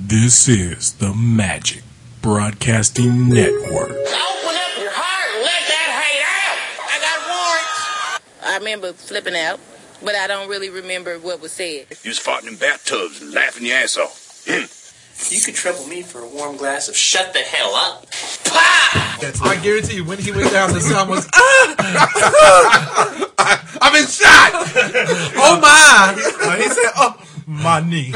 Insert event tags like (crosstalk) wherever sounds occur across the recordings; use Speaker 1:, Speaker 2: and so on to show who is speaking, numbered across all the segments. Speaker 1: This is the Magic Broadcasting Network.
Speaker 2: Open up your heart and let that hate out. I got warrants. I remember flipping out, but I don't really remember what was said.
Speaker 3: You was farting in bathtubs and laughing your ass off. Hmm.
Speaker 4: You could trouble me for a warm glass of shut the hell up.
Speaker 5: I guarantee you, when he went down, the sound was, "Ah,
Speaker 6: I've been shot.
Speaker 5: oh my!
Speaker 6: Uh, he said, "Oh, my knee."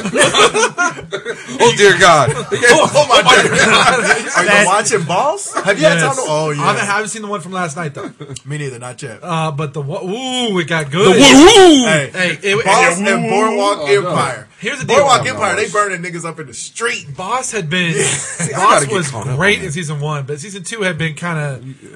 Speaker 7: Oh dear God!
Speaker 6: oh, my God. Are you
Speaker 8: That's-
Speaker 6: watching Boss? Have you had time to? Oh
Speaker 5: I haven't,
Speaker 6: yeah.
Speaker 5: haven't seen the one from last night though.
Speaker 6: Me neither. Not yet.
Speaker 5: Uh, but the one, ooh, it got good.
Speaker 6: hey,
Speaker 5: Hey, it,
Speaker 6: Boss
Speaker 5: and-
Speaker 6: and Boardwalk Empire.
Speaker 5: Here's the deal.
Speaker 6: Boardwalk
Speaker 5: Oh, no.
Speaker 6: Empire. They burning niggas up in the street.
Speaker 5: Boss had been
Speaker 7: gotta
Speaker 5: Boss
Speaker 7: get
Speaker 5: was
Speaker 7: caught up on
Speaker 5: great
Speaker 7: that.
Speaker 5: in season one, but season two had been kind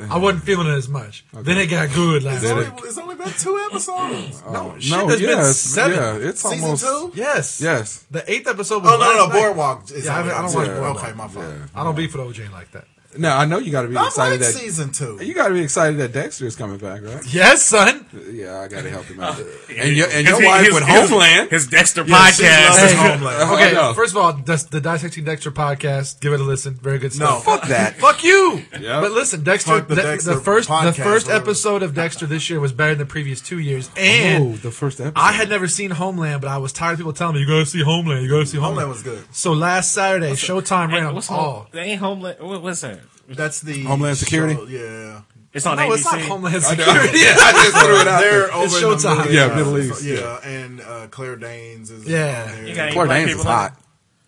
Speaker 5: of I wasn't feeling it as much. Then it Oh. got good last
Speaker 6: It's only,
Speaker 5: week.
Speaker 6: it's only been two episodes.
Speaker 5: No, shit,
Speaker 7: No,
Speaker 5: there's been
Speaker 7: yes,
Speaker 5: seven.
Speaker 7: yeah, it's
Speaker 6: Season
Speaker 7: almost
Speaker 6: two.
Speaker 5: Yes,
Speaker 7: yes.
Speaker 5: The eighth episode was.
Speaker 6: Oh no, no,
Speaker 5: last night.
Speaker 6: Boardwalk. Is
Speaker 5: Yeah, I haven't- I don't like
Speaker 6: Yeah,
Speaker 5: Boardwalk.
Speaker 6: Okay, my fault.
Speaker 5: I don't beef with OJ like that.
Speaker 7: Now I know you got to be
Speaker 6: I'm like
Speaker 7: excited that
Speaker 6: season two.
Speaker 7: you got to be excited that Dexter is coming back, right?
Speaker 5: Yes, son.
Speaker 7: Yeah, I got to help him out. and your and your wife with Homeland.
Speaker 8: His Dexter
Speaker 6: Yeah, she loves
Speaker 8: podcast.
Speaker 6: his homeland.
Speaker 5: Okay,
Speaker 7: no.
Speaker 5: first of all, that's the Dissecting Dexter podcast. Give it a listen. Very good
Speaker 6: No,
Speaker 5: stuff.
Speaker 6: fuck
Speaker 7: that.
Speaker 5: (laughs) Fuck you.
Speaker 7: Yeah.
Speaker 5: But listen, Dexter
Speaker 6: Fuck the
Speaker 5: the,
Speaker 6: Dexter
Speaker 5: the first
Speaker 6: podcast,
Speaker 5: the first
Speaker 6: whatever.
Speaker 5: episode of Dexter this year was better than the previous two years, and
Speaker 7: Oh, the first episode.
Speaker 5: I had never seen Homeland, but I was tired of people telling me, "You gotta see Homeland. You gotta see Homeland."
Speaker 6: Homeland was good.
Speaker 5: So last Saturday, Showtime ran
Speaker 8: Hey,
Speaker 5: on
Speaker 8: what's home?
Speaker 5: all.
Speaker 8: That Oh. ain't Homeland. What, what's that?
Speaker 6: That's the
Speaker 7: Homeland Security?
Speaker 6: show, Yeah,
Speaker 8: It's on
Speaker 5: No,
Speaker 8: ABC.
Speaker 5: it's not Homeland
Speaker 7: (laughs) (laughs) I know.
Speaker 5: (laughs) Security.
Speaker 7: I just threw it out. there.
Speaker 6: they're over in the
Speaker 5: Showtime.
Speaker 6: Middle
Speaker 7: Yeah,
Speaker 6: East.
Speaker 7: Middle East,
Speaker 6: Yeah, and uh, Claire Danes is
Speaker 5: Yeah.
Speaker 6: on there.
Speaker 8: You got any
Speaker 7: Poor
Speaker 8: black
Speaker 7: Danes
Speaker 8: people
Speaker 7: is
Speaker 8: in it?
Speaker 7: hot.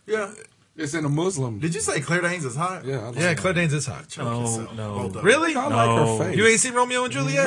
Speaker 6: yeah.
Speaker 7: It's in a Muslim.
Speaker 6: Did you say Claire Danes is hot?
Speaker 7: Yeah, I like
Speaker 5: yeah,
Speaker 7: her.
Speaker 5: Claire Danes is hot.
Speaker 8: No,
Speaker 6: Well
Speaker 8: no.
Speaker 6: done.
Speaker 5: Really?
Speaker 7: I
Speaker 8: No.
Speaker 7: like her face.
Speaker 5: You ain't seen Romeo and Juliet?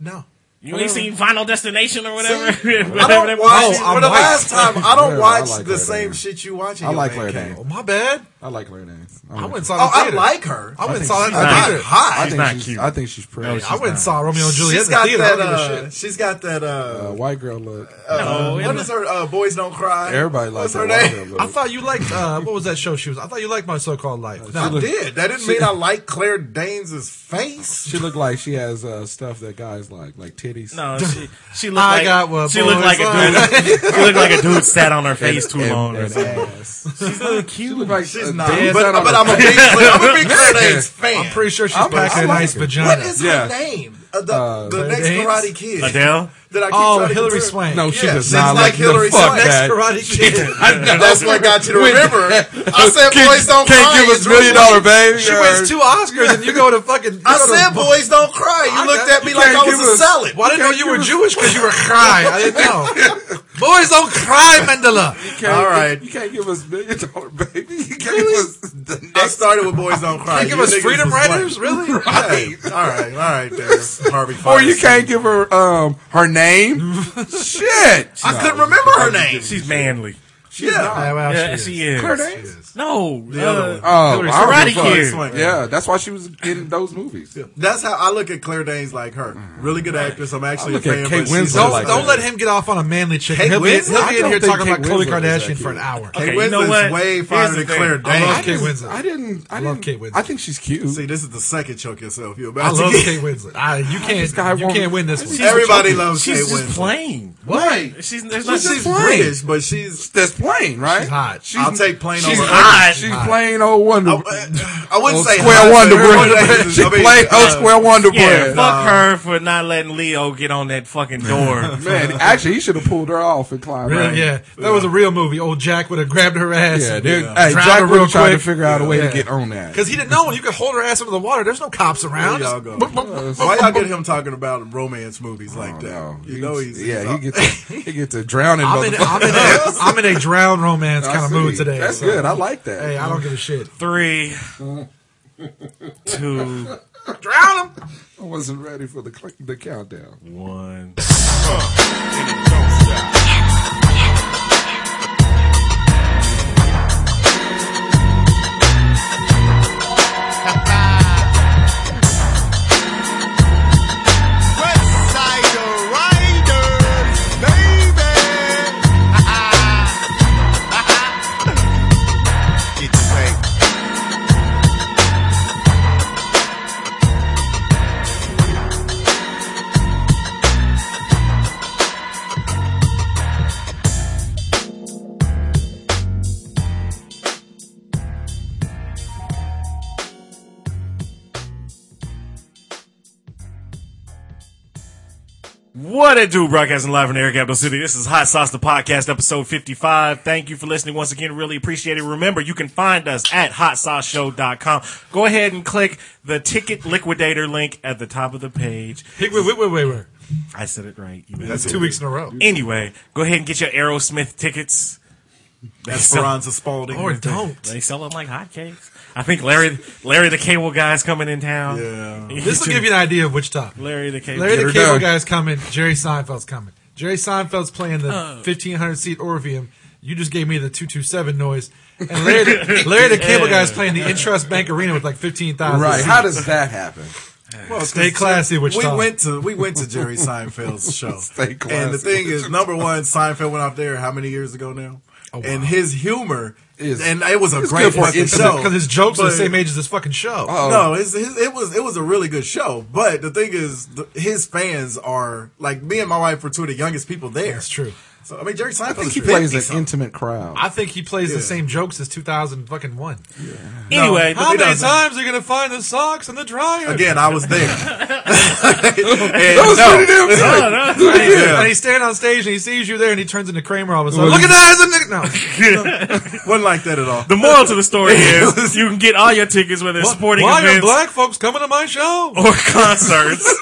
Speaker 5: No.
Speaker 8: You ain't seen Final Destination or whatever?
Speaker 6: I
Speaker 8: (laughs) Whatever
Speaker 6: don't
Speaker 8: that
Speaker 6: watch.
Speaker 5: Oh, I'm
Speaker 6: for the
Speaker 5: white.
Speaker 6: last time, I don't
Speaker 7: Yeah, I
Speaker 6: watch
Speaker 7: like
Speaker 6: the
Speaker 7: Claire
Speaker 6: same
Speaker 7: Danes.
Speaker 6: shit you watch. in
Speaker 7: I
Speaker 6: your
Speaker 7: like
Speaker 6: man
Speaker 7: Claire
Speaker 6: cave.
Speaker 7: Danes.
Speaker 5: Oh, my bad.
Speaker 7: I like Claire Danes.
Speaker 5: I went and
Speaker 6: Oh,
Speaker 5: saw the
Speaker 6: I
Speaker 5: theater.
Speaker 6: like her.
Speaker 5: I went and
Speaker 7: think
Speaker 5: saw that
Speaker 7: she's
Speaker 5: in the
Speaker 6: not
Speaker 5: theater.
Speaker 7: I
Speaker 6: hot.
Speaker 7: think
Speaker 8: not
Speaker 7: she's,
Speaker 8: cute.
Speaker 7: I think she's pretty.
Speaker 5: I went and saw Romeo and Juliet
Speaker 6: She's
Speaker 5: in the
Speaker 6: got
Speaker 5: theater.
Speaker 6: that.
Speaker 5: I don't give a
Speaker 6: Uh,
Speaker 5: shit.
Speaker 6: she's got that. Uh,
Speaker 7: white girl look.
Speaker 6: uh, what is her? Uh, Boys don't cry.
Speaker 7: Everybody
Speaker 6: What's
Speaker 7: likes that
Speaker 6: her
Speaker 7: white
Speaker 6: name?
Speaker 7: girl look.
Speaker 5: I thought you liked, uh, what was that show she was? I thought you liked My So-Called Life.
Speaker 6: I
Speaker 5: No,
Speaker 6: did. That didn't mean I like Claire Danes' face.
Speaker 7: She looked like she has uh, stuff that guys like, like titties.
Speaker 8: No, she, she looked
Speaker 5: I
Speaker 8: like
Speaker 5: got what
Speaker 8: she looked like
Speaker 5: boys
Speaker 8: a
Speaker 5: like.
Speaker 8: dude. she looked like a dude sat on her face too
Speaker 7: And-
Speaker 8: long.
Speaker 7: and
Speaker 8: or something.
Speaker 7: ass.
Speaker 8: She's not cute.
Speaker 7: Look like
Speaker 6: She's
Speaker 7: a
Speaker 6: not.
Speaker 7: dance
Speaker 6: But,
Speaker 7: out on
Speaker 6: but
Speaker 7: the-
Speaker 6: I'm a
Speaker 7: (laughs)
Speaker 6: big Claire, I'm a big Claire Danes fan.
Speaker 5: I'm pretty sure she's
Speaker 7: I'm a-
Speaker 5: packing
Speaker 7: I
Speaker 5: a
Speaker 7: like
Speaker 5: nice
Speaker 7: it.
Speaker 5: vagina.
Speaker 6: What is
Speaker 7: Yeah.
Speaker 6: her name? Uh, the the
Speaker 5: Claire
Speaker 6: next
Speaker 5: Danes?
Speaker 6: Karate Kid.
Speaker 8: Adele.
Speaker 6: That I keep
Speaker 5: Oh,
Speaker 6: trying to
Speaker 5: Hillary
Speaker 6: consider-
Speaker 5: Swank.
Speaker 7: No, she
Speaker 6: Yeah,
Speaker 7: does
Speaker 6: she's
Speaker 7: not
Speaker 6: like
Speaker 7: like
Speaker 6: Hillary
Speaker 7: the
Speaker 6: Swank.
Speaker 7: fuck
Speaker 5: Next
Speaker 7: that.
Speaker 5: Karate Kid.
Speaker 6: That's what got you to remember. I said boys don't cry.
Speaker 7: Can't give us
Speaker 6: It's
Speaker 7: million
Speaker 6: really-
Speaker 7: dollar baby.
Speaker 5: She wins two Oscars and you go to fucking. you
Speaker 6: I
Speaker 5: go to-
Speaker 6: said boys don't cry. You looked at me
Speaker 7: you
Speaker 6: like
Speaker 7: can't
Speaker 6: I
Speaker 7: give
Speaker 6: was a
Speaker 7: us-
Speaker 6: salad.
Speaker 5: Well, I didn't know you were Jewish because you were (laughs) crying. I didn't know. Boys don't cry,
Speaker 6: (laughs)
Speaker 5: Mandela.
Speaker 6: All right.
Speaker 7: You can't give us million dollar baby. You can't give us the
Speaker 6: I
Speaker 7: next.
Speaker 6: started with boys don't cry.
Speaker 5: They give
Speaker 6: You
Speaker 5: us
Speaker 6: niggas
Speaker 5: freedom
Speaker 6: was black.
Speaker 5: writers, really?
Speaker 7: Right.
Speaker 6: All right, all right, there, Harvey.
Speaker 7: Or you
Speaker 6: Feinstein.
Speaker 7: can't give her um her name. (laughs) Shit.
Speaker 6: I couldn't remember her name.
Speaker 8: She's manly.
Speaker 6: yeah.
Speaker 5: Yeah, well,
Speaker 8: Yeah,
Speaker 5: she is.
Speaker 8: she is.
Speaker 7: Claire Danes?
Speaker 8: No, the
Speaker 6: other
Speaker 7: Oh, I don't
Speaker 8: Karate
Speaker 7: give a fuck.
Speaker 8: Kid.
Speaker 6: Swing.
Speaker 7: Yeah, that's why she was in those movies.
Speaker 6: That's how I look at Claire Danes like her. Really good actress. I'm actually
Speaker 7: I
Speaker 6: a
Speaker 7: look at
Speaker 6: fan.
Speaker 7: Kate
Speaker 6: but she's
Speaker 7: Winslet
Speaker 5: Don't,
Speaker 6: just
Speaker 7: like
Speaker 5: don't
Speaker 7: that.
Speaker 5: let him get off on a manly chick.
Speaker 6: Kate
Speaker 5: He'll be,
Speaker 6: Winslet?
Speaker 5: he'll
Speaker 7: I
Speaker 5: be in
Speaker 7: don't
Speaker 5: here
Speaker 7: think
Speaker 5: talking about
Speaker 7: Kate
Speaker 5: Khloe
Speaker 7: Winslet is that
Speaker 5: Kardashian for an
Speaker 7: cute.
Speaker 5: hour.
Speaker 6: Kate
Speaker 8: Okay,
Speaker 6: Winslet's
Speaker 8: you know what?
Speaker 6: way
Speaker 8: Here's
Speaker 6: finer
Speaker 8: the
Speaker 6: than
Speaker 8: thing.
Speaker 6: Claire
Speaker 5: I
Speaker 6: Danes.
Speaker 5: love
Speaker 7: I
Speaker 5: Kate
Speaker 7: just-
Speaker 5: Winslet.
Speaker 7: I didn't. I
Speaker 5: I love
Speaker 7: didn't-
Speaker 5: Kate Winslet.
Speaker 7: I think she's cute.
Speaker 6: See, this is the second choke yourself. You
Speaker 5: I
Speaker 6: about to (laughs)
Speaker 5: love
Speaker 6: get.
Speaker 5: Kate Winslet. I, you can't.
Speaker 7: guy
Speaker 5: You
Speaker 7: won't-
Speaker 5: can't win this one.
Speaker 6: Everybody loves Kate
Speaker 8: She's
Speaker 6: Winslet.
Speaker 8: just plain.
Speaker 7: Right.
Speaker 8: She's there's not.
Speaker 7: just
Speaker 8: She's,
Speaker 7: plain.
Speaker 6: British, but she's.
Speaker 7: That's plain, right?
Speaker 5: She's hot.
Speaker 6: I'll take plain
Speaker 7: She's
Speaker 6: over.
Speaker 8: hot.
Speaker 7: She's plain old Wonder.
Speaker 6: I, I wouldn't
Speaker 7: old
Speaker 6: say
Speaker 7: square
Speaker 6: hot,
Speaker 7: Wonder
Speaker 6: but
Speaker 7: (laughs)
Speaker 6: her
Speaker 7: Bread.
Speaker 6: Danes is-
Speaker 7: She
Speaker 6: I mean,
Speaker 7: played
Speaker 6: uh,
Speaker 7: old square Wonder
Speaker 8: yeah,
Speaker 7: Bread.
Speaker 8: fuck her for not letting Leo get on that fucking
Speaker 5: (laughs)
Speaker 8: door.
Speaker 7: Man, actually, he should have pulled her off and climbed.
Speaker 5: Really?
Speaker 7: right?
Speaker 5: Yeah, that was a real movie. Old Jack would have grabbed her ass.
Speaker 7: Yeah,
Speaker 5: and
Speaker 7: dude.
Speaker 5: drowned
Speaker 7: Hey, Jack
Speaker 5: her
Speaker 7: really
Speaker 5: real
Speaker 7: tried to
Speaker 5: quick.
Speaker 7: figure out a way
Speaker 5: Yeah.
Speaker 7: to get on that.
Speaker 5: Because he didn't know, and you could hold her ass under the water. There's no cops
Speaker 6: Where
Speaker 5: around.
Speaker 6: y'all
Speaker 5: Just-
Speaker 6: go?
Speaker 7: Uh,
Speaker 6: (laughs) Oh, Why y'all get him talking about romance movies like that?
Speaker 7: no.
Speaker 6: You know he's
Speaker 7: yeah,
Speaker 6: he's
Speaker 7: he gets he gets a drowning.
Speaker 5: I'm in,
Speaker 7: motherfucker.
Speaker 5: I'm, in a, I'm in a drown romance
Speaker 7: (laughs) I
Speaker 5: kind of
Speaker 7: see.
Speaker 5: mood today.
Speaker 7: That's
Speaker 5: so-
Speaker 7: good. I like that.
Speaker 5: Hey, I don't give a shit.
Speaker 8: Three, two,
Speaker 5: Drown him.
Speaker 7: I wasn't ready for the cl- the countdown.
Speaker 8: one.
Speaker 6: (laughs)
Speaker 8: What it do, broadcasting live from the Air Capital City. This is Hot Sauce, the podcast, episode 55. Thank you for listening once again. Really appreciate it. Remember, you can find us at hotsauceshow.com. Go ahead and click the ticket liquidator link at the top of the page.
Speaker 5: Hey, wait, wait, wait, wait, wait.
Speaker 8: I said it right. You
Speaker 5: That's two weeks in a row.
Speaker 8: Anyway, go ahead and get your Aerosmith tickets.
Speaker 7: Esperanza Spalding.
Speaker 5: Or don't.
Speaker 8: They sell them like hotcakes. I think Larry, Larry the Cable Guy's coming in town.
Speaker 7: Yeah.
Speaker 5: This will give you an idea of which top.
Speaker 8: Larry the Cable.
Speaker 5: Larry the
Speaker 7: her
Speaker 5: Cable
Speaker 7: done.
Speaker 5: Guy's coming. Jerry Seinfeld's coming. Jerry Seinfeld's playing the 1500 seat Orpheum. You just gave me the 227 noise. And Larry
Speaker 7: (laughs)
Speaker 5: the, Larry the Cable Guy's playing the Intrust Bank Arena with like 15,000.
Speaker 7: Right.
Speaker 5: seats.
Speaker 7: How does that happen?
Speaker 6: Well,
Speaker 5: Stay classy,
Speaker 6: We
Speaker 5: Wichita.
Speaker 6: went to we went to Jerry
Speaker 7: (laughs)
Speaker 6: Seinfeld's show.
Speaker 7: Stay classy.
Speaker 6: And the thing is, number one, Seinfeld went off there how many years ago now? And his humor is,
Speaker 7: Is-
Speaker 6: and it was a
Speaker 7: it's
Speaker 6: great
Speaker 7: good for
Speaker 6: fucking
Speaker 7: internet,
Speaker 6: show
Speaker 5: Because his jokes are the
Speaker 6: But-
Speaker 5: same age as this fucking show.
Speaker 7: Oh,
Speaker 6: No, his, his, it was it was a really good show. But the thing is, the, his fans are like me and my wife were two of the youngest people there.
Speaker 5: That's true.
Speaker 6: So I mean, Jerry Seinfeld
Speaker 7: I think
Speaker 6: is
Speaker 7: he plays
Speaker 6: 50
Speaker 7: an
Speaker 6: something.
Speaker 7: intimate crowd.
Speaker 5: I think he plays
Speaker 6: Yeah.
Speaker 5: the same jokes as 2000 fucking one.
Speaker 8: Anyway,
Speaker 5: How
Speaker 6: he
Speaker 5: many
Speaker 6: doesn't.
Speaker 5: times are you gonna find the socks in the dryer?
Speaker 6: Again, I
Speaker 7: (laughs)
Speaker 6: was there. and
Speaker 7: that was
Speaker 6: no,
Speaker 7: pretty damn good.
Speaker 5: (laughs) And he's, and he's standing on stage and he sees you there and he turns into Kramer all of a sudden.
Speaker 7: Well,
Speaker 5: Look at that! As a nigga.
Speaker 6: wasn't like that at all.
Speaker 8: The moral to the story is you can get all your tickets, whether it's
Speaker 5: No.
Speaker 8: sporting
Speaker 5: Why are
Speaker 8: events
Speaker 5: black folks coming to my show?
Speaker 8: or (laughs) concerts.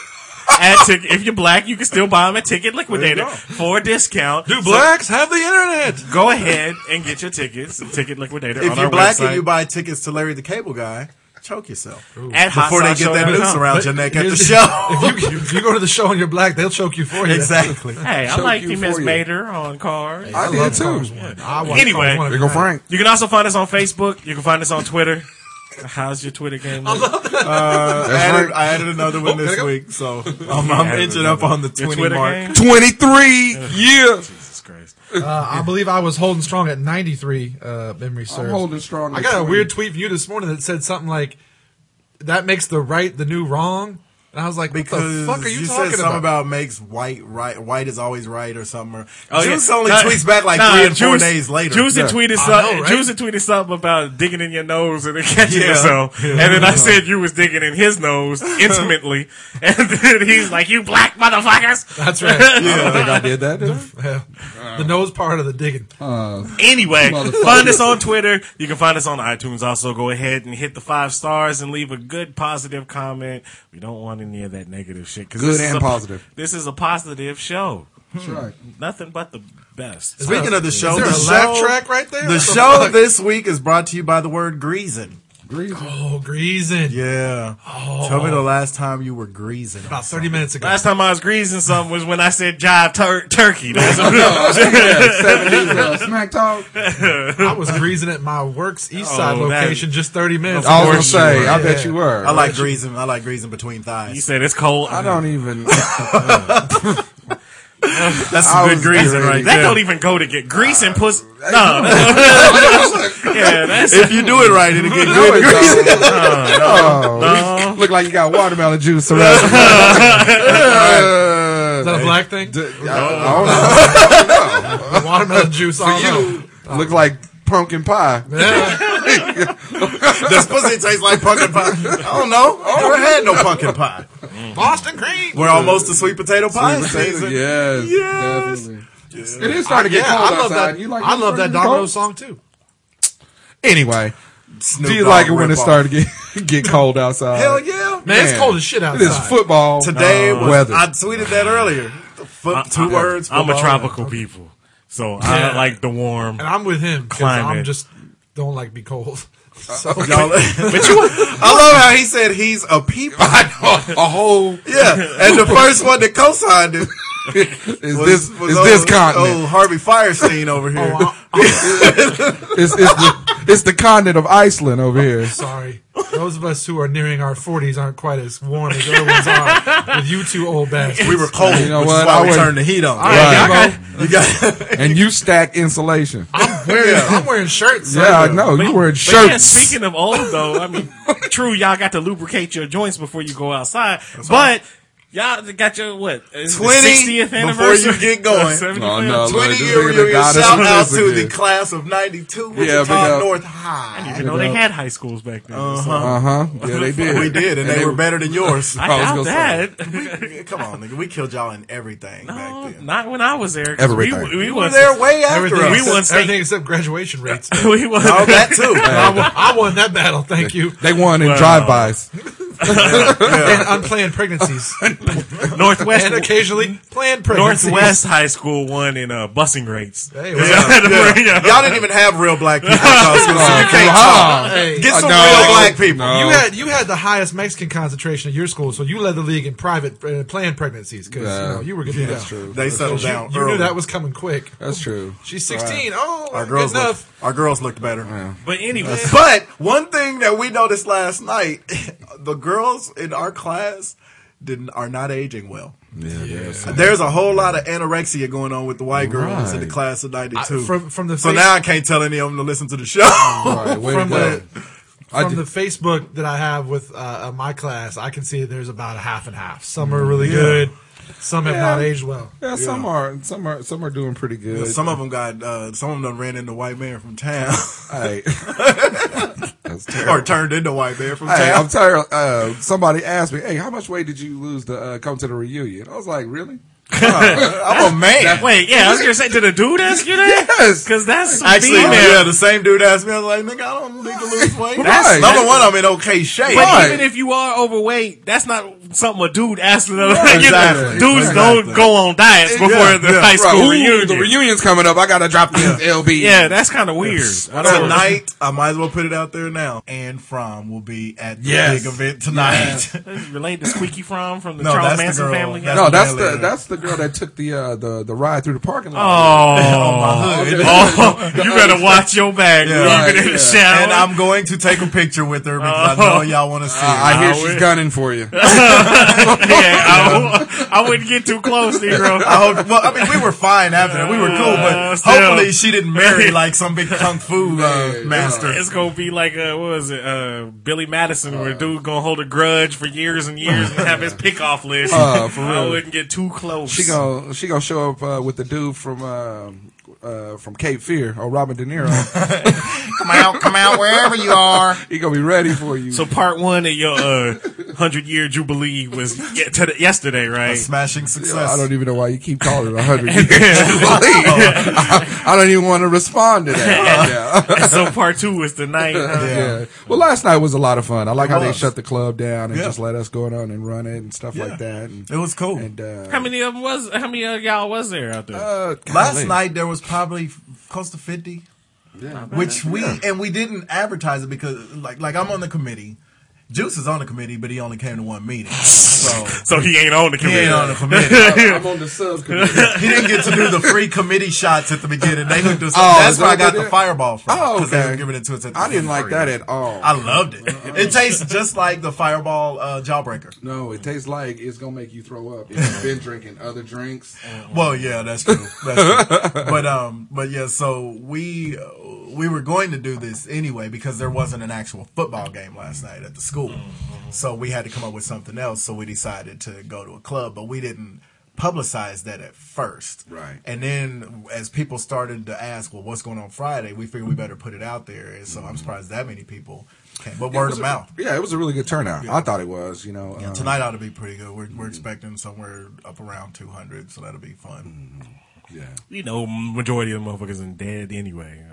Speaker 8: at tic- if you're black, you can still buy them at Ticket Liquidator for a discount.
Speaker 5: Do blacks have the internet?
Speaker 8: So go ahead and get your tickets at Ticket Liquidator
Speaker 6: If
Speaker 8: on
Speaker 6: you're
Speaker 8: our
Speaker 6: black
Speaker 8: website
Speaker 6: and you buy tickets to Larry the Cable Guy, choke yourself
Speaker 8: at
Speaker 6: before they get that noose
Speaker 8: hotsauceshow.com.
Speaker 6: around your neck at the
Speaker 5: Here's
Speaker 6: show.
Speaker 5: If you, if you go to the show and you're black, they'll choke you for you.
Speaker 6: Exactly.
Speaker 8: Hey, I
Speaker 7: Choke
Speaker 8: liked
Speaker 7: you
Speaker 8: him as
Speaker 7: for you.
Speaker 8: Mater on Cars.
Speaker 7: I, did too.
Speaker 5: I want-
Speaker 8: Anyway.
Speaker 5: I want to
Speaker 7: There go
Speaker 5: die.
Speaker 7: Frank.
Speaker 8: You can also find us on Facebook. You can find us on Twitter. How's your Twitter game? look?
Speaker 6: (laughs) I added,
Speaker 7: right.
Speaker 6: I added another one this
Speaker 5: (laughs)
Speaker 6: week, so um, I'm, I'm
Speaker 8: added
Speaker 6: inching up on the 20
Speaker 8: Your Twitter
Speaker 6: mark.
Speaker 8: game?
Speaker 7: 23 yeah.
Speaker 8: Jesus Christ.
Speaker 5: Uh, I believe I was holding strong at 93. Uh, memory
Speaker 7: I'm
Speaker 5: serves.
Speaker 7: holding strong.
Speaker 5: I
Speaker 7: at
Speaker 5: got a
Speaker 7: 20.
Speaker 5: weird tweet from you this morning that said something like, "That makes the right the new wrong," and I was like, "What
Speaker 6: Because
Speaker 5: the fuck are you,
Speaker 6: said
Speaker 5: talking
Speaker 6: something
Speaker 5: about?"
Speaker 6: about makes white right. White is always right or something. Or,
Speaker 8: Oh,
Speaker 6: Juice
Speaker 8: yeah.
Speaker 6: only
Speaker 8: Nah,
Speaker 6: tweets back like
Speaker 8: nah,
Speaker 6: three and four
Speaker 8: Juice-
Speaker 6: days later.
Speaker 8: Juice had
Speaker 7: Yeah.
Speaker 8: tweeted
Speaker 5: I
Speaker 8: something.
Speaker 5: know, right?
Speaker 8: Juice had tweeted something about digging in your nose and then (laughs) catching
Speaker 6: Yeah.
Speaker 8: yourself. And then I said you was digging in his
Speaker 6: (laughs)
Speaker 8: nose intimately. and then he's like, "You black
Speaker 6: (laughs)
Speaker 8: motherfuckers."
Speaker 5: That's right.
Speaker 7: I don't think I did that. did I?
Speaker 5: Yeah. the nose part of the digging.
Speaker 7: Uh,
Speaker 8: Anyway,
Speaker 7: Motherfucker.
Speaker 8: find us on Twitter. You can find us on iTunes. Also, go ahead and hit the five stars and leave a good positive comment. We don't want any of that negative shit. 'cause
Speaker 7: Good
Speaker 8: this is
Speaker 7: and
Speaker 8: a-
Speaker 7: positive.
Speaker 8: This is a positive show.
Speaker 7: That's right.
Speaker 8: Nothing but the best.
Speaker 6: Speaking of the show,
Speaker 5: Is there
Speaker 6: the
Speaker 5: a laugh
Speaker 6: show,
Speaker 5: track right there?
Speaker 6: the
Speaker 5: What
Speaker 6: show
Speaker 5: fuck?
Speaker 6: this week is brought to you by the word greasing.
Speaker 5: (laughs)
Speaker 7: Greasy.
Speaker 5: Oh, greasing.
Speaker 6: Yeah. Tell me the last time you were greasing.
Speaker 5: Oh. About 30 minutes ago.
Speaker 8: Last time I was greasing something was when I said jive tur- turkey. That was-
Speaker 7: Seventies, uh, Smack talk.
Speaker 5: I was greasing at my works east side
Speaker 8: Oh, that-
Speaker 5: location just 30 minutes
Speaker 7: I was
Speaker 5: ago.
Speaker 7: gonna say. I bet
Speaker 5: Yeah.
Speaker 7: you were.
Speaker 6: I like greasing. I like greasing between
Speaker 8: You
Speaker 6: thighs.
Speaker 8: said it's cold.
Speaker 7: I don't even.
Speaker 6: That's
Speaker 7: I
Speaker 6: some good
Speaker 7: was
Speaker 6: greasing
Speaker 7: greasing.
Speaker 6: right
Speaker 8: That
Speaker 6: there.
Speaker 8: don't even go to get grease and (laughs) puss. No. Uh, yeah, that's
Speaker 6: If you do it right,
Speaker 5: (laughs)
Speaker 6: it'll get
Speaker 7: No,
Speaker 6: good.
Speaker 7: it (laughs) don't. Oh, you (laughs) Look like you got watermelon juice around. Uh,
Speaker 5: Is that a black thing?
Speaker 7: d- I- I
Speaker 5: Watermelon juice all
Speaker 7: don't
Speaker 5: you.
Speaker 7: know. You look like pumpkin pie.
Speaker 6: Does pussy taste like pumpkin pie? I don't know. I never had no pumpkin pie.
Speaker 5: Boston cream.
Speaker 6: We're almost to sweet potato (laughs) pie
Speaker 7: Yes,
Speaker 6: season.
Speaker 7: yes. Definitely. It is starting to
Speaker 5: Yeah,
Speaker 7: get
Speaker 5: I
Speaker 7: cold
Speaker 5: love
Speaker 7: outside.
Speaker 5: that.
Speaker 7: You like
Speaker 5: I love that
Speaker 7: it's
Speaker 5: Domino's song
Speaker 7: cold?
Speaker 5: too.
Speaker 7: Anyway,
Speaker 6: Snoop
Speaker 7: do you
Speaker 6: Dogg
Speaker 7: like it when it
Speaker 6: rip-off.
Speaker 7: started get get (laughs) cold outside?
Speaker 6: Hell yeah!
Speaker 5: Man, it's
Speaker 7: Man,
Speaker 5: cold as shit outside.
Speaker 7: It is football Uh,
Speaker 6: Today was,
Speaker 7: weather.
Speaker 6: I tweeted that earlier. The fu- two words.
Speaker 8: (laughs) I'm a
Speaker 6: football.
Speaker 8: tropical people, so I like the warm.
Speaker 5: and I'm with him. 'cause I'm
Speaker 8: Climate.
Speaker 5: just don't like be cold. (laughs)
Speaker 7: (laughs)
Speaker 6: Y'all- (laughs) I love how he said he's a people.
Speaker 7: a whole
Speaker 6: Yeah, and the first one that co-signed it
Speaker 7: is
Speaker 6: was
Speaker 7: this
Speaker 6: was
Speaker 7: is
Speaker 6: old-
Speaker 7: this continent.
Speaker 6: old Harvey Firestein over here.
Speaker 5: Oh,
Speaker 7: It's, it's the it's the continent of Iceland over here.
Speaker 5: Sorry. Those of us who are nearing our 40s aren't quite as warm as other ones are with you two old bastards.
Speaker 6: we were cold,
Speaker 7: You know
Speaker 6: which
Speaker 7: what?
Speaker 6: is why
Speaker 7: I
Speaker 6: we
Speaker 7: would-
Speaker 6: turned the heat on.
Speaker 7: Right.
Speaker 6: You got
Speaker 7: And you stack insulation.
Speaker 5: I'm wearing, (laughs) I'm wearing shirts. so-
Speaker 7: yeah, I know. You wearing
Speaker 8: But yeah,
Speaker 7: shirts.
Speaker 8: speaking of old though, I mean, true, y'all got to lubricate your joints before you go outside, but. Y'all got your what? Is it the
Speaker 6: 20
Speaker 8: 60th
Speaker 6: before you
Speaker 8: anniversary? (laughs)
Speaker 6: get going.
Speaker 8: 70th?
Speaker 7: Oh, no. Look,
Speaker 6: Twenty
Speaker 7: this
Speaker 6: year
Speaker 7: nigga done
Speaker 6: reunion.
Speaker 7: got us
Speaker 6: Shout
Speaker 7: with (laughs)
Speaker 6: out
Speaker 7: this
Speaker 6: to
Speaker 7: again.
Speaker 6: the class of '92,
Speaker 7: Yeah, big
Speaker 6: Wichita
Speaker 7: up.
Speaker 6: North
Speaker 8: I
Speaker 6: High.
Speaker 8: didn't even know they had high schools back then. so-
Speaker 7: Uh huh. Yeah, they
Speaker 6: (laughs)
Speaker 7: did.
Speaker 6: We did, and, they, were better
Speaker 7: (laughs)
Speaker 6: than yours.
Speaker 8: I
Speaker 7: I was
Speaker 8: doubt
Speaker 7: gonna say.
Speaker 8: that.
Speaker 6: Come on, nigga, we killed y'all in everything
Speaker 8: No,
Speaker 6: back then.
Speaker 8: not when I was there. 'cause
Speaker 7: Everything.
Speaker 8: We, we
Speaker 6: We were
Speaker 8: was
Speaker 6: there way after
Speaker 5: Everything,
Speaker 6: us.
Speaker 8: We
Speaker 5: except,
Speaker 8: won state.
Speaker 5: everything except graduation rates.
Speaker 8: (laughs) we was
Speaker 6: All that
Speaker 7: (laughs)
Speaker 6: too.
Speaker 5: I, won, I won that battle. Thank you.
Speaker 7: They won in
Speaker 8: Wow.
Speaker 7: drive-bys.
Speaker 5: And unplanned pregnancies, and
Speaker 8: Northwest
Speaker 5: occasionally planned
Speaker 8: (laughs)
Speaker 5: pregnancies.
Speaker 8: Northwest High School won in uh, busing rates. (laughs)
Speaker 5: Hey,
Speaker 8: Y'all
Speaker 5: well,
Speaker 8: had to bring-
Speaker 6: Y'all didn't even have real black people. in y'all
Speaker 7: (laughs)
Speaker 6: school, so you can't
Speaker 7: Ah.
Speaker 6: talk.
Speaker 5: Hey,
Speaker 6: Get
Speaker 7: Uh,
Speaker 6: some
Speaker 7: no,
Speaker 6: real black people.
Speaker 7: no.
Speaker 5: you had you had the highest Mexican concentration at your school, so you led the league in private uh, planned pregnancies because you
Speaker 7: Yeah.
Speaker 5: know you were going to do
Speaker 7: That's
Speaker 5: that.
Speaker 7: true.
Speaker 6: They settled
Speaker 5: You,
Speaker 6: down
Speaker 5: you
Speaker 6: early.
Speaker 5: knew that was coming quick.
Speaker 7: That's true.
Speaker 5: She's 16. Oh,
Speaker 6: our
Speaker 5: good
Speaker 6: girls
Speaker 5: enough.
Speaker 6: looked, our girls looked better.
Speaker 8: But anyway,
Speaker 6: But one thing that we noticed last night, (laughs) the girls in our class didn't are not aging well.
Speaker 7: Yeah,
Speaker 6: (laughs)
Speaker 7: yes.
Speaker 6: There's a whole lot of anorexia going on with the white girls in the
Speaker 7: Right.
Speaker 6: class of '92.
Speaker 5: I- from from the
Speaker 6: so
Speaker 5: face-
Speaker 6: now I can't tell any of them to listen to the show.
Speaker 7: All right, way to
Speaker 5: from
Speaker 7: go.
Speaker 5: the
Speaker 7: I
Speaker 5: from
Speaker 7: did-
Speaker 5: the Facebook that I have with uh, uh, my class, I can see there's about a half and half. Some
Speaker 6: Mm,
Speaker 5: are really good, some have not aged well.
Speaker 7: Yeah, some are, some are, some are doing pretty good.
Speaker 6: (laughs) Some of them got uh, some of them ran into white man from town (laughs)
Speaker 8: (laughs)
Speaker 7: Hey. That's terrible.
Speaker 6: or turned into white man from
Speaker 7: Hey,
Speaker 6: town.
Speaker 7: I'm tired. Uh, somebody asked me, "Hey, how much weight did you lose to uh, come to the reunion?" I was like,
Speaker 8: (laughs)
Speaker 7: "Really?"
Speaker 6: I'm a
Speaker 8: (laughs)
Speaker 6: man.
Speaker 8: wait, yeah, I was gonna say, did a dude ask you that?
Speaker 7: Yes.
Speaker 8: Because that's
Speaker 6: Actually,
Speaker 8: female.
Speaker 6: yeah, the same dude asked me. I was like, "Nigga, I don't need to lose weight."
Speaker 7: That's-
Speaker 6: number one. I'm in okay shape.
Speaker 8: But
Speaker 7: Right.
Speaker 8: even if you are overweight, that's not something a dude asks another. (laughs) you know,
Speaker 6: exactly.
Speaker 8: Dudes
Speaker 6: Exactly.
Speaker 8: don't go on diets before
Speaker 6: Yeah,
Speaker 8: the
Speaker 6: yeah,
Speaker 8: high school
Speaker 7: Ooh,
Speaker 8: reunion.
Speaker 7: The reunion's coming up. I gotta drop this LB.
Speaker 8: Yeah, that's kind of weird. I don't-
Speaker 6: tonight, I might as well put it out there now. And From will be at the
Speaker 7: Yes.
Speaker 6: big event tonight.
Speaker 8: Related to Squeaky From from the
Speaker 6: No,
Speaker 8: Charles
Speaker 6: that's the
Speaker 8: Manson
Speaker 6: girl.
Speaker 8: family.
Speaker 6: That's-
Speaker 7: No, that's
Speaker 6: Really?
Speaker 7: the that's the girl that took the uh, the the ride through the parking lot. (laughs)
Speaker 6: (laughs)
Speaker 8: oh, (laughs) oh, you better watch your bag.
Speaker 6: Yeah,
Speaker 8: leave it
Speaker 7: right,
Speaker 8: in the
Speaker 7: yeah.
Speaker 8: shower.
Speaker 6: (laughs)
Speaker 8: (laughs)
Speaker 6: and I'm going to take a picture with her because I know y'all want to see. her.
Speaker 7: I hear
Speaker 8: I
Speaker 7: she's
Speaker 8: would-
Speaker 7: gunning for
Speaker 8: (laughs)
Speaker 7: you.
Speaker 8: yeah, I, I wouldn't get too close,
Speaker 6: (laughs)
Speaker 8: Negro.
Speaker 6: I hope. Oh, Well, I mean, we were fine after that. We were cool,
Speaker 8: Uh,
Speaker 6: but
Speaker 8: still.
Speaker 6: hopefully, she didn't (laughs) marry like some big kung fu uh,
Speaker 7: Yeah,
Speaker 6: master.
Speaker 8: It's gonna be like uh, what was it, uh, Billy Madison, where a dude gonna hold a grudge for years and years and have his pickoff list.
Speaker 7: Uh, for
Speaker 8: I
Speaker 7: real.
Speaker 8: wouldn't get too close.
Speaker 7: She gonna she gonna show up uh, with the dude from um uh, from Cape Fear or Robin De Niro.
Speaker 6: Come out, come out, wherever you are.
Speaker 7: he gonna be ready for you.
Speaker 8: so part one of your uh, hundred year jubilee was ye- today- yesterday, right?
Speaker 6: (laughs) Smashing success.
Speaker 7: I don't even know why you keep calling it
Speaker 6: (laughs)
Speaker 7: a hundred years. (laughs) I, I don't even want to respond to that. Yeah.
Speaker 8: And so part two is tonight. huh?
Speaker 6: Yeah.
Speaker 7: (laughs) Yeah. Well, last night was a lot of fun. I like how they
Speaker 6: was.
Speaker 7: shut the club down and
Speaker 6: Yeah.
Speaker 7: just let us go on and run it and stuff like that. And,
Speaker 6: It was cool.
Speaker 7: and uh,
Speaker 8: How many of them was? How many of y'all was there out there?
Speaker 7: uh,
Speaker 6: Last
Speaker 7: golly.
Speaker 6: night there was probably f- close to fifty. Which we and we didn't advertise it because like like I'm on the committee. Juice is on the committee, but he only came to one meeting.
Speaker 7: (laughs)
Speaker 6: So
Speaker 8: so he ain't on the
Speaker 6: he
Speaker 8: committee.
Speaker 6: ain't on the (laughs) committee.
Speaker 7: I'm on the subs committee.
Speaker 6: (laughs) he didn't get to do the free committee shots at the beginning. They hooked us up.
Speaker 7: Oh,
Speaker 6: That's
Speaker 7: is
Speaker 6: where I
Speaker 7: that what
Speaker 6: got
Speaker 7: they
Speaker 6: the
Speaker 7: did?
Speaker 6: fireball from.
Speaker 7: Oh,
Speaker 6: 'cause They
Speaker 7: okay.
Speaker 6: were giving it to us at the
Speaker 7: I didn't
Speaker 6: free.
Speaker 7: like that at all.
Speaker 6: I loved it. (laughs) It
Speaker 7: (laughs)
Speaker 6: tastes just like the fireball uh, jawbreaker.
Speaker 7: no, it tastes like it's gonna make you throw up if you've been drinking other drinks.
Speaker 6: Well, yeah, that's true. That's true. but um, but yeah, so we uh, we were going to do this anyway because there wasn't an actual football game last night at the school,
Speaker 7: Mm-hmm.
Speaker 6: so we had to come up with something else. So we decided to go to a club, but we didn't publicize that at first.
Speaker 7: Right.
Speaker 6: And then as people started to ask, well, what's going on Friday? We figured we better put it out there, and so I'm surprised that many people. Came. But word
Speaker 7: Mm-hmm. was
Speaker 6: of
Speaker 7: a-
Speaker 6: mouth.
Speaker 7: Yeah, it was a really good turnout. I thought it was. You know, um,
Speaker 6: Tonight ought to be pretty good. We're, we're expecting somewhere up around 200, so that'll be
Speaker 7: Mm-hmm.
Speaker 6: fun.
Speaker 7: Yeah.
Speaker 8: You know, majority of the motherfuckers in dead anyway.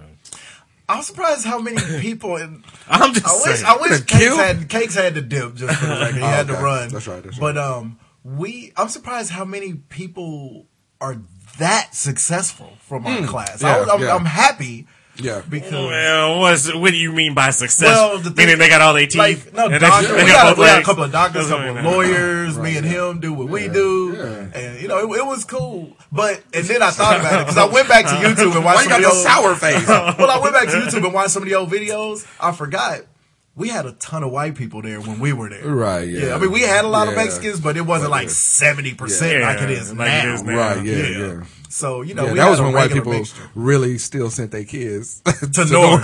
Speaker 6: I'm surprised how
Speaker 7: (laughs)
Speaker 6: many people in
Speaker 8: I'm just
Speaker 6: I wish,
Speaker 8: saying.
Speaker 6: I wish
Speaker 7: Could've
Speaker 6: Cakes
Speaker 7: killed?
Speaker 6: had, Cakes had to dip just for the
Speaker 7: (laughs)
Speaker 6: record. He had to
Speaker 7: Oh, okay.
Speaker 6: run.
Speaker 7: That's right, that's
Speaker 6: but um, we I'm surprised how many people are that successful from our class. I
Speaker 7: Mm, yeah,
Speaker 6: was, I'm,
Speaker 7: yeah.
Speaker 6: I'm happy
Speaker 7: Yeah.
Speaker 6: because
Speaker 8: Oh, Well, what's, what do you mean by success?
Speaker 6: Well, the thing-
Speaker 8: Meaning they got all their teeth.
Speaker 6: like no
Speaker 8: and they-
Speaker 6: doctor,
Speaker 8: they
Speaker 6: we, got,
Speaker 8: both
Speaker 6: we got a
Speaker 8: legs?
Speaker 6: couple of doctors,
Speaker 8: That's what
Speaker 6: couple
Speaker 8: I
Speaker 6: of
Speaker 8: mean.
Speaker 6: lawyers. me and him do what we do,
Speaker 7: yeah.
Speaker 6: and you know it, it was cool. But and then I thought about it
Speaker 8: (laughs)
Speaker 6: because I went back to YouTube and watched
Speaker 7: Why you got
Speaker 6: some (laughs)
Speaker 7: the
Speaker 6: of the old-
Speaker 7: sour face?
Speaker 6: well, I went back to YouTube and watched some of the old videos. I forgot we had a ton of white people there when we were there.
Speaker 7: Right, yeah.
Speaker 6: I mean, we had a lot of
Speaker 7: Yeah.
Speaker 6: Mexicans, but it wasn't like 70% like it is
Speaker 8: like
Speaker 6: now.
Speaker 8: it is now.
Speaker 7: Right, yeah, yeah.
Speaker 6: Yeah. So, you know,
Speaker 7: Yeah,
Speaker 6: we
Speaker 7: that
Speaker 6: had
Speaker 7: was
Speaker 6: a
Speaker 7: when white
Speaker 6: regular
Speaker 7: people
Speaker 6: mixture
Speaker 7: really still sent their kids (laughs) to,
Speaker 6: to north.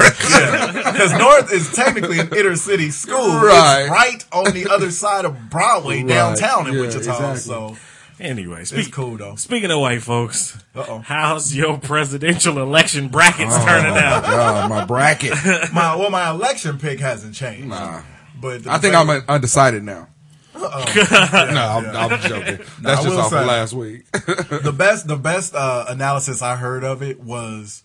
Speaker 6: (laughs) Because north is technically an inner city school.
Speaker 7: Right.
Speaker 6: It's right on the other side of Broadway
Speaker 7: Right.
Speaker 6: downtown in
Speaker 7: Yeah,
Speaker 6: Wichita.
Speaker 7: exactly.
Speaker 6: So
Speaker 8: Anyway, speak,
Speaker 6: it's cool though.
Speaker 8: speaking of white folks,
Speaker 6: Uh-oh.
Speaker 8: how's your presidential election brackets turning out?
Speaker 7: Oh, my bracket.
Speaker 6: (laughs) My well, my election pick hasn't changed. But
Speaker 7: I think I'm un- undecided now. (laughs) no, I'm, I'm joking. That's
Speaker 6: I
Speaker 7: just
Speaker 6: will
Speaker 7: off
Speaker 6: say-
Speaker 7: of
Speaker 6: (laughs)
Speaker 7: last week.
Speaker 6: the best the best uh, analysis I heard of it was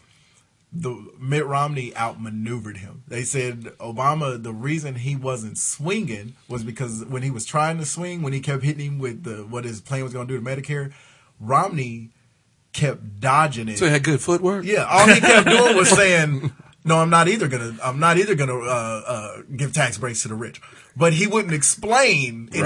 Speaker 6: the Mitt Romney outmaneuvered him. They said Obama the reason he wasn't swinging was because when he was trying to swing, when he kept hitting him with the what his plan was going to do to Medicare, Romney kept dodging it.
Speaker 7: so you had good footwork.
Speaker 6: Yeah, all he kept doing was saying, "No, I'm not either gonna, I'm not either gonna uh, uh, give tax breaks to the rich." But he wouldn't explain anything,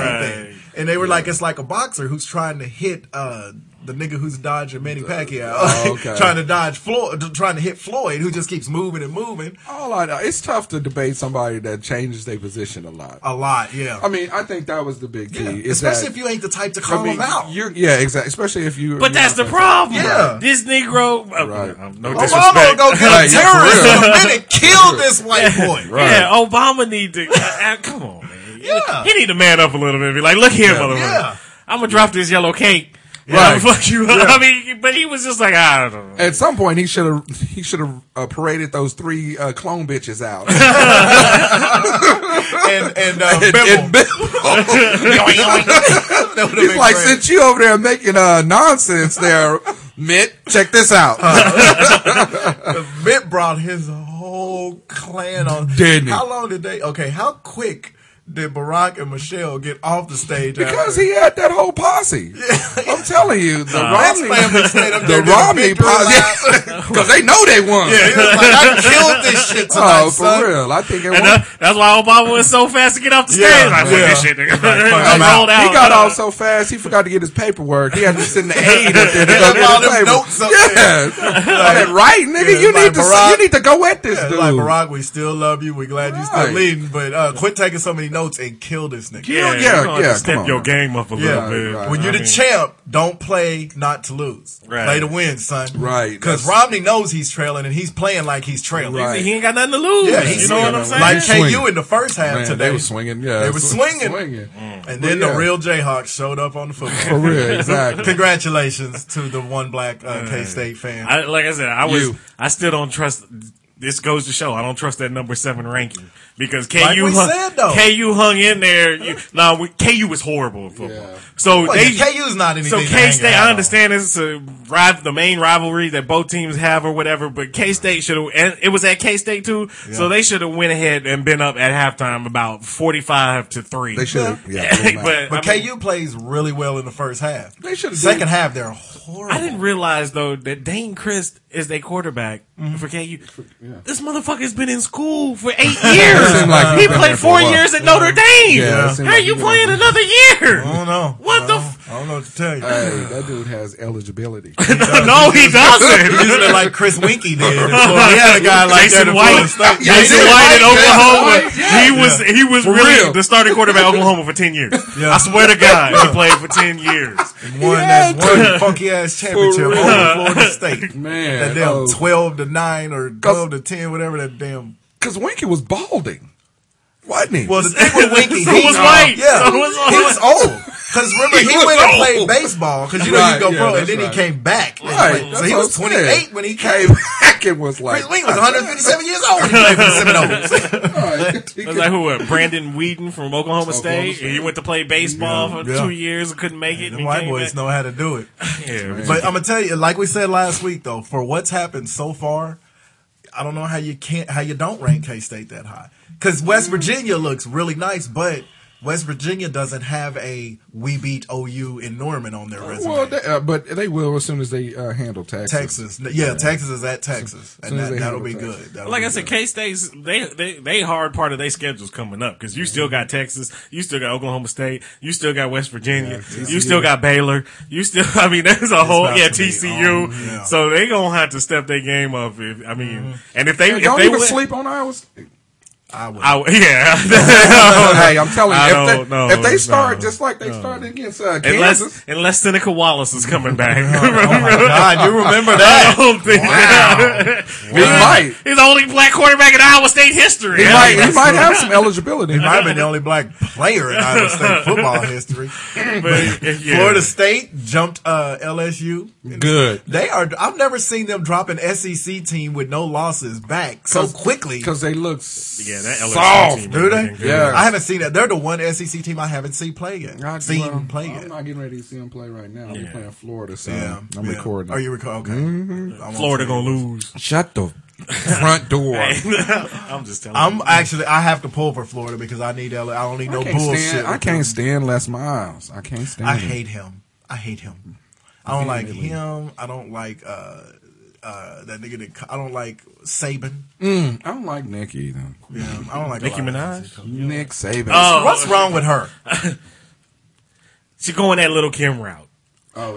Speaker 8: Right.
Speaker 6: and they were like, "It's like a boxer who's trying to hit uh, the nigga who's dodging Manny Pacquiao,
Speaker 7: oh,
Speaker 6: (laughs)
Speaker 7: okay.
Speaker 6: trying to dodge Floyd, trying to hit Floyd, who just keeps moving and moving
Speaker 7: All I know, it's tough to debate somebody that changes their position a lot.
Speaker 6: a lot." Yeah,
Speaker 7: I mean, I think that was the big key.
Speaker 6: Yeah,
Speaker 7: is
Speaker 6: especially
Speaker 7: that-
Speaker 6: if you ain't the type to
Speaker 7: I
Speaker 6: call
Speaker 7: mean,
Speaker 6: him out.
Speaker 7: You're, yeah, exactly. Especially if you.
Speaker 8: But that's the problem.
Speaker 6: Yeah.
Speaker 8: This Negro. uh,
Speaker 7: Right.
Speaker 8: uh, No
Speaker 6: Obama
Speaker 8: disrespect.
Speaker 6: gonna go
Speaker 7: (laughs)
Speaker 6: get
Speaker 7: Right,
Speaker 6: a
Speaker 7: yeah, for
Speaker 6: terrorist
Speaker 7: real.
Speaker 6: in a minute, kill
Speaker 7: (laughs)
Speaker 6: this white boy.
Speaker 8: Yeah, Obama need to. uh, uh, come on, man.
Speaker 6: Yeah.
Speaker 8: He need to man up a little bit. and Be like, look here, motherfucker.
Speaker 6: Uh. Yeah.
Speaker 8: I'm gonna drop this yellow cake.
Speaker 7: Right.
Speaker 8: Right. (laughs) Fuck you. up. I mean, but he was just like, I don't know.
Speaker 7: At some point, he should have he should have uh, paraded those three uh, clone bitches out. (laughs)
Speaker 6: And and uh,
Speaker 7: And-
Speaker 6: Bibble.
Speaker 7: and-
Speaker 6: That would've
Speaker 7: he's
Speaker 6: been
Speaker 7: like,
Speaker 6: great.
Speaker 7: since you over there making uh, nonsense there, Mitt, check this out.
Speaker 6: Mitt brought his whole clan on.
Speaker 7: Didn't he?
Speaker 6: How long did they? Okay, how quick did Barack and Michelle get off the stage?
Speaker 7: (laughs) Because he had that whole posse. I'm telling you, the
Speaker 6: after?
Speaker 7: Romney,
Speaker 6: That's family stayed up there
Speaker 7: (laughs) the
Speaker 6: did a
Speaker 7: Romney
Speaker 6: victory
Speaker 7: (laughs)
Speaker 6: lap.
Speaker 7: posse, because they know they
Speaker 6: (laughs)
Speaker 7: won. (laughs)
Speaker 6: He was like, I killed this shit tonight,
Speaker 7: oh, for
Speaker 6: son.
Speaker 7: real, I think it
Speaker 8: And (laughs)
Speaker 7: won.
Speaker 8: that- that's why Obama was so fast to get off the stage.
Speaker 6: Yeah,
Speaker 8: like, fuck
Speaker 6: yeah.
Speaker 8: this shit, nigga. (laughs)
Speaker 6: I'm
Speaker 8: He
Speaker 6: out.
Speaker 8: rolled out.
Speaker 7: He
Speaker 6: uh,
Speaker 7: got off so fast, he forgot to get his paperwork. He had to
Speaker 6: (laughs)
Speaker 7: send the aide up there to go
Speaker 6: All them
Speaker 7: get his paperwork.
Speaker 6: notes up
Speaker 7: (laughs) Yeah, Like, right, nigga.
Speaker 6: Yeah,
Speaker 7: you
Speaker 6: like
Speaker 7: need to
Speaker 6: Barack-
Speaker 7: you need to go at this
Speaker 6: Yeah,
Speaker 7: dude.
Speaker 6: Like Barack, we still love you. We're glad you
Speaker 7: Right.
Speaker 6: still leading, but uh, quit taking so many notes and kill this nigga.
Speaker 8: Yeah,
Speaker 7: Yeah,
Speaker 8: you gonna
Speaker 7: yeah,
Speaker 8: Step
Speaker 7: come on.
Speaker 8: your game up a little
Speaker 6: Yeah.
Speaker 8: bit.
Speaker 7: Right.
Speaker 6: When you're
Speaker 8: I
Speaker 6: the
Speaker 8: mean,
Speaker 6: champ, don't play not to lose.
Speaker 8: Right.
Speaker 6: Play to win, son.
Speaker 7: Right,
Speaker 6: Because
Speaker 7: that's-
Speaker 6: Romney knows he's trailing and he's playing like he's trailing.
Speaker 7: Right.
Speaker 8: He ain't got nothing to lose.
Speaker 6: Yeah,
Speaker 8: you
Speaker 6: he's
Speaker 8: know what
Speaker 6: swinging.
Speaker 8: I'm saying?
Speaker 6: Like
Speaker 7: Swinging.
Speaker 6: KU in the first half
Speaker 7: Man,
Speaker 6: today.
Speaker 7: they were swinging. Yeah,
Speaker 6: They
Speaker 7: (laughs)
Speaker 6: were swinging.
Speaker 7: swinging.
Speaker 6: And then
Speaker 7: Yeah.
Speaker 6: the real Jayhawks showed up on the
Speaker 7: For
Speaker 6: football. (laughs)
Speaker 7: real, exactly.
Speaker 6: Congratulations to the one black uh, K State fan.
Speaker 8: I, like I said, I was.
Speaker 7: You.
Speaker 8: I still don't trust. This goes to show I don't trust that number seven ranking because KU
Speaker 6: Like we
Speaker 8: hung,
Speaker 6: said, though.
Speaker 8: KU hung in there. You, now we, KU was horrible in football,
Speaker 7: Yeah.
Speaker 8: so
Speaker 6: Well,
Speaker 8: they
Speaker 6: yeah, KU's not anything.
Speaker 8: so
Speaker 6: to hang
Speaker 8: K State.
Speaker 6: your hat
Speaker 8: I
Speaker 6: on.
Speaker 8: understand it's a rival, the main rivalry that both teams have or whatever, but K State should have. And it was at K State too, so they should have went ahead and been up at halftime about forty five to three. (laughs)
Speaker 7: They should. Yeah,
Speaker 8: but
Speaker 7: yeah
Speaker 6: But
Speaker 8: I mean,
Speaker 6: KU plays really well in the first half.
Speaker 7: They should've
Speaker 6: Second
Speaker 7: (laughs) did-
Speaker 6: half, they're horrible.
Speaker 8: I didn't realize though that Dane Christ is their quarterback
Speaker 7: Mm-hmm.
Speaker 8: for KU. This motherfucker's been in school for
Speaker 7: (laughs)
Speaker 8: eight years.
Speaker 7: seemed like he's
Speaker 8: he
Speaker 7: been
Speaker 8: played
Speaker 7: there for
Speaker 8: four
Speaker 7: a while.
Speaker 8: years at Notre Dame.
Speaker 7: Yeah, it seemed
Speaker 8: How
Speaker 7: like
Speaker 8: you
Speaker 7: he
Speaker 8: playing
Speaker 7: was- Oh.
Speaker 8: another year?
Speaker 6: I don't know.
Speaker 8: What
Speaker 6: I
Speaker 8: the
Speaker 6: don't-
Speaker 8: f-
Speaker 6: I don't know what to tell you.
Speaker 7: hey, that dude has
Speaker 8: (laughs)
Speaker 7: eligibility.
Speaker 8: (laughs) no,
Speaker 7: (laughs)
Speaker 8: he
Speaker 6: He
Speaker 8: doesn't.
Speaker 6: used it like Chris Winky did.
Speaker 8: (laughs)
Speaker 6: So he had a guy like
Speaker 8: Jason
Speaker 6: that at
Speaker 8: White,
Speaker 6: Florida State.
Speaker 7: Yeah,
Speaker 8: Jason
Speaker 7: Jason
Speaker 8: White at
Speaker 7: White, yeah,
Speaker 8: Oklahoma.
Speaker 7: White, yeah.
Speaker 8: He was he was really
Speaker 7: real.
Speaker 8: the starting quarterback at Oklahoma for ten years.
Speaker 6: Yeah.
Speaker 8: I swear to God, he played for ten years.
Speaker 6: Won that one funky ass championship over
Speaker 7: real.
Speaker 6: Florida State.
Speaker 7: Man,
Speaker 6: that damn
Speaker 7: oh.
Speaker 6: twelve to nine or twelve to ten, whatever that damn.
Speaker 7: Because Winky was balding, wasn't he?
Speaker 6: Well, the thing with Winky, (laughs)
Speaker 8: So
Speaker 6: he uh,
Speaker 8: was White.
Speaker 6: Yeah,
Speaker 8: So was
Speaker 6: he
Speaker 8: White. (laughs)
Speaker 6: was old. Because remember,
Speaker 7: He
Speaker 6: he,
Speaker 7: was
Speaker 6: went and played
Speaker 7: old.
Speaker 6: baseball. Because you know
Speaker 7: Right,
Speaker 6: you go
Speaker 7: yeah,
Speaker 6: pro,
Speaker 7: that's
Speaker 6: and then
Speaker 7: right.
Speaker 6: he came back. and
Speaker 7: Right,
Speaker 6: played. So
Speaker 7: that's
Speaker 6: he
Speaker 7: what
Speaker 6: was
Speaker 7: I'm
Speaker 6: twenty
Speaker 7: saying.
Speaker 6: eight when he came.
Speaker 7: back and was like,
Speaker 6: Chris Wing was 157 years old. He played for the Seminoles.
Speaker 8: (laughs) It was like who? uh, Brandon Whedon from Oklahoma,
Speaker 7: Oklahoma
Speaker 8: State.
Speaker 7: State.
Speaker 8: He went to play baseball for
Speaker 6: Yeah.
Speaker 8: two years and couldn't make it. and
Speaker 6: (laughs) The
Speaker 8: he
Speaker 6: white
Speaker 8: came
Speaker 6: boys
Speaker 8: back.
Speaker 6: know how to do it.
Speaker 8: Yeah,
Speaker 6: But I'm gonna tell you, like we said last week, though, for what's happened so far, I don't know how you can't, how you don't rank K State that high. Because West Virginia looks really nice, but West Virginia doesn't have a "we beat OU in Norman" on their resume.
Speaker 7: (laughs) Well, they, uh, but they will as soon as they uh, handle taxes.
Speaker 6: Texas, yeah, Texas is at Texas,
Speaker 7: soon
Speaker 6: and
Speaker 7: as
Speaker 6: that,
Speaker 7: they
Speaker 6: that'll
Speaker 7: handle
Speaker 6: be
Speaker 7: Texas.
Speaker 6: good. That'll
Speaker 8: Like
Speaker 6: be
Speaker 8: I said,
Speaker 6: good.
Speaker 8: K State's they they they hard part of their schedule's coming up because you still got Texas, you still got Oklahoma State, you still got West Virginia, you still got Baylor, you still (laughs) I mean there's a whole
Speaker 6: about
Speaker 8: yeah
Speaker 6: to be
Speaker 8: TCU,
Speaker 6: on, yeah. Mm-hmm.
Speaker 8: so they gonna have to step their game up. If I mean, and if they
Speaker 7: Hey,
Speaker 8: if
Speaker 7: don't
Speaker 8: they
Speaker 7: even
Speaker 8: win, (laughs)
Speaker 7: sleep on Iowa State.
Speaker 6: I would.
Speaker 8: I, (laughs) yeah.
Speaker 7: hey, I'm telling
Speaker 8: I
Speaker 7: you, if
Speaker 8: don't
Speaker 7: they,
Speaker 8: know,
Speaker 7: if they start
Speaker 8: no,
Speaker 7: just like they started against uh, Kansas,
Speaker 8: unless unless Seneca Wallace is coming
Speaker 6: (laughs)
Speaker 8: back.
Speaker 6: Oh, God, you
Speaker 8: (laughs)
Speaker 6: remember
Speaker 8: I
Speaker 6: that?
Speaker 8: don't think (laughs)
Speaker 7: we might.
Speaker 8: he's the only black quarterback in Iowa State history.
Speaker 7: He might, he might have some eligibility.
Speaker 8: (laughs)
Speaker 6: Might have been the only black player in Iowa State football history.
Speaker 8: But, yeah.
Speaker 6: Florida State jumped uh, LSU.
Speaker 7: Good.
Speaker 6: They are. I've never seen them drop an SEC team with no losses back so quickly.
Speaker 7: Because they look
Speaker 8: Yeah,
Speaker 7: yeah,
Speaker 8: that LSU team
Speaker 7: soft.
Speaker 8: is
Speaker 6: Do they?
Speaker 8: looking good.
Speaker 7: Yeah.
Speaker 6: I haven't seen that. They're the one SEC team I haven't seen play yet.
Speaker 7: I-
Speaker 6: seen
Speaker 7: well,
Speaker 6: play
Speaker 7: I'm
Speaker 6: yet.
Speaker 7: not getting ready to see them play right now. We're
Speaker 8: Yeah.
Speaker 7: playing Florida, so
Speaker 6: yeah,
Speaker 7: I'm
Speaker 6: yeah.
Speaker 7: recording.
Speaker 6: Are
Speaker 7: (laughs)
Speaker 6: you recording? Okay.
Speaker 7: Mm-hmm.
Speaker 6: I won't
Speaker 8: Florida
Speaker 6: say.
Speaker 8: gonna lose.
Speaker 7: Shut the front door.
Speaker 8: (laughs) I'm just telling.
Speaker 6: I'm actually. I have to pull for Florida because I need. L- I don't need no
Speaker 7: I can't,
Speaker 6: bullshit.
Speaker 7: stand, I
Speaker 6: with
Speaker 7: can't
Speaker 6: them.
Speaker 7: stand Les Miles. I can't stand
Speaker 6: I
Speaker 7: him.
Speaker 6: hate him. I hate him. I don't like him. I don't like uh, uh, that nigga. That, I don't like Saban.
Speaker 7: I don't like Nick either.
Speaker 6: Yeah, I don't like a
Speaker 8: Nicki
Speaker 6: lot of
Speaker 8: Minaj?
Speaker 6: things.
Speaker 7: Nick Saban.
Speaker 8: Oh.
Speaker 6: What's wrong with her?
Speaker 8: She going that little Kim
Speaker 6: (sighs)
Speaker 8: route.
Speaker 7: Oh,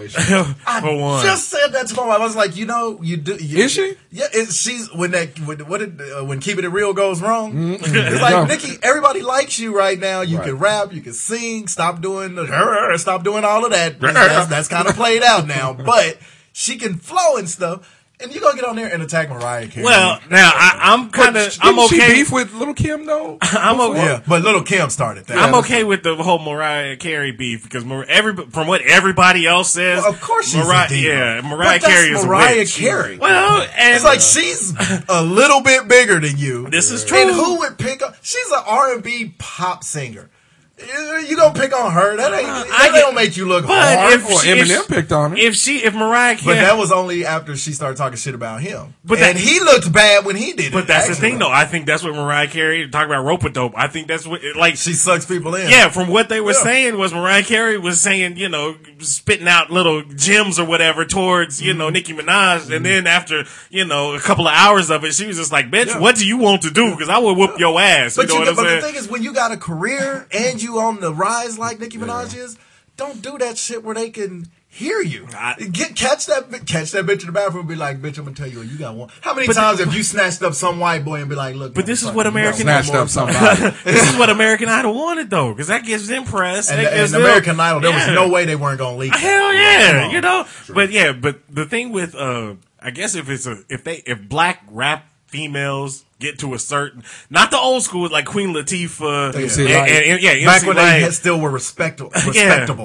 Speaker 8: (laughs)
Speaker 7: is
Speaker 8: For
Speaker 7: she?
Speaker 8: one,
Speaker 6: Just said that to my wife. I was like, you know, you do. You,
Speaker 7: Is she?
Speaker 6: Yeah, it, she's when that when, what did, uh, when keeping it real goes wrong.
Speaker 8: Mm-hmm.
Speaker 6: It's (laughs) like Nikki. Everybody likes you right now. You
Speaker 7: Right.
Speaker 6: can rap. You can sing. Stop doing the stop doing all of that. That's, that's kind of played out now. But she can flow and stuff. And you gonna get on there and attack Mariah Carey?
Speaker 8: well, now I, I'm kind of I'm
Speaker 7: Didn't She
Speaker 8: okay.
Speaker 7: beef with Little Kim though.
Speaker 8: (laughs) I'm okay.
Speaker 6: yeah. But little Kim started that.
Speaker 8: I'm okay with the whole Mariah Carey beef because Mar- every, from what everybody else says,
Speaker 6: Well, of course she's a
Speaker 8: Mariah,
Speaker 6: diva.
Speaker 8: yeah,
Speaker 6: But
Speaker 8: Mariah
Speaker 6: that's
Speaker 8: Carey is a
Speaker 6: Mariah
Speaker 8: witch.
Speaker 6: Carey.
Speaker 8: Well, and uh,
Speaker 6: It's like she's a little bit bigger than you.
Speaker 8: This is
Speaker 6: And
Speaker 8: true.
Speaker 6: who would pick up? She's an R and B pop singer. You you gonna pick on her? That ain't. That
Speaker 8: Uh, I get-
Speaker 6: don't make you look
Speaker 8: but
Speaker 6: hard.
Speaker 8: if
Speaker 7: Well,
Speaker 8: she, if,
Speaker 7: Eminem picked on her.
Speaker 8: if she if Mariah
Speaker 6: but
Speaker 8: Carey,
Speaker 6: that was only after she started talking shit about him.
Speaker 8: But
Speaker 6: But and
Speaker 8: that-
Speaker 6: he looked bad when he did it.
Speaker 8: but that's the
Speaker 6: actually.
Speaker 8: thing though. I think that's what Mariah Carey talk about rope a dope. I think that's what like
Speaker 6: She sucks people in.
Speaker 8: Yeah, from what they were
Speaker 6: Yeah.
Speaker 8: saying was Mariah Carey was saying, you know, spitting out little gems or whatever towards, you
Speaker 6: Mm-hmm.
Speaker 8: know, Nicki Minaj. And then after, you know, a couple of hours of it, she was just like, bitch,
Speaker 6: Yeah.
Speaker 8: what do you want to do? Because I would whoop your ass. You
Speaker 6: But,
Speaker 8: know
Speaker 6: you
Speaker 8: what
Speaker 6: know-
Speaker 8: I'm
Speaker 6: but the
Speaker 8: saying?
Speaker 6: thing is, when you got a career and you on the rise like Nicki Minaj is, don't do that shit where they can hear you.
Speaker 8: I-
Speaker 6: Get catch that bi- catch that bitch in the bathroom and be like, bitch, I'm gonna tell you what you got one. How many times have you snatched up some white boy and be like, look?
Speaker 8: But this is
Speaker 6: motherfucker,
Speaker 8: what
Speaker 6: you got
Speaker 8: American-
Speaker 6: one
Speaker 7: Snatched
Speaker 6: more
Speaker 7: up somebody.
Speaker 8: (laughs) this is what American Idol wanted though, because that gives them press.
Speaker 6: And,
Speaker 8: that gives
Speaker 6: and
Speaker 8: them-
Speaker 6: American Idol, there
Speaker 8: Yeah.
Speaker 6: was no way they weren't gonna leak. that.
Speaker 8: Hell
Speaker 6: Come
Speaker 8: yeah,
Speaker 6: on.
Speaker 8: you know. But yeah, but the thing with uh, I guess if it's a if they if black rap females get to a certain not the old school like Queen Latifah
Speaker 6: MC
Speaker 8: and,
Speaker 7: Lyte.
Speaker 8: and, and- yeah
Speaker 6: Back
Speaker 8: MC
Speaker 6: when
Speaker 8: Lyte.
Speaker 6: they had- still were respectable, respectable.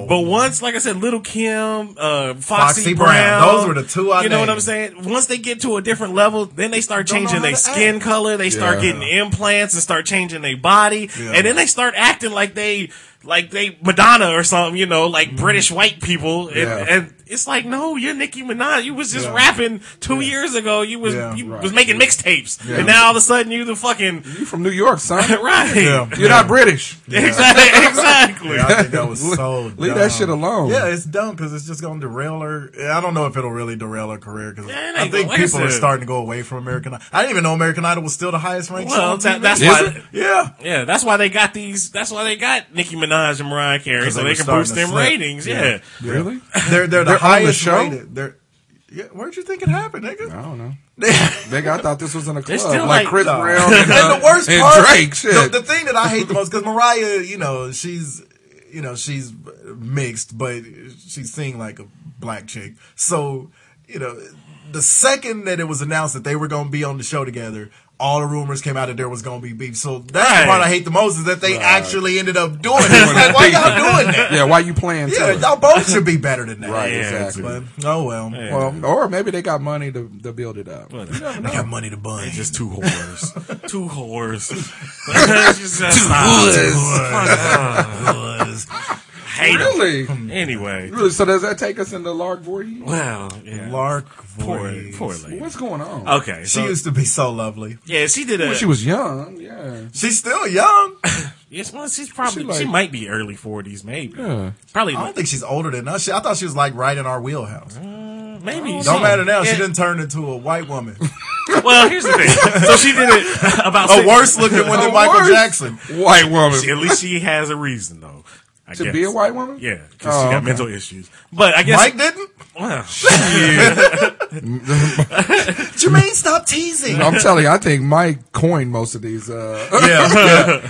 Speaker 8: (laughs) Yeah, but once, like I said, Little Kim, uh, Foxy,
Speaker 6: Foxy
Speaker 8: Brown,
Speaker 6: Brown. Those were the two I
Speaker 8: You know what
Speaker 6: named.
Speaker 8: I'm saying? Once they get to a different level, then they start
Speaker 6: Don't know
Speaker 8: changing
Speaker 6: how
Speaker 8: their
Speaker 6: to
Speaker 8: skin
Speaker 6: act.
Speaker 8: color. They start
Speaker 7: Yeah.
Speaker 8: getting implants and start changing their body,
Speaker 6: Yeah.
Speaker 8: and then they start acting like they like they Madonna or something. You know, like
Speaker 6: Mm-hmm.
Speaker 8: British white people, and,
Speaker 7: Yeah.
Speaker 8: and it's like, no, you're Nicki Minaj. You was just
Speaker 6: Yeah.
Speaker 8: rapping two years ago. You was
Speaker 6: Yeah,
Speaker 8: you
Speaker 7: right.
Speaker 8: was making mixtapes, and now all of a sudden you the fucking (laughs)
Speaker 7: you from New York, son?
Speaker 8: right.
Speaker 6: Yeah.
Speaker 7: You're not British.
Speaker 8: (laughs) Exactly.
Speaker 6: (laughs)
Speaker 8: exactly.
Speaker 6: Yeah, I think that was so.
Speaker 7: (laughs) Leave
Speaker 6: dumb.
Speaker 7: that shit alone.
Speaker 6: Yeah, it's dumb because it's just going to derail her. I don't know if it'll really derail her career because
Speaker 8: Yeah, it
Speaker 6: I
Speaker 8: ain't
Speaker 6: think
Speaker 8: gonna- like I
Speaker 6: people are
Speaker 8: said-
Speaker 6: starting to go away from American Idol. I didn't even know American Idol was still the highest ranked show.
Speaker 8: Well,
Speaker 6: on
Speaker 8: that,
Speaker 6: TV.
Speaker 8: that's
Speaker 7: Is
Speaker 8: why.
Speaker 7: it?
Speaker 6: yeah.
Speaker 8: Yeah, that's why they got these. That's why they got Nicki Minaj and Mariah Carey,
Speaker 6: 'Cause
Speaker 8: so
Speaker 6: they
Speaker 8: they
Speaker 6: were
Speaker 8: can
Speaker 6: starting
Speaker 8: boost
Speaker 6: to
Speaker 8: them
Speaker 6: slip.
Speaker 8: ratings. Yeah,
Speaker 7: Really?
Speaker 6: They're, they're the
Speaker 7: They're on the
Speaker 6: highest
Speaker 7: show?
Speaker 6: rated. They're, yeah, where'd you think it happened, nigga?
Speaker 7: I don't (laughs) know. Nigga, I thought this was in a club.
Speaker 8: still
Speaker 7: Like,
Speaker 8: like-
Speaker 7: Chris
Speaker 8: No.
Speaker 6: (laughs)
Speaker 7: Brown and, uh,
Speaker 6: and the worst
Speaker 7: and
Speaker 6: part,
Speaker 7: Drake.
Speaker 6: The,
Speaker 7: Shit.
Speaker 6: the thing that I hate the most because Mariah, you know, she's you know she's mixed, but she sing like a black chick. So you know, the second that it was announced that they were going to be on the show together. All the rumors came out that there was going to be beef. So that's
Speaker 8: Right.
Speaker 6: the part I hate the most is that they actually ended up doing it. It's like, why y'all doing that?
Speaker 7: yeah, why you playing? to
Speaker 6: Yeah,
Speaker 7: it?
Speaker 6: y'all both should be better than that.
Speaker 7: Right,
Speaker 8: Yeah,
Speaker 7: exactly.
Speaker 6: But, oh well.
Speaker 7: Well, or maybe they got money to, to build it up.
Speaker 6: (laughs)
Speaker 7: You never
Speaker 6: I
Speaker 7: know.
Speaker 6: got money to bun.
Speaker 8: (laughs) just two whores, (laughs) two
Speaker 6: (laughs)
Speaker 8: whores, Just, uh, fuck, uh,
Speaker 6: was.
Speaker 8: (laughs) hate 'em.
Speaker 7: Really?
Speaker 8: Anyway,
Speaker 7: Really? So does that take us into Lark Voorhees?
Speaker 8: well, yeah.
Speaker 6: Lark
Speaker 8: poor,
Speaker 6: Voorhees.
Speaker 8: poor lady.
Speaker 7: What's going on?
Speaker 8: Okay,
Speaker 6: She
Speaker 8: so,
Speaker 6: used to be so lovely.
Speaker 8: yeah, she did a.
Speaker 7: She was young. Yeah.
Speaker 6: She's still young.
Speaker 8: yes, well, she's probably
Speaker 7: she
Speaker 8: she,
Speaker 7: like-
Speaker 8: might be early forties, maybe.
Speaker 7: Yeah.
Speaker 8: Probably
Speaker 6: I don't think she's older than us. She, I thought she was like right in our wheelhouse.
Speaker 8: maybe.
Speaker 6: Don't matter now.
Speaker 8: Mm. Yeah,
Speaker 6: She didn't turn into a white
Speaker 8: (laughs)
Speaker 6: woman,
Speaker 8: Well, here's the thing.
Speaker 6: (laughs)
Speaker 8: So she did it about
Speaker 6: a
Speaker 8: six-
Speaker 6: worse looking one than
Speaker 7: A
Speaker 6: Michael
Speaker 7: worse
Speaker 6: Jackson.
Speaker 7: White woman.
Speaker 8: She- at least she has a reason though. I
Speaker 7: To
Speaker 8: guess.
Speaker 7: be a white woman?
Speaker 8: Yeah, because
Speaker 7: Oh,
Speaker 8: she got
Speaker 7: okay.
Speaker 8: mental issues. But I guess
Speaker 6: Mike didn't.
Speaker 8: Well,
Speaker 6: Jermaine, stop teasing.
Speaker 7: I'm telling you, I think Mike coined most of these uh,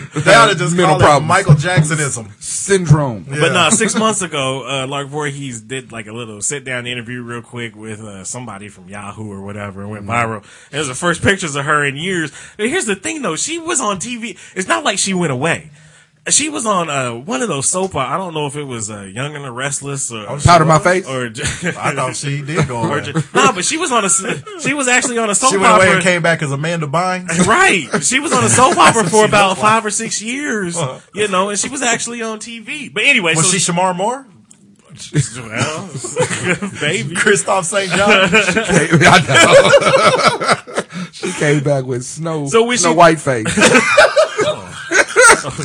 Speaker 6: (laughs)
Speaker 7: (laughs)
Speaker 8: (laughs)
Speaker 6: Yeah, they ought to just
Speaker 7: Mental
Speaker 6: call
Speaker 7: problems.
Speaker 6: it Michael Jacksonism.
Speaker 7: syndrome.
Speaker 8: But no, six months ago, uh, Lark Voorhees did like a little sit down interview real quick with uh, somebody from Yahoo or whatever and went
Speaker 6: Mm-hmm.
Speaker 8: viral. It was the first pictures of her in years. And here's the thing though, she was on TV. It's not like she went away. She was on uh, one of those soap. I don't know if it was uh, Young and the Restless or
Speaker 7: Powder my
Speaker 6: Oh,
Speaker 7: face.
Speaker 8: Or, (laughs)
Speaker 6: I thought she did go away.
Speaker 8: no, but she was on a. s- She was actually on a soap
Speaker 6: She went
Speaker 8: opera.
Speaker 6: away and came back as Amanda
Speaker 8: (laughs)
Speaker 6: Bynes.
Speaker 8: Right. She was on a soap opera for
Speaker 6: she
Speaker 8: about
Speaker 6: looked like.
Speaker 8: five or six years, you know, and she was actually on TV. But anyway,
Speaker 6: Was
Speaker 8: so
Speaker 6: she Shamar Moore?
Speaker 8: well, (laughs) baby.
Speaker 6: Christoph St. John?
Speaker 7: I know. she came back with snow,
Speaker 8: So when
Speaker 7: snow
Speaker 8: she-
Speaker 7: white
Speaker 6: (laughs)
Speaker 7: face.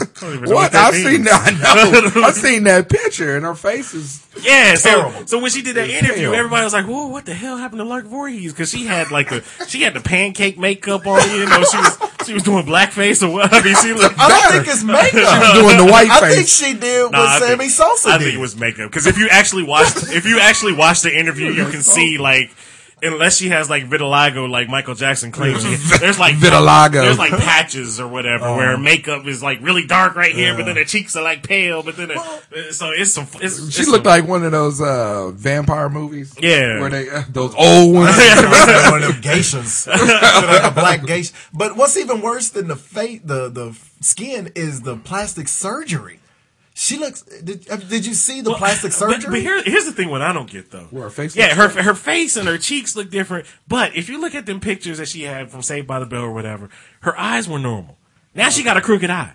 Speaker 7: what? I've seen that. I
Speaker 6: (laughs)
Speaker 7: know. I've seen that picture, and her face is
Speaker 8: Yeah, so,
Speaker 6: Terrible.
Speaker 8: so when she did that interview,
Speaker 7: terrible.
Speaker 8: everybody was like, "Whoa, what the hell happened to Lark Voorhees?" Because she had like the she had the pancake makeup on. You know, she was she was doing blackface or what? I mean, she looked.
Speaker 6: I
Speaker 7: Better.
Speaker 6: don't think it's makeup.
Speaker 7: doing the white
Speaker 6: I think
Speaker 7: face.
Speaker 6: she did what
Speaker 8: Nah, I
Speaker 6: Sammy
Speaker 8: think-
Speaker 6: Sosa
Speaker 8: I
Speaker 6: did.
Speaker 8: think it was makeup because if you actually watch
Speaker 7: (laughs)
Speaker 8: if you actually watch the interview, you
Speaker 7: Oh.
Speaker 8: can see like unless she has like vitiligo, like Michael Jackson claims,
Speaker 7: (laughs)
Speaker 8: she, there's like
Speaker 7: Vitiligo. Oh.
Speaker 8: there's like patches or whatever where her makeup is like really dark right here, but then her cheeks are like pale, but then her, so it's some. It's,
Speaker 7: She
Speaker 8: it's some-
Speaker 7: looked like one of those uh, vampire movies.
Speaker 8: Yeah.
Speaker 7: where they uh, those
Speaker 6: (laughs)
Speaker 7: old ones.
Speaker 8: (laughs)
Speaker 6: Like one of them geishas, (laughs) like a black geisha. But what's even worse than the fate, the the skin is the plastic surgery. She looks. Did, uh, did you see the plastic
Speaker 8: But-
Speaker 6: surgery?
Speaker 8: But, here, here's the thing: what I don't get though,
Speaker 7: Where her face
Speaker 8: yeah,
Speaker 7: looks
Speaker 8: her her face and her cheeks look different. But if you look at them pictures that she had from Saved by the Bell or whatever, her eyes were normal. Now
Speaker 7: Oh.
Speaker 8: she got a crooked eye.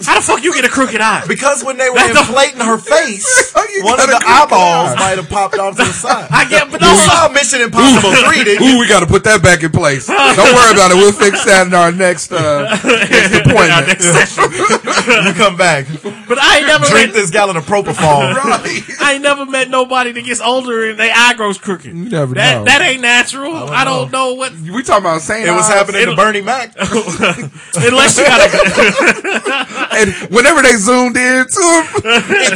Speaker 8: How the fuck you get a crooked
Speaker 7: (laughs)
Speaker 8: eye?
Speaker 6: because when they were
Speaker 8: That's the- Oh,
Speaker 6: inflating
Speaker 8: (laughs)
Speaker 6: her face,
Speaker 7: How you
Speaker 6: one
Speaker 7: got
Speaker 6: of
Speaker 7: a
Speaker 6: the
Speaker 7: crooked
Speaker 6: eyeballs
Speaker 7: eye?
Speaker 6: might have popped off to the side.
Speaker 8: I get, but
Speaker 6: You
Speaker 8: those
Speaker 6: saw Mission Impossible three,
Speaker 8: (laughs)
Speaker 6: didn't you?
Speaker 7: Ooh, we got to put that back in place. Don't worry about it. We'll fix that in our next uh,
Speaker 6: (laughs)
Speaker 7: next
Speaker 8: Our
Speaker 7: appointment.
Speaker 8: next
Speaker 7: (laughs)
Speaker 8: session.
Speaker 6: You come back,
Speaker 8: But I ain't never
Speaker 6: drink
Speaker 8: met,
Speaker 6: this gallon
Speaker 8: (laughs)
Speaker 6: of propofol.
Speaker 7: Right.
Speaker 8: I ain't never met nobody that gets older and their eye grows crooked. You
Speaker 7: never
Speaker 8: that,
Speaker 7: know.
Speaker 8: That ain't natural. I don't know, what
Speaker 7: We talking about saying
Speaker 6: It was happening to
Speaker 8: It- (laughs)
Speaker 6: Bernie Mac.
Speaker 8: unless you got a (laughs)
Speaker 7: And whenever they zoomed in
Speaker 6: (laughs)
Speaker 7: to him,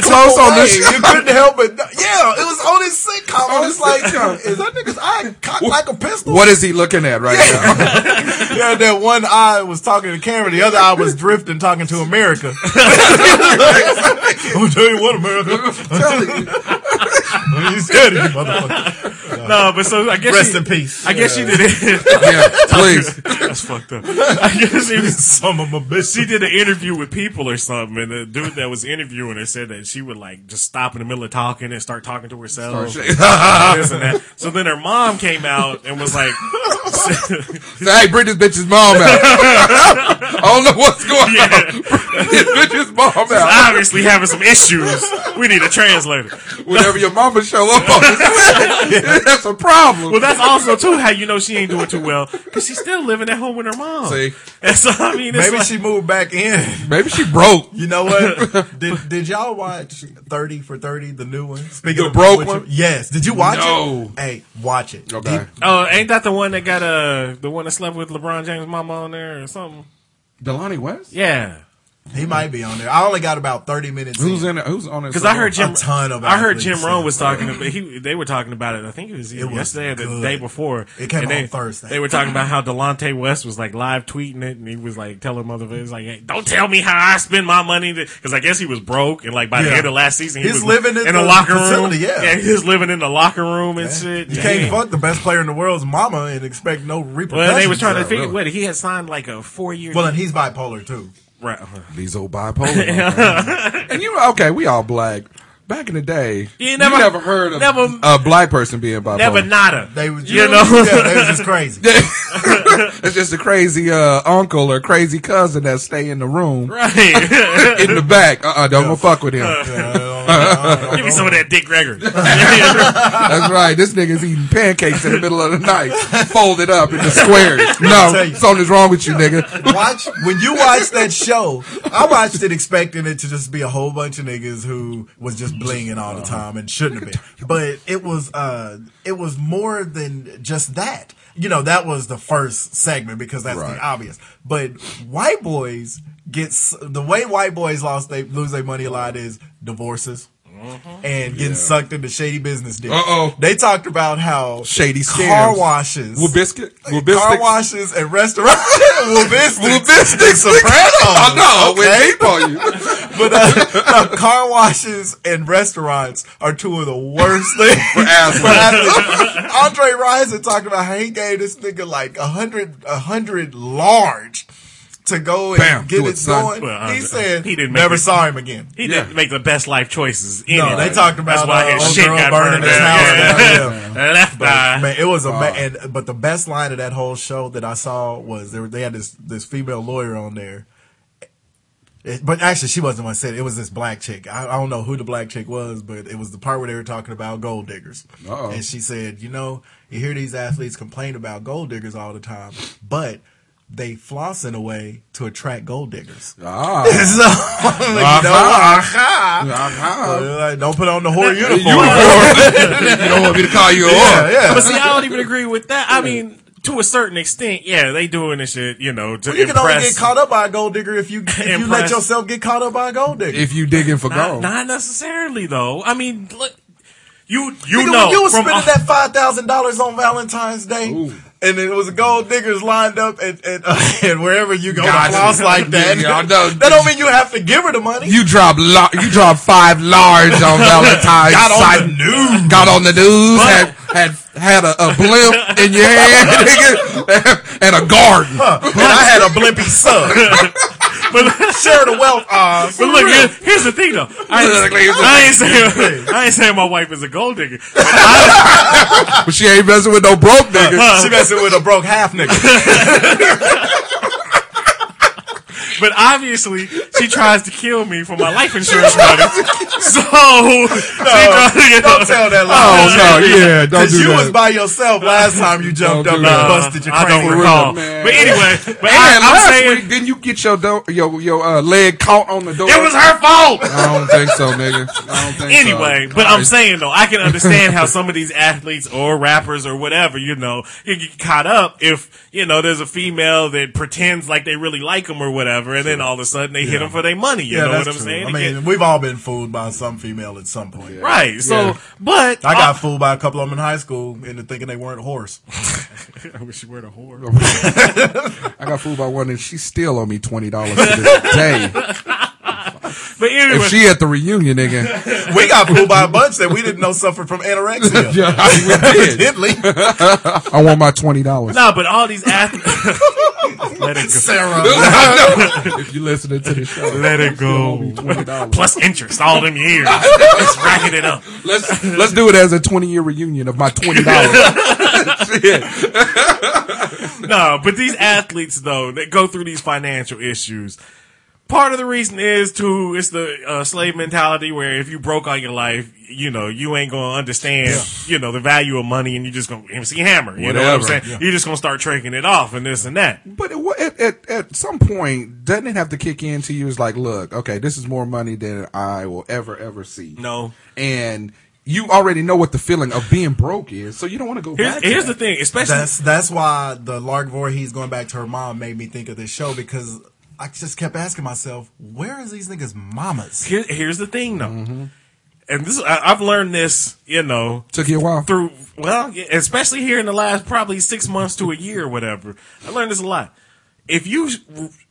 Speaker 7: close on the
Speaker 6: Hey,
Speaker 7: show.
Speaker 6: You couldn't help it. Yeah, it was on his sitcom.
Speaker 7: On
Speaker 6: I was
Speaker 7: his
Speaker 6: like,
Speaker 7: sitcom.
Speaker 6: is that nigga's eye cocked like a pistol?
Speaker 7: What is he looking at right now?
Speaker 6: Yeah, that one eye was talking to the camera, the other eye was drifting, talking to America.
Speaker 7: (laughs)
Speaker 6: I'm gonna tell you what, America,
Speaker 7: I'm telling you.
Speaker 6: (laughs) you scared of you, motherfucker.
Speaker 8: no. But so I guess
Speaker 6: Rest
Speaker 8: she,
Speaker 6: in peace.
Speaker 8: I guess she did
Speaker 7: (laughs)
Speaker 8: it.
Speaker 7: Yeah, please.
Speaker 8: That's fucked up. (laughs) I guess she was
Speaker 6: Some of my bitch.
Speaker 8: she did an interview with people or something, and the dude that was interviewing her said that she would like just stop in the middle of talking and start talking to herself. this and that. So then her mom came out and was like, (laughs)
Speaker 7: Say, hey, bring this bitch's mom out. I don't know what's going
Speaker 8: Yeah.
Speaker 7: on. Bring this bitch's mom out.
Speaker 8: obviously having some issues. We need a translator.
Speaker 7: Whenever your mama show up on (laughs) the set, that's a problem.
Speaker 8: Well, that's also too how you know she ain't doing too well because she's still living at home with her mom.
Speaker 7: See,
Speaker 8: And so I mean, it's
Speaker 6: Maybe
Speaker 8: like,
Speaker 6: she moved back in.
Speaker 7: maybe she broke.
Speaker 6: You know
Speaker 7: (laughs)
Speaker 6: what? Did did y'all watch Thirty for Thirty, the new one? Speaking
Speaker 7: The broke
Speaker 6: which-
Speaker 7: one?
Speaker 6: Yes. Did you watch
Speaker 7: No.
Speaker 6: it? Hey, watch it.
Speaker 7: Okay.
Speaker 8: oh, ain't that the one that got uh the one that slept with LeBron James' mama on there or something?
Speaker 7: Delonte West?
Speaker 8: Yeah.
Speaker 6: He, he might be on there. I only got about thirty minutes. in.
Speaker 7: Who's in it? Who's on it?
Speaker 8: Because I heard Jim,
Speaker 6: A ton of
Speaker 8: I heard
Speaker 6: athletes
Speaker 8: Jim Rohn
Speaker 6: said
Speaker 8: was talking about he. They were talking about it. I think it was either
Speaker 6: It was
Speaker 8: yesterday or the
Speaker 6: good.
Speaker 8: day before.
Speaker 6: It came
Speaker 8: And
Speaker 6: out
Speaker 8: they,
Speaker 6: on Thursday.
Speaker 8: They were talking about how Delonte West was like live tweeting it, and he was like telling motherfuckers like, hey, "Don't tell me how I spend my money," because I guess he was broke, and like by the
Speaker 6: Yeah.
Speaker 8: end of last season, he
Speaker 6: He's
Speaker 8: was
Speaker 6: living in
Speaker 8: a
Speaker 6: the
Speaker 8: locker
Speaker 6: facility,
Speaker 8: room.
Speaker 6: yeah.
Speaker 8: he was living in the locker room and shit.
Speaker 6: You can't
Speaker 8: Damn.
Speaker 6: fuck the best player in the world's mama and expect no repercussions.
Speaker 8: Well, they was trying to figure
Speaker 7: really.
Speaker 8: what he had signed like a four year.
Speaker 6: Well, uh, and he's bipolar too.
Speaker 7: (laughs) These old
Speaker 8: (laughs)
Speaker 7: bipolar. motherfuckers. and you know, okay, we all black. Back in the day,
Speaker 8: You never-
Speaker 7: heard of
Speaker 8: never-
Speaker 7: a black person being bipolar.
Speaker 8: never nada.
Speaker 6: They was,
Speaker 8: you know. (laughs)
Speaker 6: (laughs) yeah, they was just crazy.
Speaker 7: it's just a crazy uh, uncle or crazy cousin that stay in the room
Speaker 8: Right. (laughs)
Speaker 7: (laughs) in the back. Uh, uh don't go fuck with him.
Speaker 6: (laughs)
Speaker 8: Give me some of that Dick Gregory. (laughs)
Speaker 7: That's right. This nigga's eating pancakes in the middle of the night, folded up into squares.
Speaker 6: (laughs)
Speaker 7: No,
Speaker 6: tell you.
Speaker 7: something's wrong with you, nigga.
Speaker 6: Watch when you watch that show. I watched it expecting it to just be a whole bunch of niggas who was just blinging all the time and shouldn't have been. But it was uh it was more than just that. You know, that was the first segment because that's
Speaker 7: Right.
Speaker 6: the obvious. But white boys gets the way white boys lost they lose their money a lot is divorces and getting sucked into shady business deals.
Speaker 7: Mm-hmm. Uh-oh.
Speaker 6: They talked about how
Speaker 7: Shady scams.
Speaker 6: car washes,
Speaker 7: Will biscuit. Will biscuit.
Speaker 6: car washes, and restaurants. (laughs) Will
Speaker 7: (laughs) Will
Speaker 6: business.
Speaker 7: biscuit. (laughs) I know. When they call you.
Speaker 6: But uh, no, car washes and restaurants are two of the worst things (laughs)
Speaker 7: (laughs)
Speaker 6: (laughs) for
Speaker 7: athletes.
Speaker 6: athletes. Andre Rison talking about how he gave this nigga like a hundred, a hundred large to go and
Speaker 7: Bam,
Speaker 6: get
Speaker 7: do
Speaker 6: it,
Speaker 7: it, son.
Speaker 6: going.
Speaker 8: Well,
Speaker 6: he
Speaker 8: Andre-
Speaker 6: said
Speaker 8: he
Speaker 6: he
Speaker 8: didn't
Speaker 6: didn't
Speaker 8: make
Speaker 6: never
Speaker 8: it.
Speaker 6: saw him again.
Speaker 8: He didn't make the best life choices. In
Speaker 6: No,
Speaker 8: it.
Speaker 6: they talked about
Speaker 8: that's why
Speaker 6: uh,
Speaker 8: his
Speaker 6: old
Speaker 8: shit
Speaker 6: girl
Speaker 8: got
Speaker 6: burning
Speaker 8: burned (laughs)
Speaker 6: his house
Speaker 8: down.
Speaker 6: down.
Speaker 8: Yeah. Left eye.
Speaker 6: Man, it was a ma- and but the best line of that whole show that I saw was there. They had this this female lawyer on there, It- but actually she wasn't the one said it. It was this black chick. I, I don't know who the black chick was, but it was the part where they were talking about gold diggers,
Speaker 7: Uh-oh.
Speaker 6: and she said, you know, you hear these athletes complain about gold diggers all the time, but they floss in a way to attract gold diggers. (laughs)
Speaker 7: Ah.
Speaker 6: So, I'm like, you know, (laughs) aha.
Speaker 7: Uh-huh.
Speaker 6: They're like, don't put on the whore uniform.
Speaker 7: You don't want me to call you
Speaker 6: (laughs)
Speaker 7: a
Speaker 6: yeah,
Speaker 7: whore.
Speaker 6: yeah.
Speaker 8: but see, I
Speaker 6: (laughs)
Speaker 8: don't even agree with that. I mean, to a certain extent, yeah, they doing this shit, you know, to
Speaker 6: You can only
Speaker 8: impress.
Speaker 6: get caught up by a gold digger if you if you
Speaker 8: Impressed.
Speaker 6: let yourself get caught up by a gold digger.
Speaker 7: If you digging for
Speaker 8: not,
Speaker 7: gold.
Speaker 8: not necessarily though. I mean, look, you you
Speaker 6: Nigga,
Speaker 8: know
Speaker 6: when you was
Speaker 8: from
Speaker 6: spending
Speaker 8: all-
Speaker 6: that five thousand dollars on Valentine's Day,
Speaker 7: Ooh.
Speaker 6: and it was gold diggers lined up and and, uh, (laughs) and wherever you go, to
Speaker 7: Gotcha. (laughs)
Speaker 6: floss like that.
Speaker 7: Yeah, I know.
Speaker 6: that don't mean you have to give her the money.
Speaker 7: You drop la- you drop five
Speaker 8: (laughs)
Speaker 7: large on Valentine's.
Speaker 6: Got on
Speaker 7: site.
Speaker 6: the news.
Speaker 7: Got on the news. Had had had a, a blimp in your hand, (laughs) nigga, and a garden.
Speaker 6: and I had a blimpy sub.
Speaker 8: (laughs) but,
Speaker 6: (laughs) Share the wealth, Uh, Oz.
Speaker 8: but look, here- here's the thing though. (laughs) I
Speaker 6: (laughs)
Speaker 8: ain't, I ain't saying (laughs) I ain't saying my wife is a gold digger.
Speaker 7: But she ain't messing with no broke nigga.
Speaker 6: She messing with a broke half nigga.
Speaker 7: (laughs)
Speaker 8: But obviously, she tries to kill me for my life insurance money.
Speaker 6: (laughs)
Speaker 8: So, (laughs) she
Speaker 6: Don't tell that lie.
Speaker 7: Oh no, yeah, don't
Speaker 6: Cause
Speaker 7: do
Speaker 6: you
Speaker 7: that.
Speaker 6: was by yourself last time you jumped up and
Speaker 7: Don't do that.
Speaker 6: busted your
Speaker 8: Uh, I don't
Speaker 6: cranium.
Speaker 8: recall.
Speaker 7: man.
Speaker 8: But anyway, but I,
Speaker 7: Man,
Speaker 8: I'm
Speaker 7: last
Speaker 8: saying
Speaker 7: week, didn't you get your do- your your uh, leg caught on the door?
Speaker 8: it was her fault.
Speaker 7: I don't think so, nigga. I don't think
Speaker 8: Anyway,
Speaker 7: so.
Speaker 8: but
Speaker 7: All
Speaker 8: I'm
Speaker 7: right.
Speaker 8: saying though, I can understand how some of these athletes or rappers or whatever, you know, you get caught up if, you know, there's a female that pretends like they really like them or whatever, and then all of a sudden they hit them for their money. You know what I'm saying?
Speaker 6: I
Speaker 8: It
Speaker 6: mean,
Speaker 8: get-
Speaker 6: we've all been fooled by some female at some point.
Speaker 8: right. So,
Speaker 7: Yeah.
Speaker 8: but
Speaker 6: I got fooled by a couple of them in high school into thinking they weren't horse.
Speaker 8: I wish you were a whore.
Speaker 7: I got fooled by one, and she still owe me twenty dollars to
Speaker 8: (laughs)
Speaker 7: this day.
Speaker 8: But anyway,
Speaker 7: If she at the reunion, nigga,
Speaker 6: We got fooled by a bunch that we didn't know suffered from (laughs) anorexia.
Speaker 7: I, (laughs) we did.
Speaker 6: Evidently, (laughs)
Speaker 7: I want my twenty dollars.
Speaker 8: no, but all these athletes. Let it go.
Speaker 6: Sarah.
Speaker 7: if you listening to the show,
Speaker 8: (laughs) Let it go.
Speaker 7: $20.
Speaker 8: Plus interest, all them years. Let's racket it up. (laughs)
Speaker 7: let's let's do it as a twenty year reunion of my twenty dollars.
Speaker 8: No, but these athletes though that go through these financial issues. Part of the reason is to it's the uh, slave mentality where if you broke all your life, you know you ain't gonna understand, you know the value of money, and you just gonna MC Hammer. You know what I'm
Speaker 7: Whatever.
Speaker 8: saying? You're just gonna start tricking it off and this and that.
Speaker 7: But it, wa- at, at at some point, doesn't it have to kick in to you? It's like, look, okay, this is more money than I will ever ever see.
Speaker 8: No.
Speaker 7: and you already know what the feeling of being broke is, so you don't want to go
Speaker 8: Here's,
Speaker 7: back. to
Speaker 8: here's
Speaker 7: that.
Speaker 8: the thing, especially
Speaker 6: That's that's why the Lark Voorhees going back to her mom made me think of this show because I just kept asking myself, where is these niggas' mamas?
Speaker 8: here, here's the thing though,
Speaker 7: Mm-hmm.
Speaker 8: and this I, I've learned this, you know,
Speaker 7: Took you a while.
Speaker 8: through well, yeah, especially here in the last probably six months to a year or whatever. I learned this a lot. If you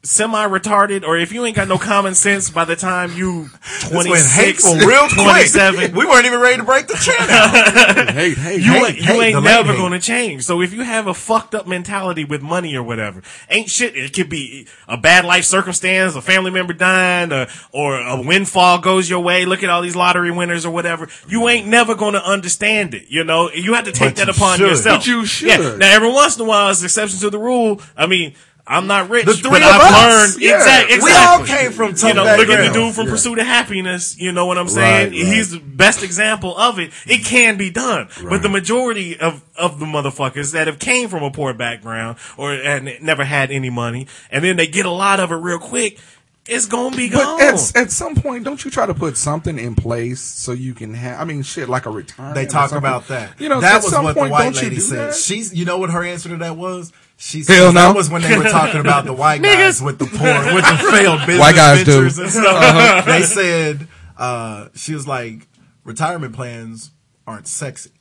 Speaker 8: semi retarded or if you ain't got no common sense by the time you
Speaker 6: This went
Speaker 8: 26,
Speaker 6: hateful real (laughs) quick.
Speaker 8: 27,
Speaker 6: We weren't even ready to break the channel.
Speaker 7: Hey, hey,
Speaker 8: you
Speaker 7: hey.
Speaker 8: ain't, you
Speaker 6: hey,
Speaker 8: ain't
Speaker 6: the
Speaker 8: never
Speaker 6: lady.
Speaker 8: gonna change. So if you have a fucked up mentality with money or whatever, ain't shit. It could be a bad life circumstance, a family member dying, or, or a windfall goes your way. Look at all these lottery winners or whatever. You ain't never gonna understand it. You know, you have to take that
Speaker 6: you
Speaker 8: upon
Speaker 6: should.
Speaker 8: yourself.
Speaker 7: But you should.
Speaker 8: Yeah. Now every once in a while, it's an exception to the rule. I mean. I'm not rich,
Speaker 6: The three
Speaker 8: but
Speaker 6: of
Speaker 8: I've
Speaker 6: us.
Speaker 8: learned
Speaker 7: Yeah.
Speaker 8: exactly.
Speaker 6: We all
Speaker 8: exactly
Speaker 6: came from tough
Speaker 8: you know, look at the
Speaker 6: backgrounds.
Speaker 8: dude from Pursuit of Happiness. You know what I'm saying?
Speaker 7: Right, right.
Speaker 8: He's the best example of it. It can be done, but the majority of of the motherfuckers that have came from a poor background or and never had any money, and then they get a lot of it real quick, it's gonna be gone.
Speaker 7: But at, at some point, don't you try to put something in place so you can have? I mean, shit, like a retirement.
Speaker 6: They
Speaker 7: or
Speaker 6: talk
Speaker 7: something.
Speaker 6: about that.
Speaker 7: You know,
Speaker 6: that
Speaker 7: at
Speaker 6: was
Speaker 7: some
Speaker 6: what
Speaker 7: point,
Speaker 6: the white
Speaker 7: don't you
Speaker 6: lady
Speaker 7: do
Speaker 6: said.
Speaker 7: that?
Speaker 6: She's, you know what her answer to that was? She
Speaker 7: Hell
Speaker 6: says
Speaker 7: no.
Speaker 6: That was when they were talking about the
Speaker 7: (laughs)
Speaker 6: white guys with the porn, with the failed business
Speaker 7: White guys do. Uh-huh.
Speaker 6: ventures and stuff. (laughs) They said uh, she was like, retirement plans aren't sexy.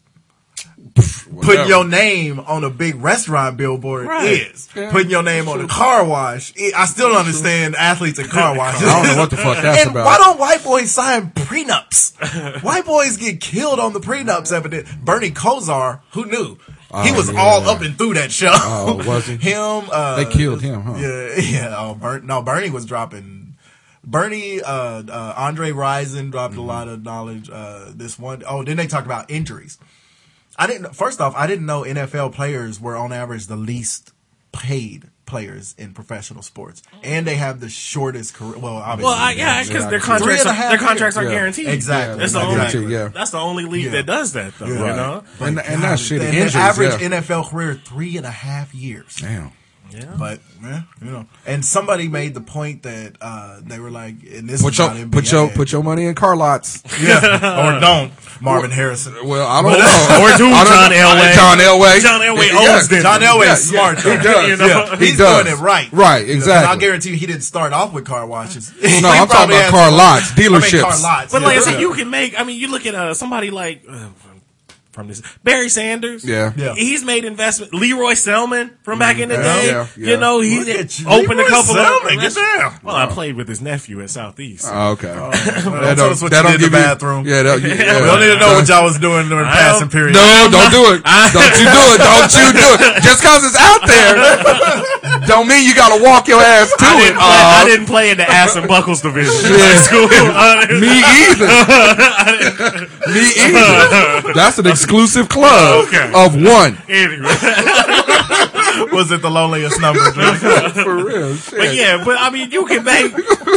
Speaker 6: Putting your name on a big restaurant billboard is. Putting your name on a car wash. i- I still don't understand athletes and
Speaker 7: (laughs)
Speaker 6: car washes.
Speaker 7: I don't know what the fuck
Speaker 6: (laughs)
Speaker 7: that's
Speaker 6: and
Speaker 7: about.
Speaker 6: why don't white boys sign
Speaker 7: (laughs)
Speaker 6: prenups? white boys get killed on the prenups. Evident Bernie Kosar, who knew? he was
Speaker 7: Oh, yeah.
Speaker 6: all up and through that show. (laughs)
Speaker 7: Oh, was he?
Speaker 6: Him, uh,
Speaker 7: They killed him, huh?
Speaker 6: Yeah, yeah. Oh, Bern- no, Bernie was dropping. Bernie, uh, uh, Andre Rison dropped
Speaker 7: Mm-hmm.
Speaker 6: a lot of knowledge. Uh, this one, oh, then they talked about injuries. I didn't. First off, I didn't know NFL players were on average the least paid players in professional sports, and they have the shortest career. Well, obviously,
Speaker 8: Well, I, yeah, because their contracts
Speaker 6: Three and a
Speaker 8: are,
Speaker 6: half
Speaker 8: their contracts are
Speaker 7: years. Yeah.
Speaker 8: guaranteed.
Speaker 6: Exactly.
Speaker 8: That's the
Speaker 6: Yeah,
Speaker 8: only
Speaker 6: guaranteed,
Speaker 7: yeah.
Speaker 8: that's the only league
Speaker 6: Yeah.
Speaker 8: that does that though. You
Speaker 6: Right.
Speaker 8: know.
Speaker 7: and, and that shit
Speaker 6: the
Speaker 7: injuries.
Speaker 6: average
Speaker 7: yeah.
Speaker 6: NFL career three and a half years.
Speaker 7: Damn.
Speaker 6: But yeah, you know, and somebody made the point that uh, they were like, and this
Speaker 7: Put
Speaker 6: is
Speaker 7: your
Speaker 6: not NBA.
Speaker 7: put your put your money in car lots. (laughs)
Speaker 6: yeah, or don't Marvin Harrison.
Speaker 7: Well,
Speaker 6: (laughs)
Speaker 7: I don't know.
Speaker 8: Or do
Speaker 7: I don't
Speaker 8: John
Speaker 7: know.
Speaker 8: Elway. John
Speaker 7: John Elway.
Speaker 8: Elway
Speaker 7: Yeah.
Speaker 8: owns them.
Speaker 6: John Elway's
Speaker 7: Yeah,
Speaker 6: smart. though.
Speaker 7: yeah,
Speaker 6: (laughs)
Speaker 7: He does.
Speaker 8: You know?
Speaker 7: yeah, he
Speaker 6: He's
Speaker 7: does.
Speaker 6: doing it right.
Speaker 7: Right,
Speaker 6: Because I
Speaker 7: exactly.
Speaker 6: guarantee you he didn't start off with car washes.
Speaker 7: (laughs) No, I'm talking about car lots,
Speaker 6: I
Speaker 7: dealerships.
Speaker 6: mean, car lots.
Speaker 8: But
Speaker 6: yeah.
Speaker 8: like I said,
Speaker 6: (laughs)
Speaker 8: you can make. I mean, you look at uh, somebody like uh, from this Barry Sanders.
Speaker 7: Yeah.
Speaker 6: Yeah.
Speaker 8: he's made investment. Leroy Selman from back in the
Speaker 7: Yeah,
Speaker 8: day.
Speaker 7: yeah, yeah.
Speaker 8: You know, he
Speaker 6: Look at you.
Speaker 8: opened
Speaker 6: Leroy
Speaker 8: a couple
Speaker 6: Selman,
Speaker 8: of.
Speaker 6: get down.
Speaker 8: Well, I played with his nephew at Southeast.
Speaker 7: Oh, okay. (laughs)
Speaker 6: Don't tell us what you did in the bathroom.
Speaker 7: Yeah, that, yeah.
Speaker 6: (laughs) We don't need to know what y'all was doing during
Speaker 8: I
Speaker 6: passing
Speaker 8: don't-
Speaker 6: period.
Speaker 7: No, don't
Speaker 6: (laughs)
Speaker 7: do it. Don't you do it. Don't you do it. Just because it's
Speaker 6: (laughs)
Speaker 7: out there, don't mean you got to walk your ass to
Speaker 8: I
Speaker 7: it.
Speaker 8: didn't, play, I
Speaker 7: Uh,
Speaker 8: didn't play in the ass and buckles division in
Speaker 7: (laughs) Yeah.
Speaker 8: high school.
Speaker 6: (laughs)
Speaker 7: me either. me
Speaker 6: (laughs)
Speaker 7: either. That's an exclusive club
Speaker 8: Okay.
Speaker 7: of one.
Speaker 8: (laughs) anyway,
Speaker 6: Was it the loneliest number?
Speaker 7: (laughs)
Speaker 6: Drew?
Speaker 7: For real.
Speaker 8: but yeah, but I mean, you can make.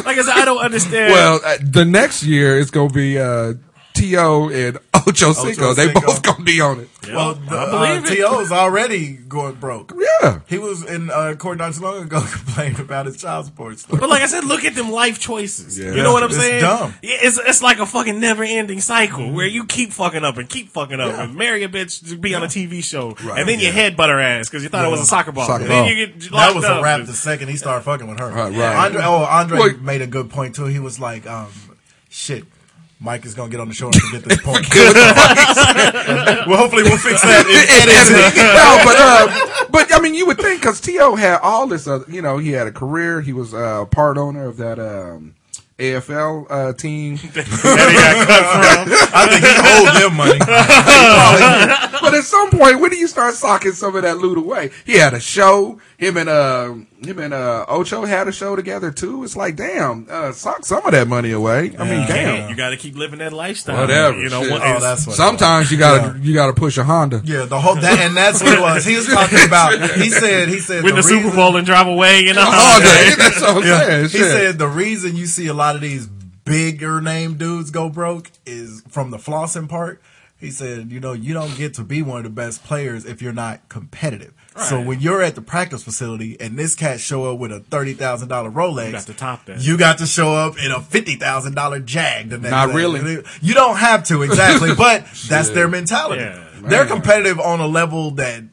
Speaker 8: Like I said, I don't understand.
Speaker 7: Well, uh, the next year it's gonna be uh, T.O. and (laughs) Ocho Cinco. They
Speaker 6: Cinco.
Speaker 7: both gonna be on it.
Speaker 6: well, the,
Speaker 8: I
Speaker 6: uh,
Speaker 8: believe it.
Speaker 6: T.O.'s already going broke.
Speaker 7: Yeah.
Speaker 6: He was in uh, court not too long ago (laughs) complaining about his child support. stuff.
Speaker 8: But like I said, look at them life choices.
Speaker 7: Yeah.
Speaker 8: You know what I'm
Speaker 6: It's
Speaker 8: saying?
Speaker 6: dumb.
Speaker 8: Yeah, it's it's like a fucking never ending cycle
Speaker 7: Mm-hmm.
Speaker 8: where you keep fucking up and keep fucking up and marry a bitch to be on a TV show
Speaker 7: Right,
Speaker 8: and then you
Speaker 7: yeah.
Speaker 8: headbutt her ass because you thought it was a soccer ball.
Speaker 7: Soccer
Speaker 8: and then
Speaker 7: ball.
Speaker 8: you get
Speaker 6: That
Speaker 8: locked
Speaker 6: was a
Speaker 8: up.
Speaker 6: wrap the second he started fucking with her.
Speaker 7: Right, right.
Speaker 6: Andre, oh, Andre
Speaker 7: Look.
Speaker 6: made a good point too. He was like, um, "Shit, Mike is gonna get on the show and forget this
Speaker 7: (laughs)
Speaker 6: point." well, hopefully we'll fix that.
Speaker 7: (laughs) It
Speaker 6: in editing.
Speaker 7: is. no, but uh, but I mean, you would think because T.O. had all this, other, you know, he had a career. He was a uh, part owner of that um, AFL uh, team.
Speaker 6: I think he owed them money.
Speaker 7: (laughs) but at some point, when do you start socking some of that loot away? He had a show. Him and uh, him and uh, Ocho had a show together too. It's like, damn, uh, sock some of that money away. I mean, damn.
Speaker 8: Damn, you got to keep living that lifestyle.
Speaker 7: Whatever,
Speaker 8: You know
Speaker 7: shit.
Speaker 8: what?
Speaker 6: Oh, that's what.
Speaker 7: Sometimes you gotta you gotta push a Honda. (laughs)
Speaker 6: Yeah, the whole that, and that's what it was. He was talking about. He said. He said.
Speaker 8: Win the
Speaker 6: reason-
Speaker 8: Super Bowl and drive away.
Speaker 7: (laughs)
Speaker 8: You know.
Speaker 7: All day. That's what I'm saying.
Speaker 6: He
Speaker 7: shit.
Speaker 6: said the reason you see a lot of these bigger name dudes go broke is from the flossing part. He said, you know, you don't get to be one of the best players if you're not competitive. So when you're at the practice facility and this cat show up with a thirty thousand dollar Rolex, you
Speaker 8: got to top that.
Speaker 6: You got to show up in a fifty thousand dollar Jag. The next
Speaker 7: Not
Speaker 6: day.
Speaker 7: really.
Speaker 6: You don't have to exactly,
Speaker 8: (laughs)
Speaker 6: but that's their mentality.
Speaker 8: Yeah.
Speaker 6: They're competitive on a level that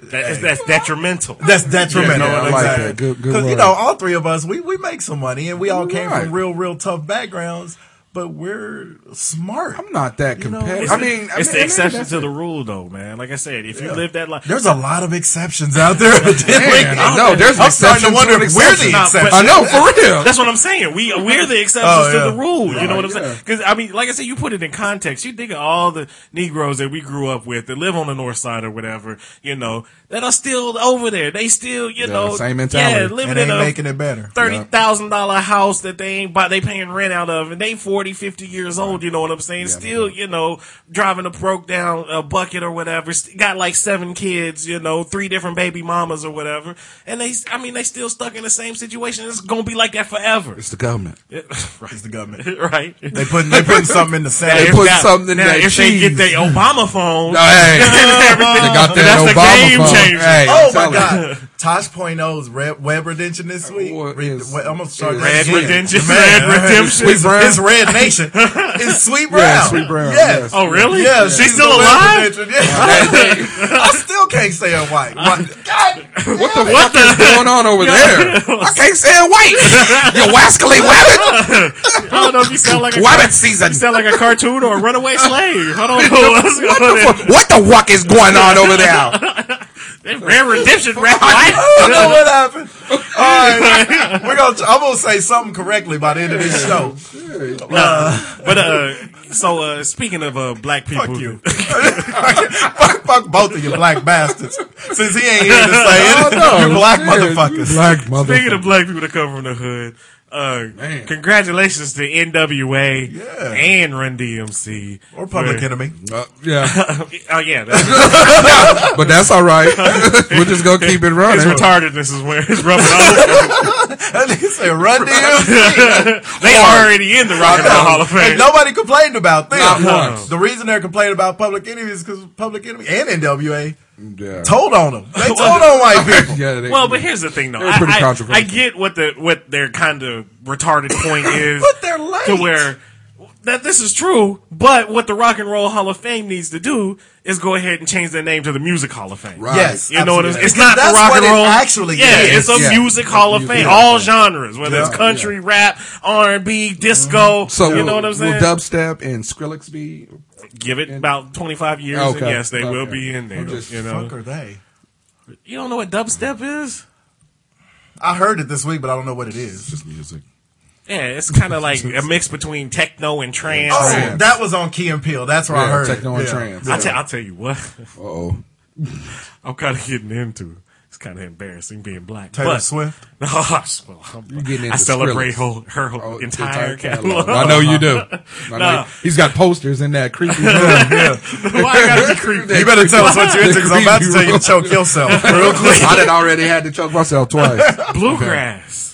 Speaker 8: That is, that's detrimental.
Speaker 6: that's detrimental.
Speaker 7: Yeah, yeah, I like that. Good- good
Speaker 6: Because you
Speaker 7: word.
Speaker 6: know, all three of us, we we make some money, and we all came
Speaker 7: Right.
Speaker 6: from real, real tough backgrounds. But we're smart.
Speaker 7: I'm not that
Speaker 6: know,
Speaker 7: competitive.
Speaker 8: It's
Speaker 7: I
Speaker 8: the-
Speaker 7: mean, I
Speaker 8: it's
Speaker 7: mean,
Speaker 8: the
Speaker 7: man,
Speaker 8: exception
Speaker 7: that's-
Speaker 8: to the rule, though, man. Like I said, if you live that life,
Speaker 6: There's a lot of exceptions out there. (laughs) evidently.
Speaker 7: Man, I know there's an
Speaker 6: I'm starting
Speaker 7: exception
Speaker 6: to wonder
Speaker 7: an
Speaker 6: if we're
Speaker 7: exception.
Speaker 6: the exception.
Speaker 7: I know for real.
Speaker 8: That's what I'm saying. We we're the exceptions
Speaker 6: Oh, yeah.
Speaker 8: to the rule. You know what I'm
Speaker 7: Right,
Speaker 8: saying? Because I mean, like I said, you put it in context. You think of all the Negroes that we grew up with that live on the North Side or whatever. You know that are still over there. They still, you
Speaker 7: Yeah,
Speaker 8: know,
Speaker 7: same mentality.
Speaker 8: Yeah, living
Speaker 6: And ain't
Speaker 8: in a
Speaker 6: making it better.
Speaker 8: thirty thousand dollar house that they ain't buy, they paying rent out of, and they 40, 50 years old. You know what I'm saying? Still, you know, driving a broke down uh, bucket or whatever. St- Got like seven kids, you know, three different baby mamas or whatever, and they, I mean, they still stuck in the same situation. It's gonna be like that forever,
Speaker 7: It's the (laughs) government.
Speaker 6: It's the government.
Speaker 8: (laughs) right?
Speaker 6: They putting (laughs) they putting something in the sand.
Speaker 7: They put something in
Speaker 8: now,
Speaker 7: that
Speaker 8: if they get
Speaker 7: cheese.
Speaker 8: their Obama phone,
Speaker 7: No, Oh, hey, they got that
Speaker 8: That's the
Speaker 7: Obama
Speaker 8: game
Speaker 7: phone.
Speaker 8: changer.
Speaker 7: Hey, I'm
Speaker 6: Oh my
Speaker 7: telling you.
Speaker 6: god! Tosh point O's Red Web Redemption this week.
Speaker 7: What
Speaker 6: Red,
Speaker 7: is-
Speaker 6: we- I'm gonna start
Speaker 7: is-
Speaker 6: that
Speaker 8: Red
Speaker 6: again.
Speaker 8: Redemption,
Speaker 6: Man,
Speaker 8: Red Redemption.
Speaker 7: Sweet
Speaker 6: It's,
Speaker 7: Brown.
Speaker 6: it's Red Nation. It's (laughs) Sweet Brown.
Speaker 7: Yeah, Sweet Brown.
Speaker 6: Yes.
Speaker 7: Yes.
Speaker 8: Oh really?
Speaker 6: Yeah,
Speaker 8: she's still alive.
Speaker 6: (laughs) I still can't say a white. What- God,
Speaker 7: What the fuck is going on over there? I can't say it white. you wascally wabbit.
Speaker 8: I don't know if you sound like a
Speaker 7: Wabbit season.
Speaker 8: you sound like a cartoon or a runaway slave.
Speaker 7: (laughs)
Speaker 8: I don't know what's
Speaker 7: What
Speaker 8: going
Speaker 7: the,
Speaker 8: on.
Speaker 7: fuck? what the fuck is going on over there?
Speaker 8: That Rare (laughs) redemption rap.
Speaker 6: I don't
Speaker 8: uh, (laughs)
Speaker 6: know what
Speaker 7: (laughs)
Speaker 6: happened. All right, we're gonna. I'm gonna say something correctly by the end of this show.
Speaker 8: But uh, so uh, speaking of uh, black people,
Speaker 6: Fuck you. fuck, fuck both of you black bastards. Since he ain't here to say
Speaker 7: Oh,
Speaker 6: it,
Speaker 7: (laughs) no.
Speaker 6: you black
Speaker 7: Yeah,
Speaker 6: motherfuckers.
Speaker 7: Black
Speaker 8: (laughs)
Speaker 7: motherfucker.
Speaker 8: Speaking of black people that come from the hood, uh,
Speaker 7: Man.
Speaker 8: congratulations to NWA
Speaker 6: Yeah.
Speaker 8: and Run DMC.
Speaker 6: or public
Speaker 8: Where-
Speaker 6: enemy.
Speaker 7: Uh, yeah,
Speaker 8: (laughs) Oh, yeah. That's,
Speaker 7: but that's all right. (laughs) We're just gonna keep
Speaker 6: (laughs)
Speaker 7: it
Speaker 8: his
Speaker 7: running.
Speaker 8: retardedness is where it's rubbing off.
Speaker 6: And he said, run DMC.
Speaker 7: (laughs)
Speaker 8: they already in the Rock and Roll Hall of Fame.
Speaker 6: And nobody complained about them.
Speaker 7: Not once.
Speaker 6: The reason they're complaining about public enemy is because public enemy and NWA
Speaker 7: Yeah.
Speaker 6: told on them. They told on
Speaker 7: (laughs)
Speaker 6: white people.
Speaker 7: Yeah, they-
Speaker 8: Well, but here's the thing, though.
Speaker 7: They're pretty
Speaker 8: I, I,
Speaker 7: controversial.
Speaker 8: I get what the what their kind of retarded
Speaker 6: (laughs)
Speaker 8: point is.
Speaker 6: But they're late.
Speaker 8: to where that this is true. But what the Rock and Roll Hall of Fame needs to do is go ahead and change their name to the Music Hall of Fame.
Speaker 7: Right.
Speaker 6: Yes,
Speaker 8: You know what I'm saying?
Speaker 6: absolutely.
Speaker 8: It's not the
Speaker 6: That's
Speaker 8: rock
Speaker 6: what
Speaker 8: and
Speaker 6: it
Speaker 8: roll.
Speaker 6: actually,
Speaker 8: yeah,
Speaker 6: is.
Speaker 8: it's a
Speaker 7: Yeah.
Speaker 8: music hall of fame,
Speaker 7: Music.
Speaker 8: all genres, whether it's
Speaker 6: Yeah.
Speaker 8: country, rap, R and B, disco.
Speaker 7: So
Speaker 8: you know what I'm saying?
Speaker 7: Will dubstep and Skrillex be?
Speaker 8: Give it about 25 years, and
Speaker 7: Okay.
Speaker 8: yes, they will
Speaker 7: Okay.
Speaker 8: be in there.
Speaker 7: I'm just
Speaker 8: you know,
Speaker 6: Fuck are they?
Speaker 8: you don't know what dubstep is?
Speaker 6: I heard it this week, but I don't know what it is.
Speaker 7: Just music.
Speaker 8: Yeah, it's kind of like a mix between techno and trance.
Speaker 6: Oh,
Speaker 7: Trance.
Speaker 6: that was on Key and Peele. That's where I
Speaker 7: Yeah,
Speaker 6: heard
Speaker 7: techno
Speaker 6: it.
Speaker 7: and
Speaker 6: Yeah.
Speaker 7: trance.
Speaker 8: I te- I'll tell you what, (laughs)
Speaker 7: Uh oh.
Speaker 8: I'm kind of getting into. It's kind of embarrassing being black.
Speaker 6: Taylor
Speaker 8: but,
Speaker 6: Swift.
Speaker 8: No, I, (laughs) well, I'm-
Speaker 7: getting
Speaker 8: I
Speaker 7: into
Speaker 8: celebrate
Speaker 7: Skrillex.
Speaker 8: whole, her whole
Speaker 7: Oh,
Speaker 8: entire, catalog.
Speaker 7: I know you
Speaker 6: (laughs)
Speaker 7: do. I know
Speaker 8: Nah.
Speaker 7: you- he's got posters in
Speaker 8: (laughs)
Speaker 7: that creepy room.
Speaker 8: Why I gotta
Speaker 7: (laughs)
Speaker 8: be creepy?
Speaker 6: You better tell us what you're into because I'm about to tell you to choke yourself (laughs)
Speaker 7: (laughs)
Speaker 6: real quick.
Speaker 7: I done already had to choke
Speaker 6: (laughs)
Speaker 7: myself twice.
Speaker 8: (laughs) Bluegrass.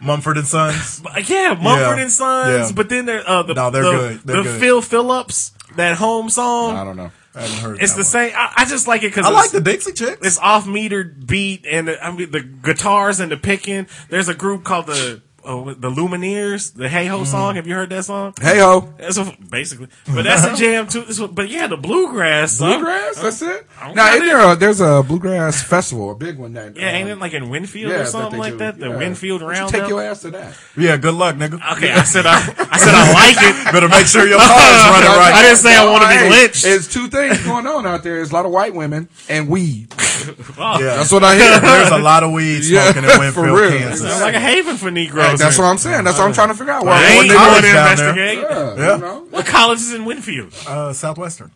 Speaker 6: Mumford
Speaker 8: (laughs)
Speaker 6: and Sons.
Speaker 8: Yeah, Mumford
Speaker 6: Yeah.
Speaker 8: and Sons,
Speaker 6: Yeah.
Speaker 8: but then there, uh, the,
Speaker 6: No, they're
Speaker 8: the,
Speaker 6: good. They're
Speaker 8: the
Speaker 6: good.
Speaker 8: Phil Phillips, that home song.
Speaker 7: I don't know.
Speaker 6: I haven't heard
Speaker 8: it's
Speaker 6: that
Speaker 8: the
Speaker 6: one.
Speaker 8: same. I, I just like it because
Speaker 6: I like the Dixie Chicks.
Speaker 8: it's off metered beat and the, I mean the guitars and the picking. There's a group called the uh, the Lumineers, the Hey Ho
Speaker 7: Mm.
Speaker 8: song. Have you heard that song?
Speaker 7: Hey ho.
Speaker 8: That's a, basically, but that's a jam too. It's- But yeah, the bluegrass, song.
Speaker 7: Bluegrass? That's it?
Speaker 8: I'm
Speaker 7: Now,
Speaker 8: not
Speaker 7: isn't there a, there's a bluegrass festival, a big one that.
Speaker 8: Yeah, ain't
Speaker 7: um,
Speaker 8: it like in Winfield
Speaker 7: yeah,
Speaker 8: or something
Speaker 7: they
Speaker 8: like
Speaker 7: do.
Speaker 8: that? The
Speaker 7: Yeah.
Speaker 8: Winfield
Speaker 7: Why don't
Speaker 8: round.
Speaker 7: You take your ass
Speaker 6: (laughs)
Speaker 7: to that.
Speaker 6: Yeah, good luck, nigga.
Speaker 8: Okay, I said I, I said I like it.
Speaker 6: (laughs) Better make sure
Speaker 8: (laughs)
Speaker 6: your car is Oh, running
Speaker 8: I
Speaker 6: right.
Speaker 8: didn't say I want to be
Speaker 7: Hey,
Speaker 8: lynched.
Speaker 7: There's two things going on out there. There's a lot of white women and
Speaker 6: (laughs)
Speaker 7: weed.
Speaker 8: (laughs)
Speaker 6: Yeah.
Speaker 7: That's what I hear.
Speaker 6: There's a lot of weed
Speaker 7: Yeah,
Speaker 6: smoking in
Speaker 7: (laughs) for
Speaker 6: Winfield,
Speaker 7: real.
Speaker 6: Kansas.
Speaker 8: Sounds like a haven for Negroes.
Speaker 7: Like, that's
Speaker 8: then.
Speaker 7: what I'm saying. That's what I'm trying to figure out. Why
Speaker 8: I ain't
Speaker 6: Well,
Speaker 8: going
Speaker 6: college
Speaker 8: to
Speaker 6: down there.
Speaker 8: investigate.
Speaker 7: yeah,
Speaker 6: Yeah.
Speaker 7: You know?
Speaker 8: What college is in Winfield? (laughs)
Speaker 6: Uh, Southwestern.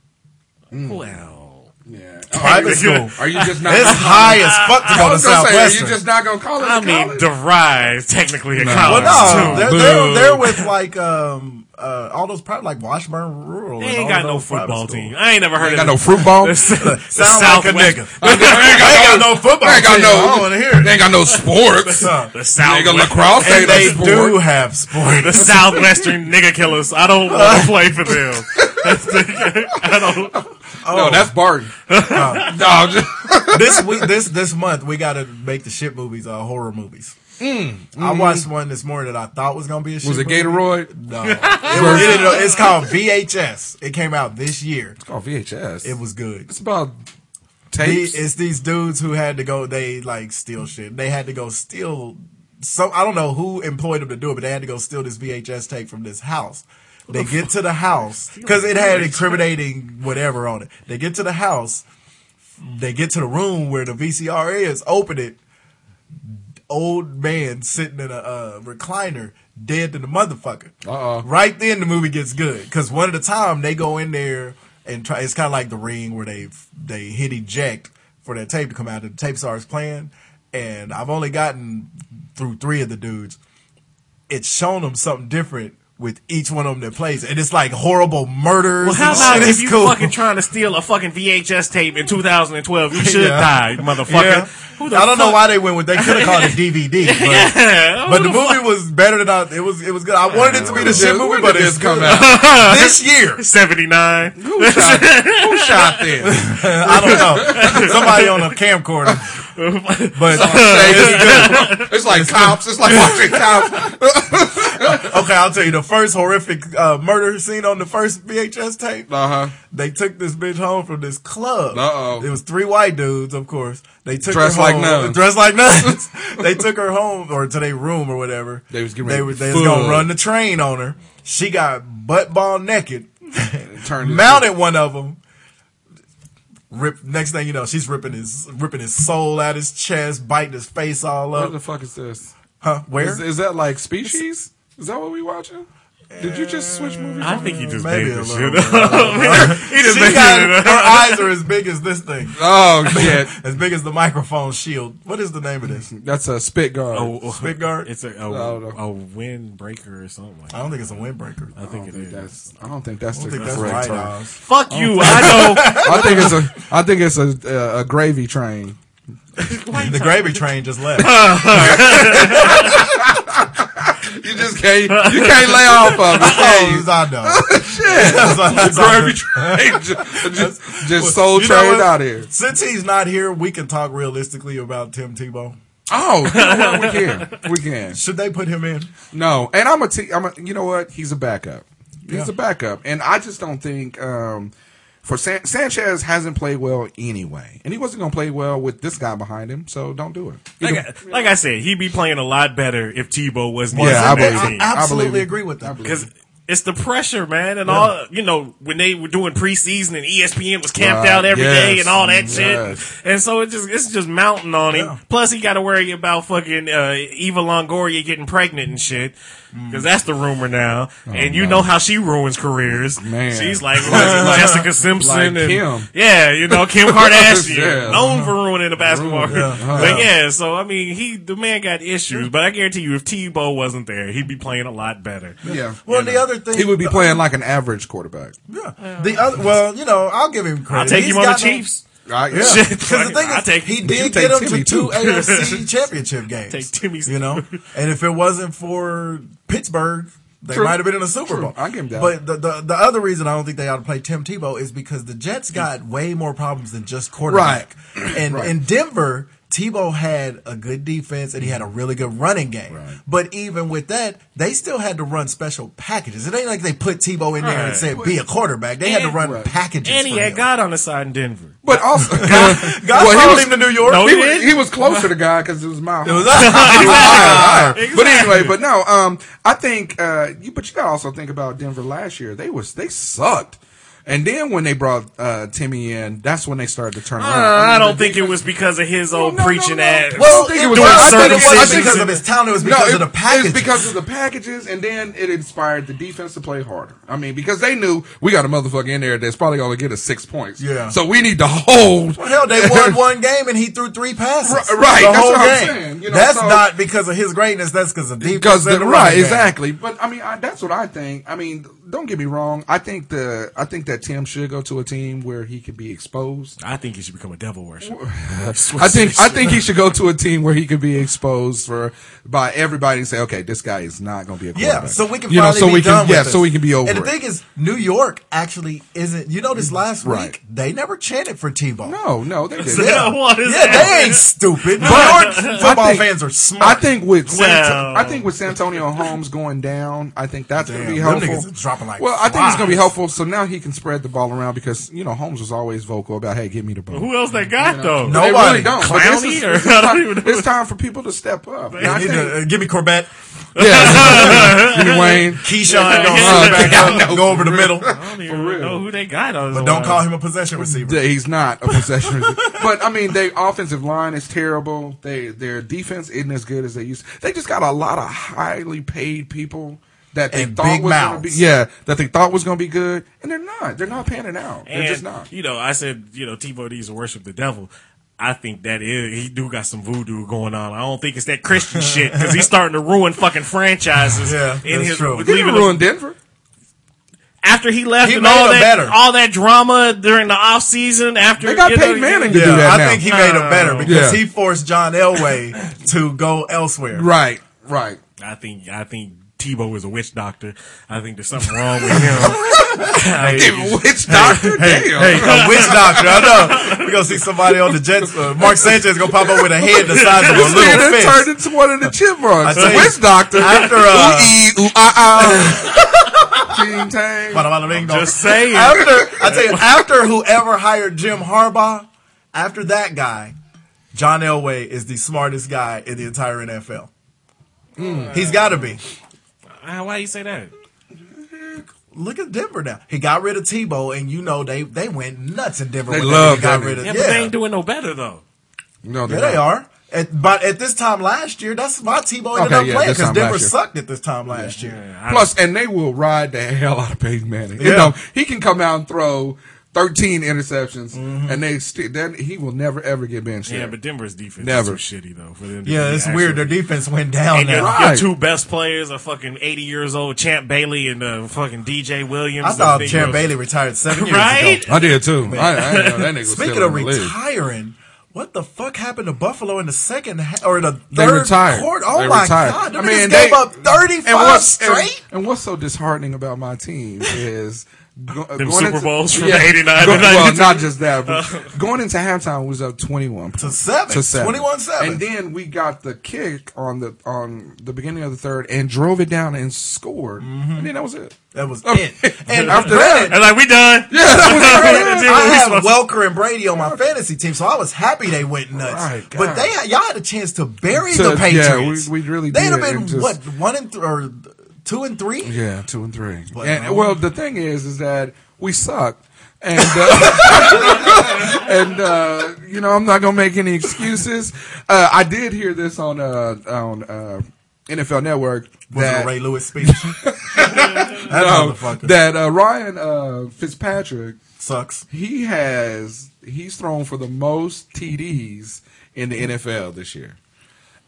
Speaker 6: Hmm.
Speaker 8: Well,
Speaker 7: yeah.
Speaker 6: Private school.
Speaker 7: Are you just not?
Speaker 6: It's high as fuck to
Speaker 7: I
Speaker 6: go to
Speaker 7: was gonna say, are you
Speaker 6: Southwestern.
Speaker 7: just not gonna call it?
Speaker 8: I
Speaker 7: a
Speaker 8: mean,
Speaker 7: college?
Speaker 8: derived technically a
Speaker 6: well,
Speaker 8: college.
Speaker 7: Oh,
Speaker 6: no,
Speaker 8: too.
Speaker 6: they're, they're, they're with like um uh all those private like Washburn Rural.
Speaker 8: They
Speaker 6: and
Speaker 8: ain't
Speaker 6: all
Speaker 8: got no
Speaker 6: those private
Speaker 8: football
Speaker 6: schools.
Speaker 8: team. I ain't never heard
Speaker 7: ain't
Speaker 8: of
Speaker 7: got
Speaker 8: it.
Speaker 7: no fruit ball.
Speaker 8: The-
Speaker 7: They (laughs)
Speaker 8: (laughs) the
Speaker 6: Sound like a
Speaker 8: Southwest-
Speaker 6: nigga. (laughs) I ain't got no football.
Speaker 7: ain't got
Speaker 6: team. I don't want to
Speaker 7: no.
Speaker 6: hear
Speaker 7: They
Speaker 6: it.
Speaker 7: ain't got
Speaker 6: (laughs)
Speaker 7: no sports.
Speaker 6: Uh,
Speaker 8: (laughs) The
Speaker 7: They ain't got
Speaker 8: Southwest,
Speaker 7: lacrosse. They
Speaker 6: And they
Speaker 7: ain't no
Speaker 6: do
Speaker 7: sport. (laughs)
Speaker 6: have sports.
Speaker 8: the Southwestern nigga killers. I don't
Speaker 6: (laughs)
Speaker 8: want to play for them. (laughs)
Speaker 6: Oh.
Speaker 7: No, that's
Speaker 6: (laughs)
Speaker 7: Barton. (laughs) No, I'm just-
Speaker 6: this week, this this month, we got to make the shit movies uh, horror movies. I watched one this morning that I thought was gonna be a shit.
Speaker 7: Mm, mm-hmm. was it
Speaker 6: movie.
Speaker 7: Gatoroid? (laughs)
Speaker 6: No, it was, it- it- it's called VHS. It came out this year.
Speaker 7: Oh, VHS.
Speaker 6: It was good.
Speaker 7: It's about
Speaker 6: The-
Speaker 7: tapes.
Speaker 6: it's these dudes who had to go. They like steal shit. They had to go steal. So I don't know who employed them to do it, but they had to go steal this VHS tape from this house. They get to the house because it had incriminating whatever on it. They get to the house. They get to the room where the VCR is. Open it. Old man sitting in a uh, recliner, dead to the motherfucker.
Speaker 8: Uh-uh.
Speaker 7: Uh-oh.
Speaker 6: Right then, the movie gets good because one at a time they go in there and try. It's kind of like the ring where they they hit eject for that tape to come out. And the tape starts playing, and I've only gotten through three of the dudes. It's shown them something different with each one of them that plays, and it's like horrible murders.
Speaker 8: Well, how
Speaker 6: and
Speaker 8: about
Speaker 6: shit.
Speaker 8: if
Speaker 6: It's
Speaker 8: you
Speaker 6: cool.
Speaker 8: fucking trying to steal a fucking VHS tape in 2012? You should
Speaker 6: Yeah.
Speaker 8: die, motherfucker.
Speaker 6: Yeah.
Speaker 8: Who the
Speaker 6: I don't know
Speaker 8: fuck- (laughs)
Speaker 6: why they went with. They could have called it DVD, but,
Speaker 8: Yeah,
Speaker 6: but
Speaker 8: who
Speaker 6: the,
Speaker 8: fuck-
Speaker 6: movie was better than I. It was. It was good. I wanted it to be the shit movie,
Speaker 7: When
Speaker 6: but
Speaker 7: did
Speaker 6: it's
Speaker 7: this come
Speaker 6: good.
Speaker 7: out.
Speaker 8: (laughs)
Speaker 6: this year.
Speaker 8: 79.
Speaker 7: (laughs) Who shot, who shot
Speaker 6: (laughs)
Speaker 7: this?
Speaker 6: I don't know. Somebody on a camcorder,
Speaker 8: (laughs)
Speaker 6: but
Speaker 7: (laughs) It's like cops. It's like watching cops.
Speaker 6: Okay, I'll tell you the first horrific uh, murder scene on the first VHS tape.
Speaker 7: Uh huh.
Speaker 6: They took this bitch home from this club.
Speaker 7: Uh-oh.
Speaker 6: It was three white dudes, of course. They took
Speaker 7: Dressed
Speaker 6: her
Speaker 7: like
Speaker 6: home,
Speaker 7: nuns.
Speaker 6: Dressed like
Speaker 7: (laughs)
Speaker 6: nuns. they took her home or to their room or whatever.
Speaker 7: They was getting
Speaker 6: they
Speaker 7: ready
Speaker 6: were
Speaker 7: to
Speaker 6: they was gonna
Speaker 7: fuck.
Speaker 6: run the train on her. She got butt ball naked,
Speaker 7: Turned it-
Speaker 6: mounted one of them. Rip. Next thing you know, she's ripping his ripping his soul out his chest, biting his face all
Speaker 7: What
Speaker 6: up.
Speaker 7: the fuck is this?
Speaker 6: huh? Where? (laughs)
Speaker 7: Is, is that like species? Is that what we watching? Did you just switch movies?
Speaker 8: I think he just
Speaker 6: Maybe
Speaker 8: made
Speaker 6: a
Speaker 8: this (laughs)
Speaker 6: little
Speaker 8: shit up. he just
Speaker 6: She
Speaker 8: made
Speaker 6: got,
Speaker 8: it up.
Speaker 6: her eyes are as big as this thing.
Speaker 7: (laughs) Oh shit,
Speaker 6: as big as the microphone shield. What is the name of
Speaker 7: (laughs)
Speaker 6: this?
Speaker 7: that's a spit guard.
Speaker 8: Oh, oh,
Speaker 6: Spit guard?
Speaker 8: It's a, a,
Speaker 7: No, no.
Speaker 8: a windbreaker or something like
Speaker 6: I
Speaker 8: that.
Speaker 6: don't think it's a windbreaker.
Speaker 8: I
Speaker 6: I
Speaker 8: think it is.
Speaker 7: That's, I don't think that's
Speaker 6: don't
Speaker 7: the
Speaker 6: think that's
Speaker 7: correct
Speaker 6: right.
Speaker 7: term.
Speaker 6: Oz.
Speaker 8: Fuck you. I know.
Speaker 6: (laughs)
Speaker 7: I think it's a I think it's a a, a gravy train.
Speaker 6: The gravy train just
Speaker 7: (laughs)
Speaker 6: left.
Speaker 7: Oh, You just can't (laughs) you can't lay off of it.
Speaker 6: oh,
Speaker 7: (laughs)
Speaker 6: I know. (laughs) Shit.
Speaker 7: gravy train (laughs) just, just, just soul
Speaker 6: You know
Speaker 7: trained
Speaker 6: what?
Speaker 7: out here.
Speaker 6: Since he's not here, we can talk realistically about Tim Tebow.
Speaker 7: Oh, you know what? we can we can.
Speaker 6: Should they put him in?
Speaker 7: No, and I'm a t- I'm a, you know what? He's a backup. He's
Speaker 6: Yeah.
Speaker 7: a backup, and I just don't think um, for San- Sanchez hasn't played well anyway, and he wasn't going to play well with this guy behind him. So don't do it.
Speaker 8: Like, I- like I said, he'd be playing a lot better if Tebow wasn't
Speaker 7: Yeah, I
Speaker 8: on that
Speaker 7: believe
Speaker 8: team.
Speaker 7: it. I
Speaker 6: absolutely
Speaker 7: believe-
Speaker 6: agree with that.
Speaker 8: Because it's the pressure, man, and all you know when they were doing preseason and E ESPN was camped out every day
Speaker 7: Yes.
Speaker 8: and
Speaker 7: Mm,
Speaker 8: all that
Speaker 7: Yes.
Speaker 8: shit, and so it just it's just mounting on him. Plus, he got to worry about fucking uh, Eva Longoria getting pregnant and shit
Speaker 7: Mm.
Speaker 8: because that's the rumor now. and you know how she ruins careers.
Speaker 7: Oh, Man.
Speaker 8: she's like, like Jessica Simpson
Speaker 7: like
Speaker 8: and
Speaker 7: Kim.
Speaker 8: yeah, you know
Speaker 7: (laughs)
Speaker 8: Kim Kardashian,
Speaker 7: Yeah.
Speaker 8: known for ruining the basketball.
Speaker 7: Ruin-
Speaker 8: career.
Speaker 7: yeah. Uh-huh.
Speaker 8: But yeah, so I mean, he the man got issues, but I guarantee you, if Tebow wasn't there, he'd be playing a lot better.
Speaker 7: Yeah,
Speaker 6: Well, the other thing
Speaker 7: he would be playing like an average quarterback.
Speaker 6: Yeah. The other, well, you know, I'll give him credit.
Speaker 8: I'll take
Speaker 6: He's
Speaker 8: him on the
Speaker 6: got no-
Speaker 8: Chiefs.
Speaker 6: Uh,
Speaker 7: Right? Yeah.
Speaker 8: Shit,
Speaker 6: Because the thing
Speaker 8: I'll
Speaker 6: is,
Speaker 8: take-
Speaker 6: he
Speaker 7: but you
Speaker 6: did
Speaker 7: take
Speaker 6: get him to
Speaker 7: Timmy,
Speaker 6: two
Speaker 7: too. (laughs)
Speaker 6: AFC championship games.
Speaker 8: Take Timmy's-
Speaker 6: You know? And if it wasn't for Pittsburgh, they
Speaker 7: True.
Speaker 6: might have been in the Super
Speaker 7: True.
Speaker 6: Bowl.
Speaker 7: I give him that.
Speaker 6: But the, the, the other reason I don't think they ought to play Tim Tebow is because the Jets got way more problems than just quarterback. (clears throat) And
Speaker 7: Right.
Speaker 6: in Denver, Tebow had a good defense and he had a really good running game.
Speaker 7: Right.
Speaker 6: But even with that, they still had to run special packages. It ain't like they put Tebow in there
Speaker 8: Right.
Speaker 6: and said, be a quarterback. They had
Speaker 8: And-
Speaker 6: to run
Speaker 7: Right.
Speaker 6: packages.
Speaker 8: And he
Speaker 6: for
Speaker 8: had
Speaker 6: him.
Speaker 8: God on his side in Denver.
Speaker 6: (laughs)
Speaker 7: But also, (laughs) God,
Speaker 6: God followed him to New York.
Speaker 8: No,
Speaker 7: he,
Speaker 8: he
Speaker 7: was,
Speaker 8: didn't.
Speaker 7: he was closer to God because it was my.
Speaker 6: (laughs) It was
Speaker 7: Liar, liar. But
Speaker 8: Exactly.
Speaker 7: anyway, but no, um, I think uh, you. But you gotta also think about Denver last year. They was they sucked, and then when they brought uh, Timmy in, that's when they started to turn
Speaker 8: Uh,
Speaker 7: around.
Speaker 8: I don't think it was because of his old
Speaker 7: no, no,
Speaker 8: preaching
Speaker 7: no.
Speaker 8: ass.
Speaker 7: Well, I think it was-
Speaker 8: doing
Speaker 7: I
Speaker 8: certain
Speaker 7: think it was- I
Speaker 8: things.
Speaker 7: think
Speaker 6: because of his talent. It was because
Speaker 7: it-
Speaker 6: of the package.
Speaker 7: It's because of the packages, and then it inspired the defense to play harder. I mean, because they knew we got a motherfucker in there that's probably going to get us six points.
Speaker 6: Yeah.
Speaker 7: So we need to hold.
Speaker 6: well, hell, they
Speaker 7: (laughs)
Speaker 6: won one game and he threw three passes.
Speaker 7: Ri- right,
Speaker 6: the
Speaker 7: that's
Speaker 6: whole
Speaker 7: what I'm
Speaker 6: game.
Speaker 7: saying, you know,
Speaker 6: that's
Speaker 7: so-
Speaker 6: not because of his greatness. That's because of defense.
Speaker 7: Because
Speaker 6: and
Speaker 7: the,
Speaker 6: the
Speaker 7: right,
Speaker 6: running game.
Speaker 7: exactly. But I mean, I, that's what I think. I mean, don't get me wrong. I think the I think that Tim should go to a team where he can be exposed.
Speaker 8: I think he should become a devil worshiper.
Speaker 7: (laughs) I think I
Speaker 6: (laughs)
Speaker 7: think he should go to a team where he can be exposed for by everybody and say, okay, this guy is not going to be a quarterback.
Speaker 6: Yeah, so we can
Speaker 7: you know,
Speaker 6: finally
Speaker 7: so
Speaker 6: be
Speaker 7: we can
Speaker 6: done with
Speaker 7: yeah,
Speaker 6: this.
Speaker 7: so we can be over.
Speaker 6: And the
Speaker 7: it.
Speaker 6: thing is, New York actually isn't. You noticed last
Speaker 7: Right.
Speaker 6: week they never chanted for Tebow.
Speaker 7: no, no, they
Speaker 6: (laughs)
Speaker 7: didn't.
Speaker 6: Yeah,
Speaker 8: What is
Speaker 6: yeah
Speaker 8: that?
Speaker 6: they ain't stupid. New
Speaker 7: But-
Speaker 6: York football
Speaker 7: I think-
Speaker 6: fans are
Speaker 7: I
Speaker 6: smart.
Speaker 7: think with
Speaker 8: Well.
Speaker 7: Sant- I
Speaker 6: (laughs)
Speaker 7: think with Santonio Holmes going down, I think that's going
Speaker 6: Damn,
Speaker 7: to be
Speaker 6: them
Speaker 7: helpful.
Speaker 6: niggas is dropping like
Speaker 7: well, I think it's going to be
Speaker 6: flies.
Speaker 7: helpful. So now he can spread the ball around because you know Holmes was always vocal about, "Hey, give me the ball."
Speaker 8: Who else they got though?
Speaker 6: No.
Speaker 7: They
Speaker 6: Nobody.
Speaker 7: really don't. But this
Speaker 8: Clowney
Speaker 7: is-
Speaker 8: or-
Speaker 6: (laughs)
Speaker 7: it's,
Speaker 8: I don't
Speaker 7: time,
Speaker 8: even know.
Speaker 7: it's time for people to step up. And I
Speaker 6: You need
Speaker 7: think-
Speaker 6: to, uh, give me Corbett, (laughs)
Speaker 7: yeah, give me Wayne.
Speaker 6: Keyshawn, go,
Speaker 8: yeah.
Speaker 6: back out, go
Speaker 7: (laughs)
Speaker 6: over the middle.
Speaker 8: I don't even know who they got on.
Speaker 6: But don't call him a possession receiver.
Speaker 7: Yeah, he's not a possession. but I mean, their offensive line is terrible. They their defense isn't as good as they used. They just got a lot of highly paid people that they
Speaker 6: And
Speaker 7: thought
Speaker 6: big
Speaker 7: was going to be
Speaker 6: mouths.
Speaker 7: yeah that they thought was going to be good, and they're not. They're not panning out. They're
Speaker 8: And,
Speaker 7: just not.
Speaker 8: You know, I said, you know, Tebow needs to worship the devil. I think that is, he do got some voodoo going on. I don't think it's that Christian shit because he's starting to ruin fucking
Speaker 7: (laughs)
Speaker 8: franchises.
Speaker 6: Yeah,
Speaker 8: in
Speaker 6: that's
Speaker 8: his
Speaker 6: true.
Speaker 7: They
Speaker 8: them-
Speaker 7: didn't ruin Denver.
Speaker 8: after he left
Speaker 6: He
Speaker 8: and
Speaker 6: made
Speaker 8: all
Speaker 6: them
Speaker 8: that
Speaker 6: better.
Speaker 8: all that drama during the off season. After
Speaker 7: They got
Speaker 8: you
Speaker 7: Peyton Manning to
Speaker 6: Yeah,
Speaker 7: do that
Speaker 6: I
Speaker 7: now.
Speaker 6: think he
Speaker 8: No.
Speaker 6: made him better because (laughs)
Speaker 7: Yeah.
Speaker 6: he forced John Elway to go elsewhere.
Speaker 7: right, right.
Speaker 8: I think I think Tebow is a witch doctor. I think there's something wrong with
Speaker 6: (laughs)
Speaker 8: him.
Speaker 7: Witch doctor? Damn.
Speaker 6: Hey, a witch doctor. I know. We're going to see somebody on the Jets. Uh, Mark Sanchez going to pop up with a head the size of a
Speaker 7: This man
Speaker 6: little
Speaker 7: done
Speaker 6: fist.
Speaker 7: turned into one of the
Speaker 6: I
Speaker 7: chipmunks.
Speaker 6: tell
Speaker 7: The
Speaker 6: you,
Speaker 7: witch doctor.
Speaker 6: after, uh,
Speaker 7: ooh, ee, ooh, ah,
Speaker 6: (laughs)
Speaker 7: ah. Ting, tang.
Speaker 6: Bada bada bing dong.
Speaker 8: Just saying.
Speaker 6: (laughs) After, I tell you, after whoever hired Jim Harbaugh, after that guy, John Elway is the smartest guy in the entire NFL.
Speaker 8: Hmm.
Speaker 6: He's got to be.
Speaker 8: Uh, Why you say that?
Speaker 6: Look at Denver now. He got rid of Tebow, and you know they they went nuts in Denver.
Speaker 7: They
Speaker 6: when
Speaker 7: love
Speaker 6: they got
Speaker 7: that
Speaker 6: rid of
Speaker 8: Yeah,
Speaker 6: yeah.
Speaker 8: but they ain't doing no better though.
Speaker 7: No,
Speaker 6: Yeah, they are. At, but at this time last year, that's why Tebow ended
Speaker 7: Okay,
Speaker 6: up
Speaker 7: yeah,
Speaker 6: playing
Speaker 7: this
Speaker 6: because
Speaker 7: time
Speaker 6: Denver
Speaker 7: last year.
Speaker 6: sucked at this time last year.
Speaker 7: Plus, and they will ride the hell out of Peyton Manning. You
Speaker 6: Yeah.
Speaker 7: know, he can come out and throw 13 interceptions, and they still, then he will never ever get benched.
Speaker 8: Yeah,
Speaker 7: Yeah,
Speaker 8: but Denver's defense
Speaker 7: Never.
Speaker 8: is so shitty though. For them to
Speaker 6: Yeah,
Speaker 8: be
Speaker 6: it's weird. Their
Speaker 8: actually-
Speaker 6: defense went down
Speaker 8: And your,
Speaker 6: now.
Speaker 7: Right.
Speaker 8: your two best players are fucking 80 years old, Champ Bailey and uh, fucking DJ Williams.
Speaker 6: I thought
Speaker 8: The big
Speaker 6: Champ
Speaker 8: girls-
Speaker 6: Bailey retired seven years ago.
Speaker 8: Right?
Speaker 7: I did too. I, I didn't know that nigga was
Speaker 6: Speaking
Speaker 7: still
Speaker 6: of
Speaker 7: in the league.
Speaker 6: retiring, what the fuck happened to Buffalo in the second ha- or the third
Speaker 7: They retired.
Speaker 6: quarter? Oh
Speaker 7: They
Speaker 6: my
Speaker 7: retired.
Speaker 6: god! Them
Speaker 7: I mean,
Speaker 6: niggas
Speaker 7: they-
Speaker 6: gave up thirty
Speaker 7: and
Speaker 6: five
Speaker 7: what's
Speaker 6: straight.
Speaker 7: And, and what's so disheartening about my team is go,
Speaker 8: Them Super Bowls from 89
Speaker 7: go-
Speaker 8: to
Speaker 7: well,
Speaker 8: 92.
Speaker 7: not just that, but going into halftime we was up twenty one
Speaker 6: To seven.
Speaker 7: to seven,
Speaker 6: 21-7.
Speaker 7: and then we got the kick on the on the beginning of the third and drove it down and scored, and then that was it.
Speaker 6: That was
Speaker 7: I mean,
Speaker 6: it.
Speaker 7: (laughs)
Speaker 6: And
Speaker 7: after
Speaker 6: after
Speaker 7: that-
Speaker 6: that,
Speaker 8: And like, we done.
Speaker 6: (laughs)
Speaker 7: Yeah, that was it.
Speaker 6: I have
Speaker 8: well,
Speaker 6: Welker and Brady on my fantasy team, so I was happy they went nuts.
Speaker 7: Right, God.
Speaker 6: but they y'all had a chance to bury
Speaker 7: To-
Speaker 6: the
Speaker 7: yeah,
Speaker 6: Patriots.
Speaker 7: we- we really
Speaker 6: They'd
Speaker 7: did,
Speaker 6: have
Speaker 7: and
Speaker 6: been
Speaker 7: just-
Speaker 6: what one and th- or two and three.
Speaker 7: (laughs) Yeah, two and three.
Speaker 6: But
Speaker 7: and,
Speaker 6: no.
Speaker 7: well, the thing is, is that we suck. And uh, (laughs) and uh, you know I'm not gonna make any excuses. Uh, I did hear this on uh, on uh, NFL Network
Speaker 6: Was it
Speaker 7: that
Speaker 6: a Ray Lewis speech? that
Speaker 7: um,
Speaker 6: motherfucker
Speaker 7: (laughs) that uh, Ryan uh, Fitzpatrick
Speaker 6: sucks.
Speaker 7: he has he's thrown for the most TDs in the NFL this year,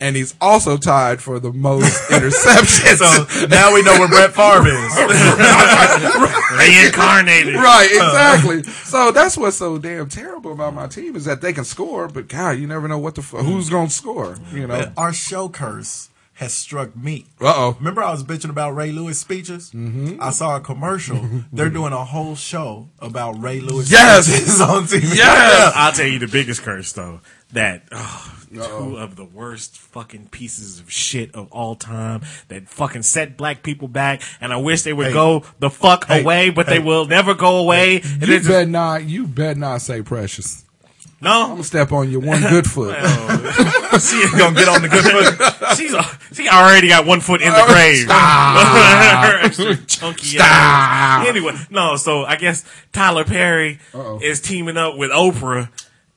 Speaker 7: and he's also tied for
Speaker 6: (laughs)
Speaker 7: the most interceptions.
Speaker 6: So now we know where Brett Favre
Speaker 7: (laughs)
Speaker 6: is.
Speaker 8: (laughs) reincarnated.
Speaker 7: Right, exactly. so that's what's so damn terrible about my team is that they can score, but God, you never know what the f- who's gonna score. You know, uh
Speaker 6: But (laughs) our show curse has struck me.
Speaker 7: (laughs) oh,
Speaker 6: Remember, I was bitching about Ray Lewis speeches. Mm-hmm. I saw a commercial. They're doing a whole show about Ray Lewis
Speaker 7: Mm-hmm. Yes!
Speaker 6: speeches on TV.
Speaker 7: yes,
Speaker 8: I'll tell you the biggest curse though. That oh, two of the worst fucking pieces of shit of all time that fucking set black people back, and I wish they would go the fuck away, but they will never go away. and
Speaker 7: you
Speaker 8: it's just,
Speaker 7: bet not, you bet not say precious. I'm
Speaker 8: no,
Speaker 7: gonna step on your one good foot.
Speaker 8: (laughs)
Speaker 6: (laughs)
Speaker 8: she ain't gonna get on the good foot. She's she already got one foot in the grave. Her (laughs) extra chunky ass. Anyway, no. So I guess Tyler Perry is teaming up with Oprah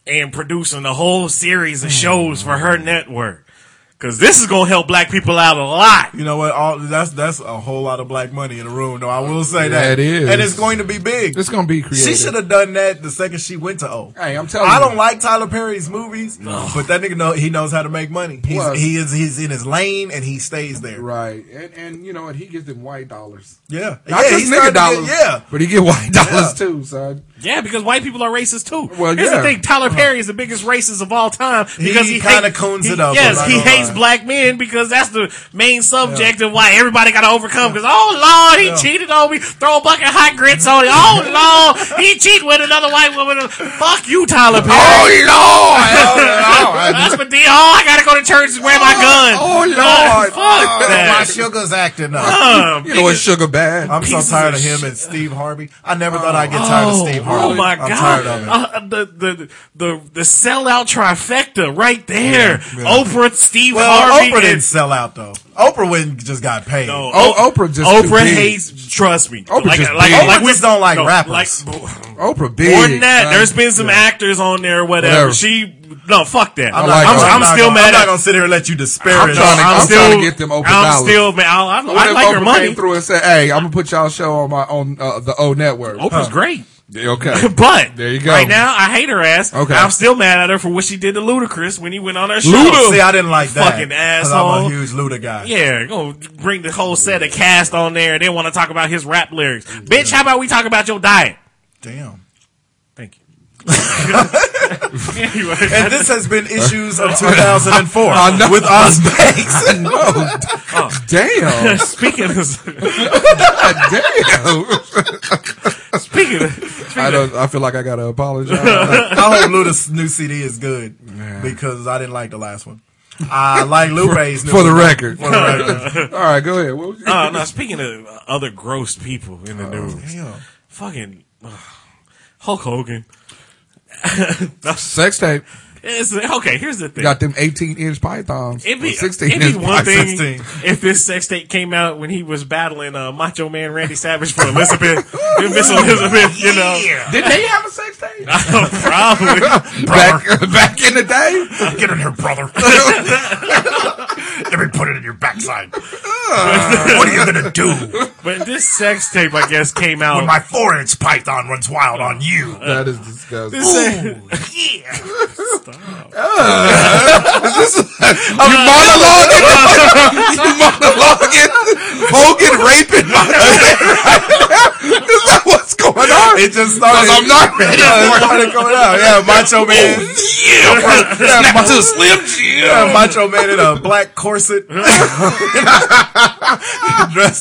Speaker 8: and producing a whole series of shows for her network. Cause this is gonna help black people out a lot.
Speaker 6: You know what? All that's that's a whole lot of black money in the room. though. I will say
Speaker 7: Yeah,
Speaker 6: that
Speaker 7: it is.
Speaker 6: and it's going to be big.
Speaker 7: It's gonna be creative.
Speaker 6: She should have done that the second she went to O.
Speaker 7: Hey, I'm telling
Speaker 6: I
Speaker 7: you.
Speaker 6: don't like Tyler Perry's movies, but that nigga know he knows how to make money. He's
Speaker 7: Plus-
Speaker 6: he is he's in his lane and he stays there.
Speaker 7: Right, and and you know, and he gives them white dollars,
Speaker 6: Yeah,
Speaker 7: not
Speaker 6: yeah,
Speaker 7: just
Speaker 6: he's
Speaker 7: nigga
Speaker 6: starting to get-
Speaker 7: dollars,
Speaker 6: yeah,
Speaker 7: but he get white dollars too, son.
Speaker 8: Yeah, because white people are racist too.
Speaker 7: Well,
Speaker 8: Here's
Speaker 7: yeah.
Speaker 8: the thing: Tyler Perry is the biggest racist of all time because he,
Speaker 6: Uh-huh. kinda
Speaker 8: hate-
Speaker 6: coons
Speaker 8: he-
Speaker 6: it up, I'm
Speaker 8: Yes,
Speaker 6: not
Speaker 8: he
Speaker 6: gonna
Speaker 8: hates
Speaker 6: lie.
Speaker 8: black men because that's the main subject of why everybody got to overcome. Because oh lord, he cheated on me. Throw a bucket of hot grits on it. Oh lord, he cheated with another white woman. Fuck you, Tyler Perry.
Speaker 7: Oh lord!
Speaker 8: (laughs)
Speaker 6: Oh, (laughs)
Speaker 8: That's what did. Oh, I gotta go to church and wear my gun.
Speaker 7: Oh lord!
Speaker 8: Fuck that.
Speaker 6: my sugar's acting up.
Speaker 8: Um,
Speaker 7: you know it's sugar bad.
Speaker 6: I'm so
Speaker 8: pieces
Speaker 6: tired
Speaker 8: of
Speaker 6: of him and Steve Harvey. I never thought I'd get tired of Steve Harvey.
Speaker 8: Oh my
Speaker 6: I'm
Speaker 8: god!
Speaker 6: tired of it.
Speaker 8: Uh, the, the the the sellout trifecta right there. Oprah, Steve
Speaker 6: Well,
Speaker 8: Harvey.
Speaker 6: Oprah didn't
Speaker 8: and-
Speaker 6: sell out though. Oprah wouldn't just got paid.
Speaker 8: No,
Speaker 7: Oh, Oprah just too
Speaker 8: Oprah
Speaker 7: big.
Speaker 8: hates. Trust me.
Speaker 7: Oprah just big.
Speaker 6: Oprah just don't like rappers.
Speaker 7: Oprah big.
Speaker 8: more than that,
Speaker 7: son.
Speaker 8: there's been some actors on there. Whatever.
Speaker 7: Whatever.
Speaker 8: She no fuck that.
Speaker 7: I
Speaker 8: I'm,
Speaker 7: like
Speaker 8: I'm,
Speaker 7: her.
Speaker 6: not
Speaker 8: still
Speaker 6: gonna,
Speaker 8: mad
Speaker 6: I'm not
Speaker 8: at.
Speaker 6: gonna sit here and let you despair
Speaker 7: I'm
Speaker 6: it.
Speaker 7: trying to-
Speaker 6: I'm-
Speaker 7: I'm
Speaker 8: still
Speaker 7: trying to get them Oprah
Speaker 8: I'm
Speaker 7: dollars.
Speaker 8: still mad. I, I,
Speaker 7: What
Speaker 8: I
Speaker 7: if
Speaker 8: like her
Speaker 7: Oprah
Speaker 8: money.
Speaker 7: Came through and said, "Hey, I'm gonna put y'all show on my on uh, the O network."
Speaker 8: Oprah's great. (laughs)
Speaker 7: Yeah, Okay.
Speaker 8: But
Speaker 7: There you go.
Speaker 8: Right now, I hate her ass.
Speaker 7: Okay.
Speaker 8: I'm still mad at her for what she did to Ludacris when he went on her show.
Speaker 6: See, I didn't like that.
Speaker 8: Fucking
Speaker 6: 'cause I'm
Speaker 8: asshole.
Speaker 6: a huge Luda guy.
Speaker 8: Yeah, go bring the whole set of cast on there and they want to talk about his rap lyrics. Bitch, how about we talk about your diet?
Speaker 6: Damn.
Speaker 8: Thank you. (laughs) anyway,
Speaker 6: And this has been issues (laughs) of 2004
Speaker 7: I know.
Speaker 6: with (laughs) Oz Banks.
Speaker 7: No.
Speaker 8: (laughs)
Speaker 7: Damn.
Speaker 8: speaking of speaking
Speaker 6: (laughs)
Speaker 7: Damn.
Speaker 8: of,
Speaker 7: I don't. I feel like I
Speaker 8: (laughs)
Speaker 7: gotta apologize.
Speaker 6: I hope Luda's new CD is good because I didn't like the last one. I like (laughs) Lupe's new
Speaker 7: For the
Speaker 6: one.
Speaker 7: record.
Speaker 8: (laughs)
Speaker 7: All right, go ahead. What was your-
Speaker 8: uh, no, speaking of other gross people in the news,
Speaker 6: (laughs) Damn.
Speaker 8: fucking uh, Hulk Hogan.
Speaker 7: Sex tape.
Speaker 8: It's- okay, here's the thing.
Speaker 7: Got them 18 inch pythons.
Speaker 8: It'd be,
Speaker 7: Or 16
Speaker 8: it'd be
Speaker 7: inch
Speaker 8: one thing
Speaker 7: pythons.
Speaker 8: if this sex tape came out when he was battling uh, Macho Man Randy Savage for Elizabeth, (laughs) Miss Elizabeth, you know, (laughs)
Speaker 7: Did they have a sex tape?
Speaker 8: probably.
Speaker 7: back, (laughs) back in the day?
Speaker 3: Get in here,
Speaker 6: (laughs)
Speaker 3: brother. Let me put it in your
Speaker 6: (laughs)
Speaker 3: backside.
Speaker 6: What are you gonna do?
Speaker 8: But this sex tape, I guess, came out.
Speaker 3: My four-inch python runs wild on you.
Speaker 7: That is disgusting. you
Speaker 8: (laughs)
Speaker 7: monologuing? you (laughs) monologuing? Hogan raping my (laughs) Is that what's going on?
Speaker 6: It just
Speaker 7: Because
Speaker 6: started.
Speaker 7: I'm (laughs) not ready
Speaker 6: it
Speaker 7: for it.
Speaker 6: started going out. Yeah,
Speaker 8: (laughs)
Speaker 6: Macho Man.
Speaker 7: Snap to a Slim Jim.
Speaker 6: Yeah, Macho Man in a black
Speaker 8: (laughs)
Speaker 6: corset. (laughs) Dressed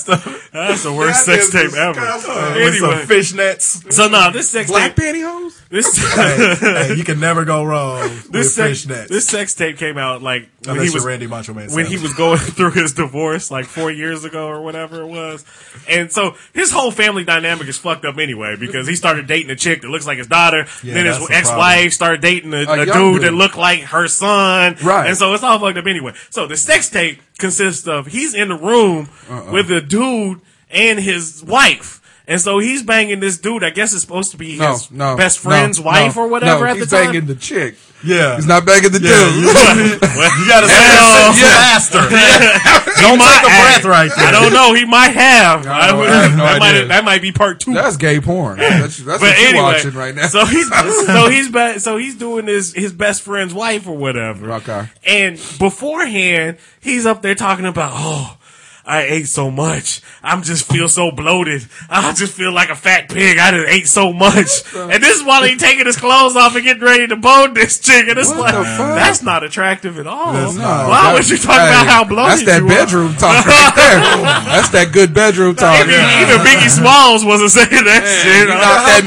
Speaker 6: up.
Speaker 8: (laughs) That's the worst sex
Speaker 6: That
Speaker 8: tape
Speaker 6: is disgusting.
Speaker 8: ever.
Speaker 6: With some
Speaker 8: Anyway,
Speaker 6: fishnets.
Speaker 8: so no, this sex
Speaker 7: Black
Speaker 8: tape.
Speaker 7: pantyhose? (laughs)
Speaker 8: This
Speaker 6: hey, hey, you can never go wrong
Speaker 8: (laughs) this
Speaker 6: with
Speaker 8: sex,
Speaker 6: fishnets.
Speaker 8: this sex tape came out like when
Speaker 6: Unless
Speaker 8: he was
Speaker 6: you're Randy Macho Man.
Speaker 8: when he
Speaker 6: Savage.
Speaker 8: was going (laughs) through his divorce like four years ago or whatever it was. And so his whole family dynamic is fucked up anyway because he started dating a chick that looks like his daughter.
Speaker 6: Yeah,
Speaker 8: then his
Speaker 6: that's the
Speaker 8: ex
Speaker 6: problem.
Speaker 8: wife started dating a, a,
Speaker 7: young
Speaker 8: dude that
Speaker 7: dude.
Speaker 8: looked like her son.
Speaker 7: Right.
Speaker 8: And so it's all fucked up anyway. So the sex tape consists of he's in the room
Speaker 7: Uh-uh.
Speaker 8: with a dude and his wife. And so he's banging this dude. I guess it's supposed to be
Speaker 7: No,
Speaker 8: his
Speaker 7: no.
Speaker 8: best friend's
Speaker 7: no,
Speaker 8: wife
Speaker 7: no,
Speaker 8: or whatever
Speaker 7: no,
Speaker 8: at the
Speaker 7: he's
Speaker 8: time.
Speaker 7: banging the chick.
Speaker 6: Yeah.
Speaker 7: He's not banging the dude.
Speaker 8: (laughs) you gotta
Speaker 6: That's
Speaker 8: (laughs)
Speaker 6: faster.
Speaker 8: Don't
Speaker 6: Take a breath right there.
Speaker 8: I don't know. He might have. I
Speaker 7: don't-
Speaker 8: would-
Speaker 7: I have no
Speaker 8: that, might,
Speaker 7: idea.
Speaker 8: that might be part two.
Speaker 7: (laughs) That's gay porn. That's,
Speaker 8: but
Speaker 7: that's what you're
Speaker 8: anyway,
Speaker 7: watching right now.
Speaker 8: so
Speaker 7: (laughs)
Speaker 8: he's so he's ba- so he's doing his his best friend's wife or whatever.
Speaker 7: Okay.
Speaker 8: And beforehand, he's up there talking about oh. I ate so much. I'm just feel so bloated. I just feel like a fat pig. I just ate so
Speaker 7: (laughs)
Speaker 8: much. And this is while he taking his clothes off and getting ready to bone this chick. And it's
Speaker 7: What
Speaker 8: like,
Speaker 7: the fuck?
Speaker 8: that's not attractive at all.
Speaker 7: No,
Speaker 8: Why
Speaker 7: that-
Speaker 8: would you talk
Speaker 7: hey,
Speaker 8: about how bloated
Speaker 7: That's that
Speaker 8: you are?
Speaker 7: bedroom
Speaker 8: (laughs)
Speaker 7: talk right there. that's that good bedroom talk.
Speaker 8: Even, even Biggie Smalls wasn't saying that shit.
Speaker 7: Not that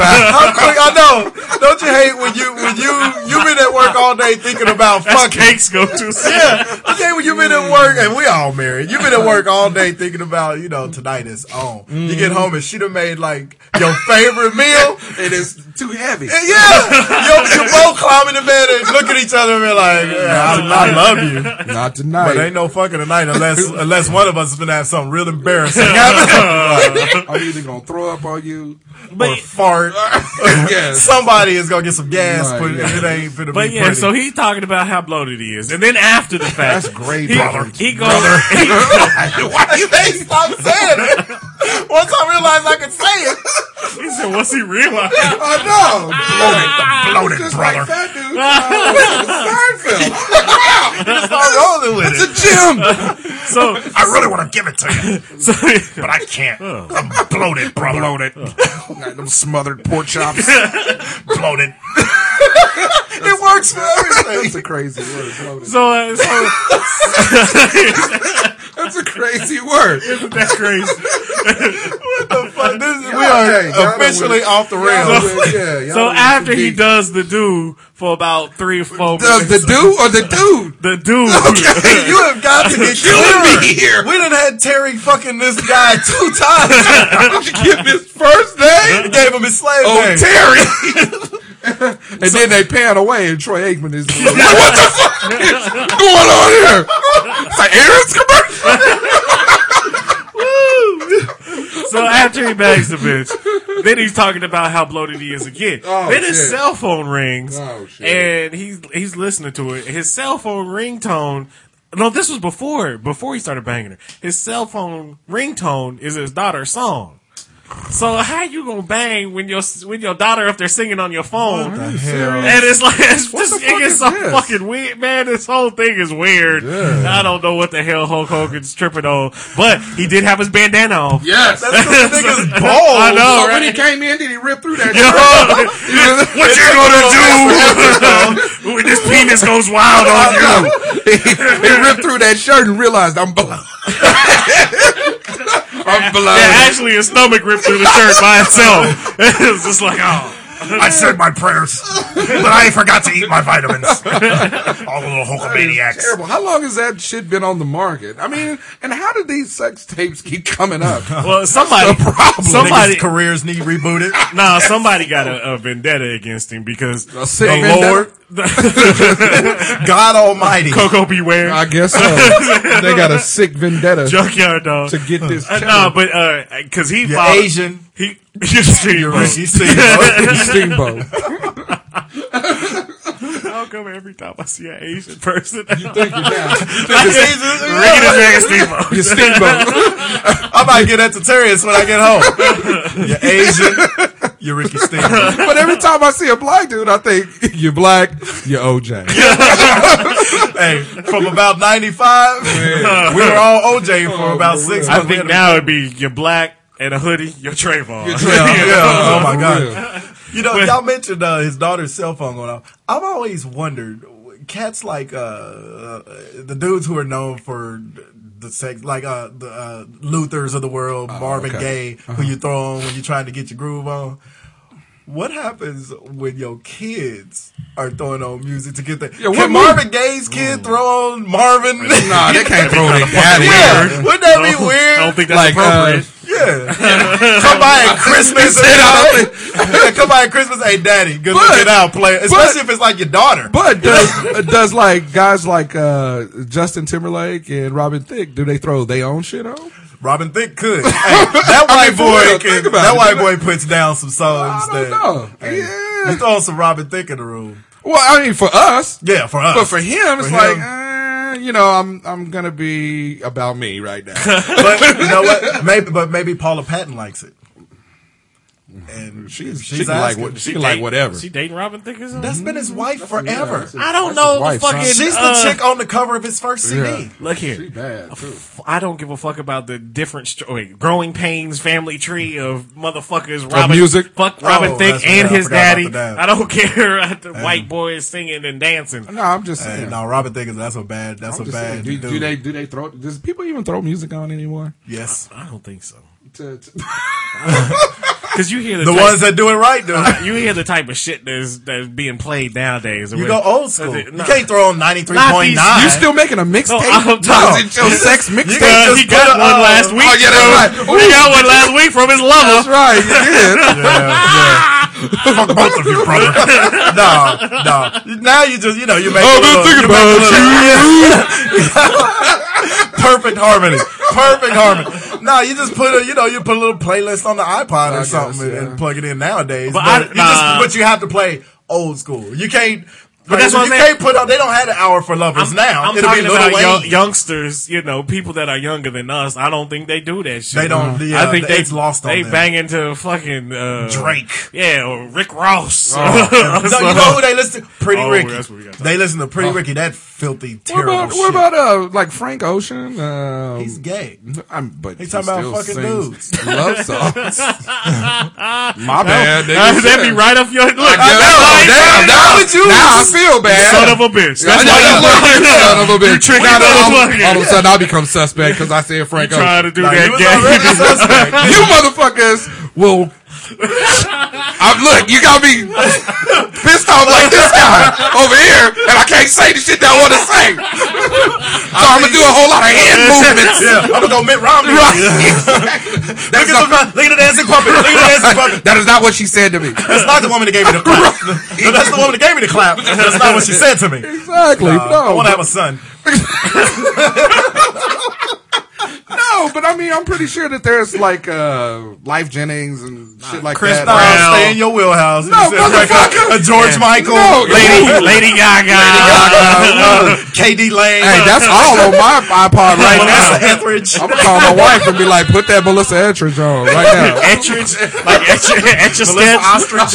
Speaker 8: (laughs)
Speaker 7: out.
Speaker 6: How quick, I know. Don't you hate when you when you you been at work all day thinking about
Speaker 8: That's
Speaker 6: fucking?
Speaker 8: cakes go
Speaker 7: (laughs)
Speaker 8: to
Speaker 6: Yeah, okay. Well, you've been at work, and we all married. You've been at work all day thinking about, you know, tonight is on. You get home, and she done made like your favorite meal.
Speaker 7: It is too heavy.
Speaker 6: And yeah, you're, you're both climbing in bed and look at each other and be like, yeah, I, I love you, but
Speaker 7: Not tonight.
Speaker 6: ain't no fucking tonight unless unless one of us is gonna have something real embarrassing happen
Speaker 7: I'm either gonna throw up
Speaker 8: (laughs)
Speaker 7: on you.
Speaker 6: or (laughs) fart.
Speaker 7: yes.
Speaker 6: Somebody is gonna get some gas,
Speaker 7: Right,
Speaker 6: but
Speaker 7: yeah.
Speaker 6: it ain't gonna
Speaker 8: But
Speaker 6: be
Speaker 8: yeah,
Speaker 6: pretty.
Speaker 8: so he's talking about how bloated he is, and then after the fact,
Speaker 7: That's great,
Speaker 8: He,
Speaker 7: brother.
Speaker 8: he goes, he,
Speaker 6: Why you ain't stop saying it? Once I realized I could say it.
Speaker 8: he said, "What's he realize?"
Speaker 7: (laughs) I know.
Speaker 3: Bloated,
Speaker 7: Just
Speaker 3: brother.
Speaker 7: like that dude. Oh,
Speaker 6: Start rolling with
Speaker 7: Seinfeld.
Speaker 6: it.
Speaker 7: It's a gym.
Speaker 8: So,
Speaker 3: I really want to give it to you,
Speaker 8: so
Speaker 3: but I can't. I'm bloated, brother. Bloated.
Speaker 7: Got them smothered pork (laughs) chops.
Speaker 3: Bloated.
Speaker 6: It works for everything.
Speaker 7: That's a crazy word. bloated.
Speaker 8: so, uh, so
Speaker 7: That's a crazy word.
Speaker 8: that's crazy.
Speaker 6: Fuck, this is- we are
Speaker 7: Okay, y'all
Speaker 6: officially
Speaker 7: done
Speaker 6: off the rails.
Speaker 7: Yeah, yeah, y'all
Speaker 8: So
Speaker 7: need to
Speaker 8: after he
Speaker 7: be-
Speaker 8: does the do for about three or four
Speaker 7: Does
Speaker 8: minutes,
Speaker 7: the dude or the dude?
Speaker 8: the do,
Speaker 7: (laughs)
Speaker 6: Hey, you have got to get
Speaker 7: Killing
Speaker 6: clearer.
Speaker 7: me here.
Speaker 6: We done had Terry fucking this guy two times.
Speaker 7: Did you give his first name?
Speaker 6: Gave him his slave
Speaker 7: Oh,
Speaker 6: name.
Speaker 7: Terry.
Speaker 9: (laughs)
Speaker 7: and then they pan away, and Troy Aikman (laughs) is like, "What the fuck is going on here?" It's like Aaron's commercial.
Speaker 8: So after he bags the bitch, then he's talking about how bloated he is again.
Speaker 7: Oh,
Speaker 8: then his
Speaker 7: shit.
Speaker 8: cell phone rings,
Speaker 7: Oh, shit.
Speaker 8: and he's he's listening to it. His cell phone ringtone. No, this was before before he started banging her. His cell phone ringtone is his daughter's song. So how you gonna bang when your when your daughter up there singing on your phone?
Speaker 9: The hell?
Speaker 8: And it's like it's just,
Speaker 9: the
Speaker 8: it
Speaker 9: fuck
Speaker 8: gets
Speaker 9: is
Speaker 8: so
Speaker 9: this?
Speaker 8: fucking weird, man. This whole thing is weird. I don't know what the hell Hulk Hogan's tripping on, but he did have his bandana off.
Speaker 9: Yes. That's (laughs)
Speaker 8: So-
Speaker 7: (laughs)
Speaker 8: I know.
Speaker 9: so when he
Speaker 8: Right?
Speaker 9: came in, did he rip through that?
Speaker 8: (laughs) what you (laughs) gonna do when this penis goes wild on you?
Speaker 9: he, (laughs) he ripped through that shirt and realized I'm
Speaker 7: (laughs)
Speaker 9: blown. (laughs) I'm
Speaker 8: (laughs) Yeah,
Speaker 9: blown.
Speaker 8: actually, his stomach ripped through the shirt by itself. (laughs) it was just like, oh,
Speaker 10: (laughs) I said my prayers, but I forgot to eat my vitamins. (laughs) All the little Hulkamaniacs.
Speaker 9: Terrible. How long has that shit been on the market? I mean, and how did these sex tapes keep coming
Speaker 7: (laughs)
Speaker 9: up?
Speaker 8: well, somebody,
Speaker 9: the problem.
Speaker 8: somebody,
Speaker 6: Niggas' careers need rebooted.
Speaker 8: nah, somebody got a, a vendetta against him because the
Speaker 9: sick vendetta?
Speaker 8: Lord,
Speaker 6: God Almighty.
Speaker 8: Coco Beware,
Speaker 7: I guess so. (laughs) they got a sick vendetta
Speaker 8: (laughs) Junkyard Dog.
Speaker 7: to get this.
Speaker 8: Uh, no,
Speaker 7: (laughs)
Speaker 8: but uh, because he
Speaker 6: You're
Speaker 8: followed-
Speaker 6: Asian.
Speaker 8: He, (laughs) you're Steamboat.
Speaker 6: You see, bro.
Speaker 7: Oh,
Speaker 6: (laughs)
Speaker 7: steamboat.
Speaker 8: How come every time I see an Asian person, (laughs) I
Speaker 7: Thank you. Now.
Speaker 8: get his name Steamboat?
Speaker 6: (laughs)
Speaker 7: Your steamboat.
Speaker 6: I might get that to Terrius when I get home. You're Asian. You're Ricky Steamboat.
Speaker 7: But every time I see a black dude, I think you're black.
Speaker 6: (laughs)
Speaker 7: You're OJ.
Speaker 6: Hey, from about 95, we were all OJ for about six
Speaker 8: I
Speaker 6: months.
Speaker 8: think now it'd be you're black and a hoodie, your Trayvon. (laughs)
Speaker 6: Yeah, yeah. Oh my God.
Speaker 7: Real.
Speaker 6: You know, y'all mentioned uh, his daughter's cell phone going off. I've always wondered, cats like uh, uh, the dudes who are known for the sex, like uh, the uh, Luthers of the world, Marvin
Speaker 7: okay.
Speaker 6: Gaye, who you throw on when you're trying to get your groove on. What happens when your kids are throwing on music to get that?
Speaker 7: what
Speaker 6: Can
Speaker 7: movie?
Speaker 6: Marvin Gaye's kid throw on Marvin?
Speaker 9: Nah, they can't throw that out
Speaker 6: (laughs) yeah,
Speaker 9: here.
Speaker 6: wouldn't that be
Speaker 8: I don't
Speaker 6: weird?
Speaker 8: think that's
Speaker 7: Like, uh,
Speaker 8: appropriate.
Speaker 6: Yeah, come by at Christmas.
Speaker 9: I don't
Speaker 6: Yeah, come by at Christmas. Hey, daddy, good
Speaker 7: But-
Speaker 6: looking out, player. Especially if it's like your daughter.
Speaker 7: But does does like guys like uh, Justin Timberlake and Robin Thicke do they throw their own shit on?
Speaker 6: Robin Thicke
Speaker 7: (laughs)
Speaker 6: could. Hey, that white
Speaker 7: mean, for
Speaker 6: boy,
Speaker 7: real,
Speaker 6: can,
Speaker 7: think about
Speaker 6: that
Speaker 7: it.
Speaker 6: white boy puts down some songs.
Speaker 7: I
Speaker 6: that,
Speaker 7: don't know.
Speaker 6: Hey,
Speaker 7: Yeah.
Speaker 6: You throw some Robin Thicke in the room.
Speaker 7: Well, I mean for us,
Speaker 6: Yeah, for us.
Speaker 7: but for him it's
Speaker 6: For
Speaker 7: like.
Speaker 6: him.
Speaker 7: Uh, you know, I'm I'm gonna be about me
Speaker 6: (laughs)
Speaker 7: right now.
Speaker 6: but you know what? Maybe, but maybe Paula Patton likes it. And
Speaker 7: She's,
Speaker 6: she's
Speaker 7: she can like
Speaker 6: asking.
Speaker 7: what she can like whatever.
Speaker 8: She dating Robin Thicke or something?
Speaker 6: That's been his wife
Speaker 7: Mm-hmm.
Speaker 6: forever.
Speaker 8: I don't know the
Speaker 7: wife, son.
Speaker 8: fucking.
Speaker 6: She's
Speaker 8: uh,
Speaker 6: the chick on the cover of his first CD.
Speaker 8: Look here.
Speaker 7: Bad, too.
Speaker 8: I don't give a fuck about the different str- wait, growing pains family tree of motherfuckers. Robin,
Speaker 7: music?
Speaker 8: Fuck Robin
Speaker 6: Oh,
Speaker 8: Thicke
Speaker 6: that's right.
Speaker 8: and
Speaker 6: I
Speaker 8: his
Speaker 6: forgot about
Speaker 8: daddy.
Speaker 6: the dad.
Speaker 8: I don't (laughs) care. the white boys singing and dancing.
Speaker 7: (laughs) No, I'm just saying.
Speaker 6: Hey, no, Robin Thicke. That's a bad. That's
Speaker 7: I'm
Speaker 6: a
Speaker 7: just
Speaker 6: bad.
Speaker 7: saying, do, do
Speaker 6: dude.
Speaker 7: they do they throw? Does people even throw music on anymore?
Speaker 6: Yes,
Speaker 8: I don't think so.
Speaker 7: To, to,
Speaker 8: Because you hear the,
Speaker 6: the
Speaker 8: type-
Speaker 6: ones that do it right, do
Speaker 7: (laughs)
Speaker 6: it.
Speaker 8: you hear the type of shit that's that's being played nowadays.
Speaker 6: You go old school.
Speaker 8: Nah.
Speaker 6: You can't throw on ninety three
Speaker 8: Not these-
Speaker 6: point nine.
Speaker 7: (laughs) you still making a mixtape?
Speaker 8: No, I'm
Speaker 7: Why
Speaker 8: talking-
Speaker 7: is it your sex mixtape?
Speaker 8: Uh,
Speaker 6: can't- just
Speaker 8: he
Speaker 6: put
Speaker 8: got
Speaker 6: it
Speaker 8: one
Speaker 6: on.
Speaker 8: last week.
Speaker 7: Oh, yeah, that's
Speaker 8: from-
Speaker 7: right.
Speaker 8: He
Speaker 7: Ooh.
Speaker 8: got one last week from his
Speaker 7: That's
Speaker 8: lover.
Speaker 7: right.
Speaker 6: (laughs)
Speaker 7: You did.
Speaker 10: Fuck both of you, brother.
Speaker 6: (laughs) no, no. Now you just you know you make a
Speaker 7: I've been
Speaker 6: little-
Speaker 7: thinking
Speaker 6: you make a
Speaker 7: about
Speaker 6: little- perfect harmony, perfect harmony. No, you just put a you know you put a little playlist on the iPod or
Speaker 7: guess,
Speaker 6: something and-
Speaker 7: yeah.
Speaker 6: and plug it in nowadays.
Speaker 8: But
Speaker 6: But,
Speaker 8: I-
Speaker 6: you
Speaker 8: nah.
Speaker 6: just but you have to play old school. You can't. But
Speaker 8: that's what
Speaker 6: you
Speaker 8: I'm saying.
Speaker 6: can't put on. They don't have an hour for lovers
Speaker 8: I'm,
Speaker 6: now.
Speaker 8: I'm
Speaker 6: It'll be
Speaker 8: talking
Speaker 6: Lil
Speaker 8: about young,
Speaker 6: Wayne.
Speaker 8: youngsters, you know, people that are younger than us. I don't think they do that shit.
Speaker 6: They don't- yeah,
Speaker 8: I think
Speaker 6: they-
Speaker 8: they
Speaker 6: it's lost on
Speaker 8: They
Speaker 6: them.
Speaker 8: bang into fucking uh,
Speaker 6: Drake.
Speaker 8: yeah, or Rick (laughs) Ross.
Speaker 6: (laughs) No, you
Speaker 8: (laughs)
Speaker 6: know who they listen to? Pretty
Speaker 8: Oh,
Speaker 6: Ricky.
Speaker 8: that's what we gotta talk
Speaker 6: They listen to Pretty Ricky. That filthy, (laughs)
Speaker 7: What
Speaker 6: terrible
Speaker 7: about
Speaker 6: shit.
Speaker 7: what about uh like Frank Ocean? Um,
Speaker 6: He's gay.
Speaker 7: I'm, but
Speaker 6: He's
Speaker 7: he
Speaker 6: talking about
Speaker 7: still
Speaker 6: fucking
Speaker 7: sings (laughs) Love songs.
Speaker 6: (laughs)
Speaker 7: My bad. Nigga.
Speaker 8: Uh, that'd be right up your look.
Speaker 7: damn, now, now I feel bad.
Speaker 8: Son of a bitch.
Speaker 7: I
Speaker 8: That's
Speaker 7: know
Speaker 8: why you
Speaker 7: you
Speaker 8: look-
Speaker 7: son of a
Speaker 8: You
Speaker 7: bitch.
Speaker 8: tricky
Speaker 7: Now that I'm- all of a
Speaker 8: motherfucker.
Speaker 7: sudden I become suspect because I said
Speaker 8: (laughs)
Speaker 7: Frank
Speaker 8: Trying
Speaker 7: Ocean.
Speaker 8: to do
Speaker 6: Like, he was
Speaker 8: that
Speaker 6: already
Speaker 8: game.
Speaker 6: suspect.
Speaker 7: You motherfuckers will. I'm look. You got me pissed off like this guy over here, and I can't say the shit that I want to say. So I'm gonna do a whole lot of hand movements. (laughs)
Speaker 6: Yeah, I'm gonna go Mitt Romney.
Speaker 7: That
Speaker 6: Look
Speaker 7: is
Speaker 6: at,
Speaker 7: not-
Speaker 6: the, look at the dancing puppet. Look at the
Speaker 7: (laughs)
Speaker 6: dancing puppet.
Speaker 7: that is not what she said to me.
Speaker 6: That's not the woman that gave me the clap. No, that's the woman that gave me the clap. That's not what she said to me.
Speaker 7: Exactly.
Speaker 6: I want to have a son.
Speaker 7: no, No, but I mean, I'm pretty sure that there's like uh, Life Jennings and shit like
Speaker 6: Chris
Speaker 7: that.
Speaker 6: Brown,
Speaker 8: Brown.
Speaker 6: stay in your wheelhouse.
Speaker 7: No,
Speaker 6: You said like
Speaker 7: motherfucker.
Speaker 6: a, a George Michael,
Speaker 7: No,
Speaker 6: Lady,
Speaker 7: you-
Speaker 8: (laughs) Lady Gaga.
Speaker 6: KD Uh, Lane.
Speaker 7: Hey, that's all on my iPod right now.
Speaker 6: Melissa Etheridge.
Speaker 7: I'm gonna call my wife and be like, put that Melissa Etheridge on right now.
Speaker 8: Etridge, like Etridge, Etridge
Speaker 6: Melissa
Speaker 8: Steps. (laughs)
Speaker 6: Ostrich.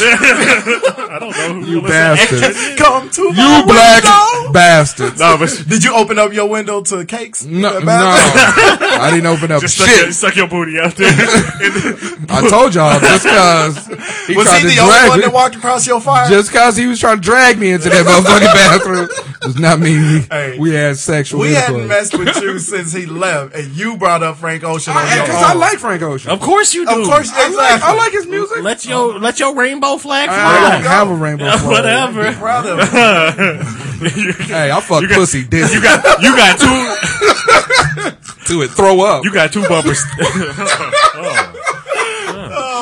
Speaker 7: You bastards.
Speaker 6: (laughs) Come to my
Speaker 7: You black
Speaker 6: window.
Speaker 7: bastards.
Speaker 8: No, but
Speaker 6: Did you open up your window to cakes?
Speaker 7: No,
Speaker 6: The
Speaker 7: no.
Speaker 6: bathroom?
Speaker 7: I didn't open up
Speaker 8: just suck your,
Speaker 7: shit.
Speaker 8: suck your booty out there.
Speaker 7: I told y'all just cause he
Speaker 6: Was
Speaker 7: tried
Speaker 6: he
Speaker 7: to
Speaker 6: the only one
Speaker 7: drag
Speaker 6: that
Speaker 7: me.
Speaker 6: walked across your fire?
Speaker 7: Just cause he was trying to drag me into
Speaker 6: (laughs)
Speaker 7: that motherfucking bathroom does not mean we,
Speaker 6: Hey.
Speaker 7: we had sexual
Speaker 6: we
Speaker 7: intercourse.
Speaker 6: hadn't messed with you since he left, and you brought up Frank Ocean on your
Speaker 7: Because
Speaker 6: own.
Speaker 7: I like Frank Ocean.
Speaker 8: of course you do.
Speaker 6: of course,
Speaker 7: I like, I
Speaker 6: exactly.
Speaker 7: like his music.
Speaker 8: Let your let your rainbow flag
Speaker 7: I
Speaker 8: fly.
Speaker 7: don't have a rainbow
Speaker 8: (laughs)
Speaker 7: flag.
Speaker 8: Whatever.
Speaker 6: Proud of (laughs) him.
Speaker 7: Hey, I fuck pussy dizzy
Speaker 8: You got you got two
Speaker 7: to it. Throw up.
Speaker 8: you got two bumpers.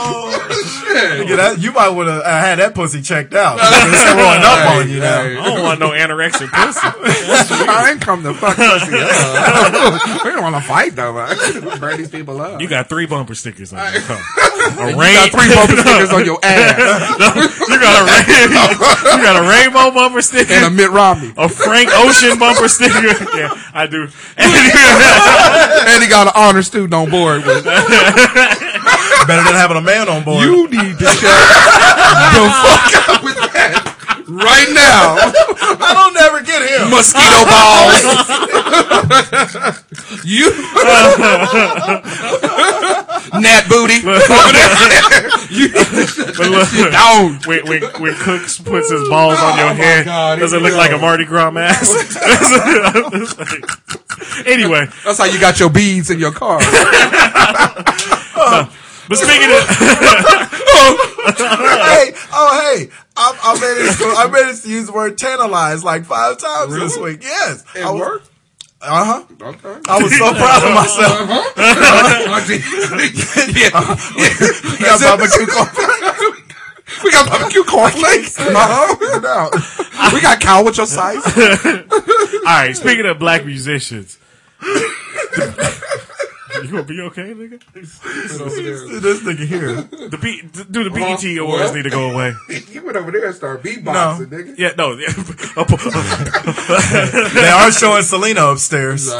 Speaker 6: Nigga, that- you might would have uh, had that pussy checked out. It's throwing up on you now.
Speaker 8: I don't want no anorexic pussy.
Speaker 7: I ain't come to fuck pussy up. (laughs) we don't want to fight though, man. Burn these people up.
Speaker 8: You
Speaker 7: You
Speaker 8: got three bumper stickers on your phone. A rain,
Speaker 7: got
Speaker 8: (laughs)
Speaker 7: three bumper stickers on your ass
Speaker 8: You got a rain, you got a rainbow bumper sticker.
Speaker 7: and a Mitt Romney,
Speaker 8: a Frank Ocean bumper sticker. (laughs) Yeah, I
Speaker 7: (laughs)
Speaker 8: do.
Speaker 7: and he got an honor student on board with. it.
Speaker 6: Better than having a man on board.
Speaker 7: You need to shut (laughs) the fuck up with that right now.
Speaker 6: I don't never get
Speaker 7: (laughs)
Speaker 6: him.
Speaker 7: Mosquito balls. you. Nat booty. Over there. you need to shut
Speaker 8: but
Speaker 6: (laughs)
Speaker 8: look,
Speaker 7: down.
Speaker 8: when, when, when Cooks puts his balls on
Speaker 6: Oh
Speaker 8: your head,
Speaker 7: God,
Speaker 8: does it
Speaker 7: here
Speaker 8: look
Speaker 7: we
Speaker 8: like a
Speaker 7: go.
Speaker 8: Mardi Gras mask? (laughs) anyway,
Speaker 7: That's how you got your beads in your car.
Speaker 8: but speaking of, (laughs)
Speaker 6: hey, oh hey, I'm, I managed to I managed to use the word tantalize like five times this week. Yes, I was,
Speaker 7: worked.
Speaker 6: Uh
Speaker 7: Uh-huh.
Speaker 6: huh.
Speaker 7: Okay. Uh-huh.
Speaker 6: I was so proud of
Speaker 7: (laughs)
Speaker 6: myself.
Speaker 7: we
Speaker 6: got barbecue
Speaker 7: cornflakes. We got barbecue (laughs) cornflakes. Uh-huh. We got cow with your size.
Speaker 8: all right, speaking of black musicians, (laughs) you gonna be okay, nigga?
Speaker 6: this nigga here.
Speaker 8: The B, do the BET
Speaker 7: Huh?
Speaker 8: awards
Speaker 7: What?
Speaker 8: need to go away.
Speaker 7: You went over there and started beatboxing, nigga.
Speaker 8: Yeah, no, (laughs)
Speaker 6: They are showing Selena upstairs.
Speaker 7: (laughs)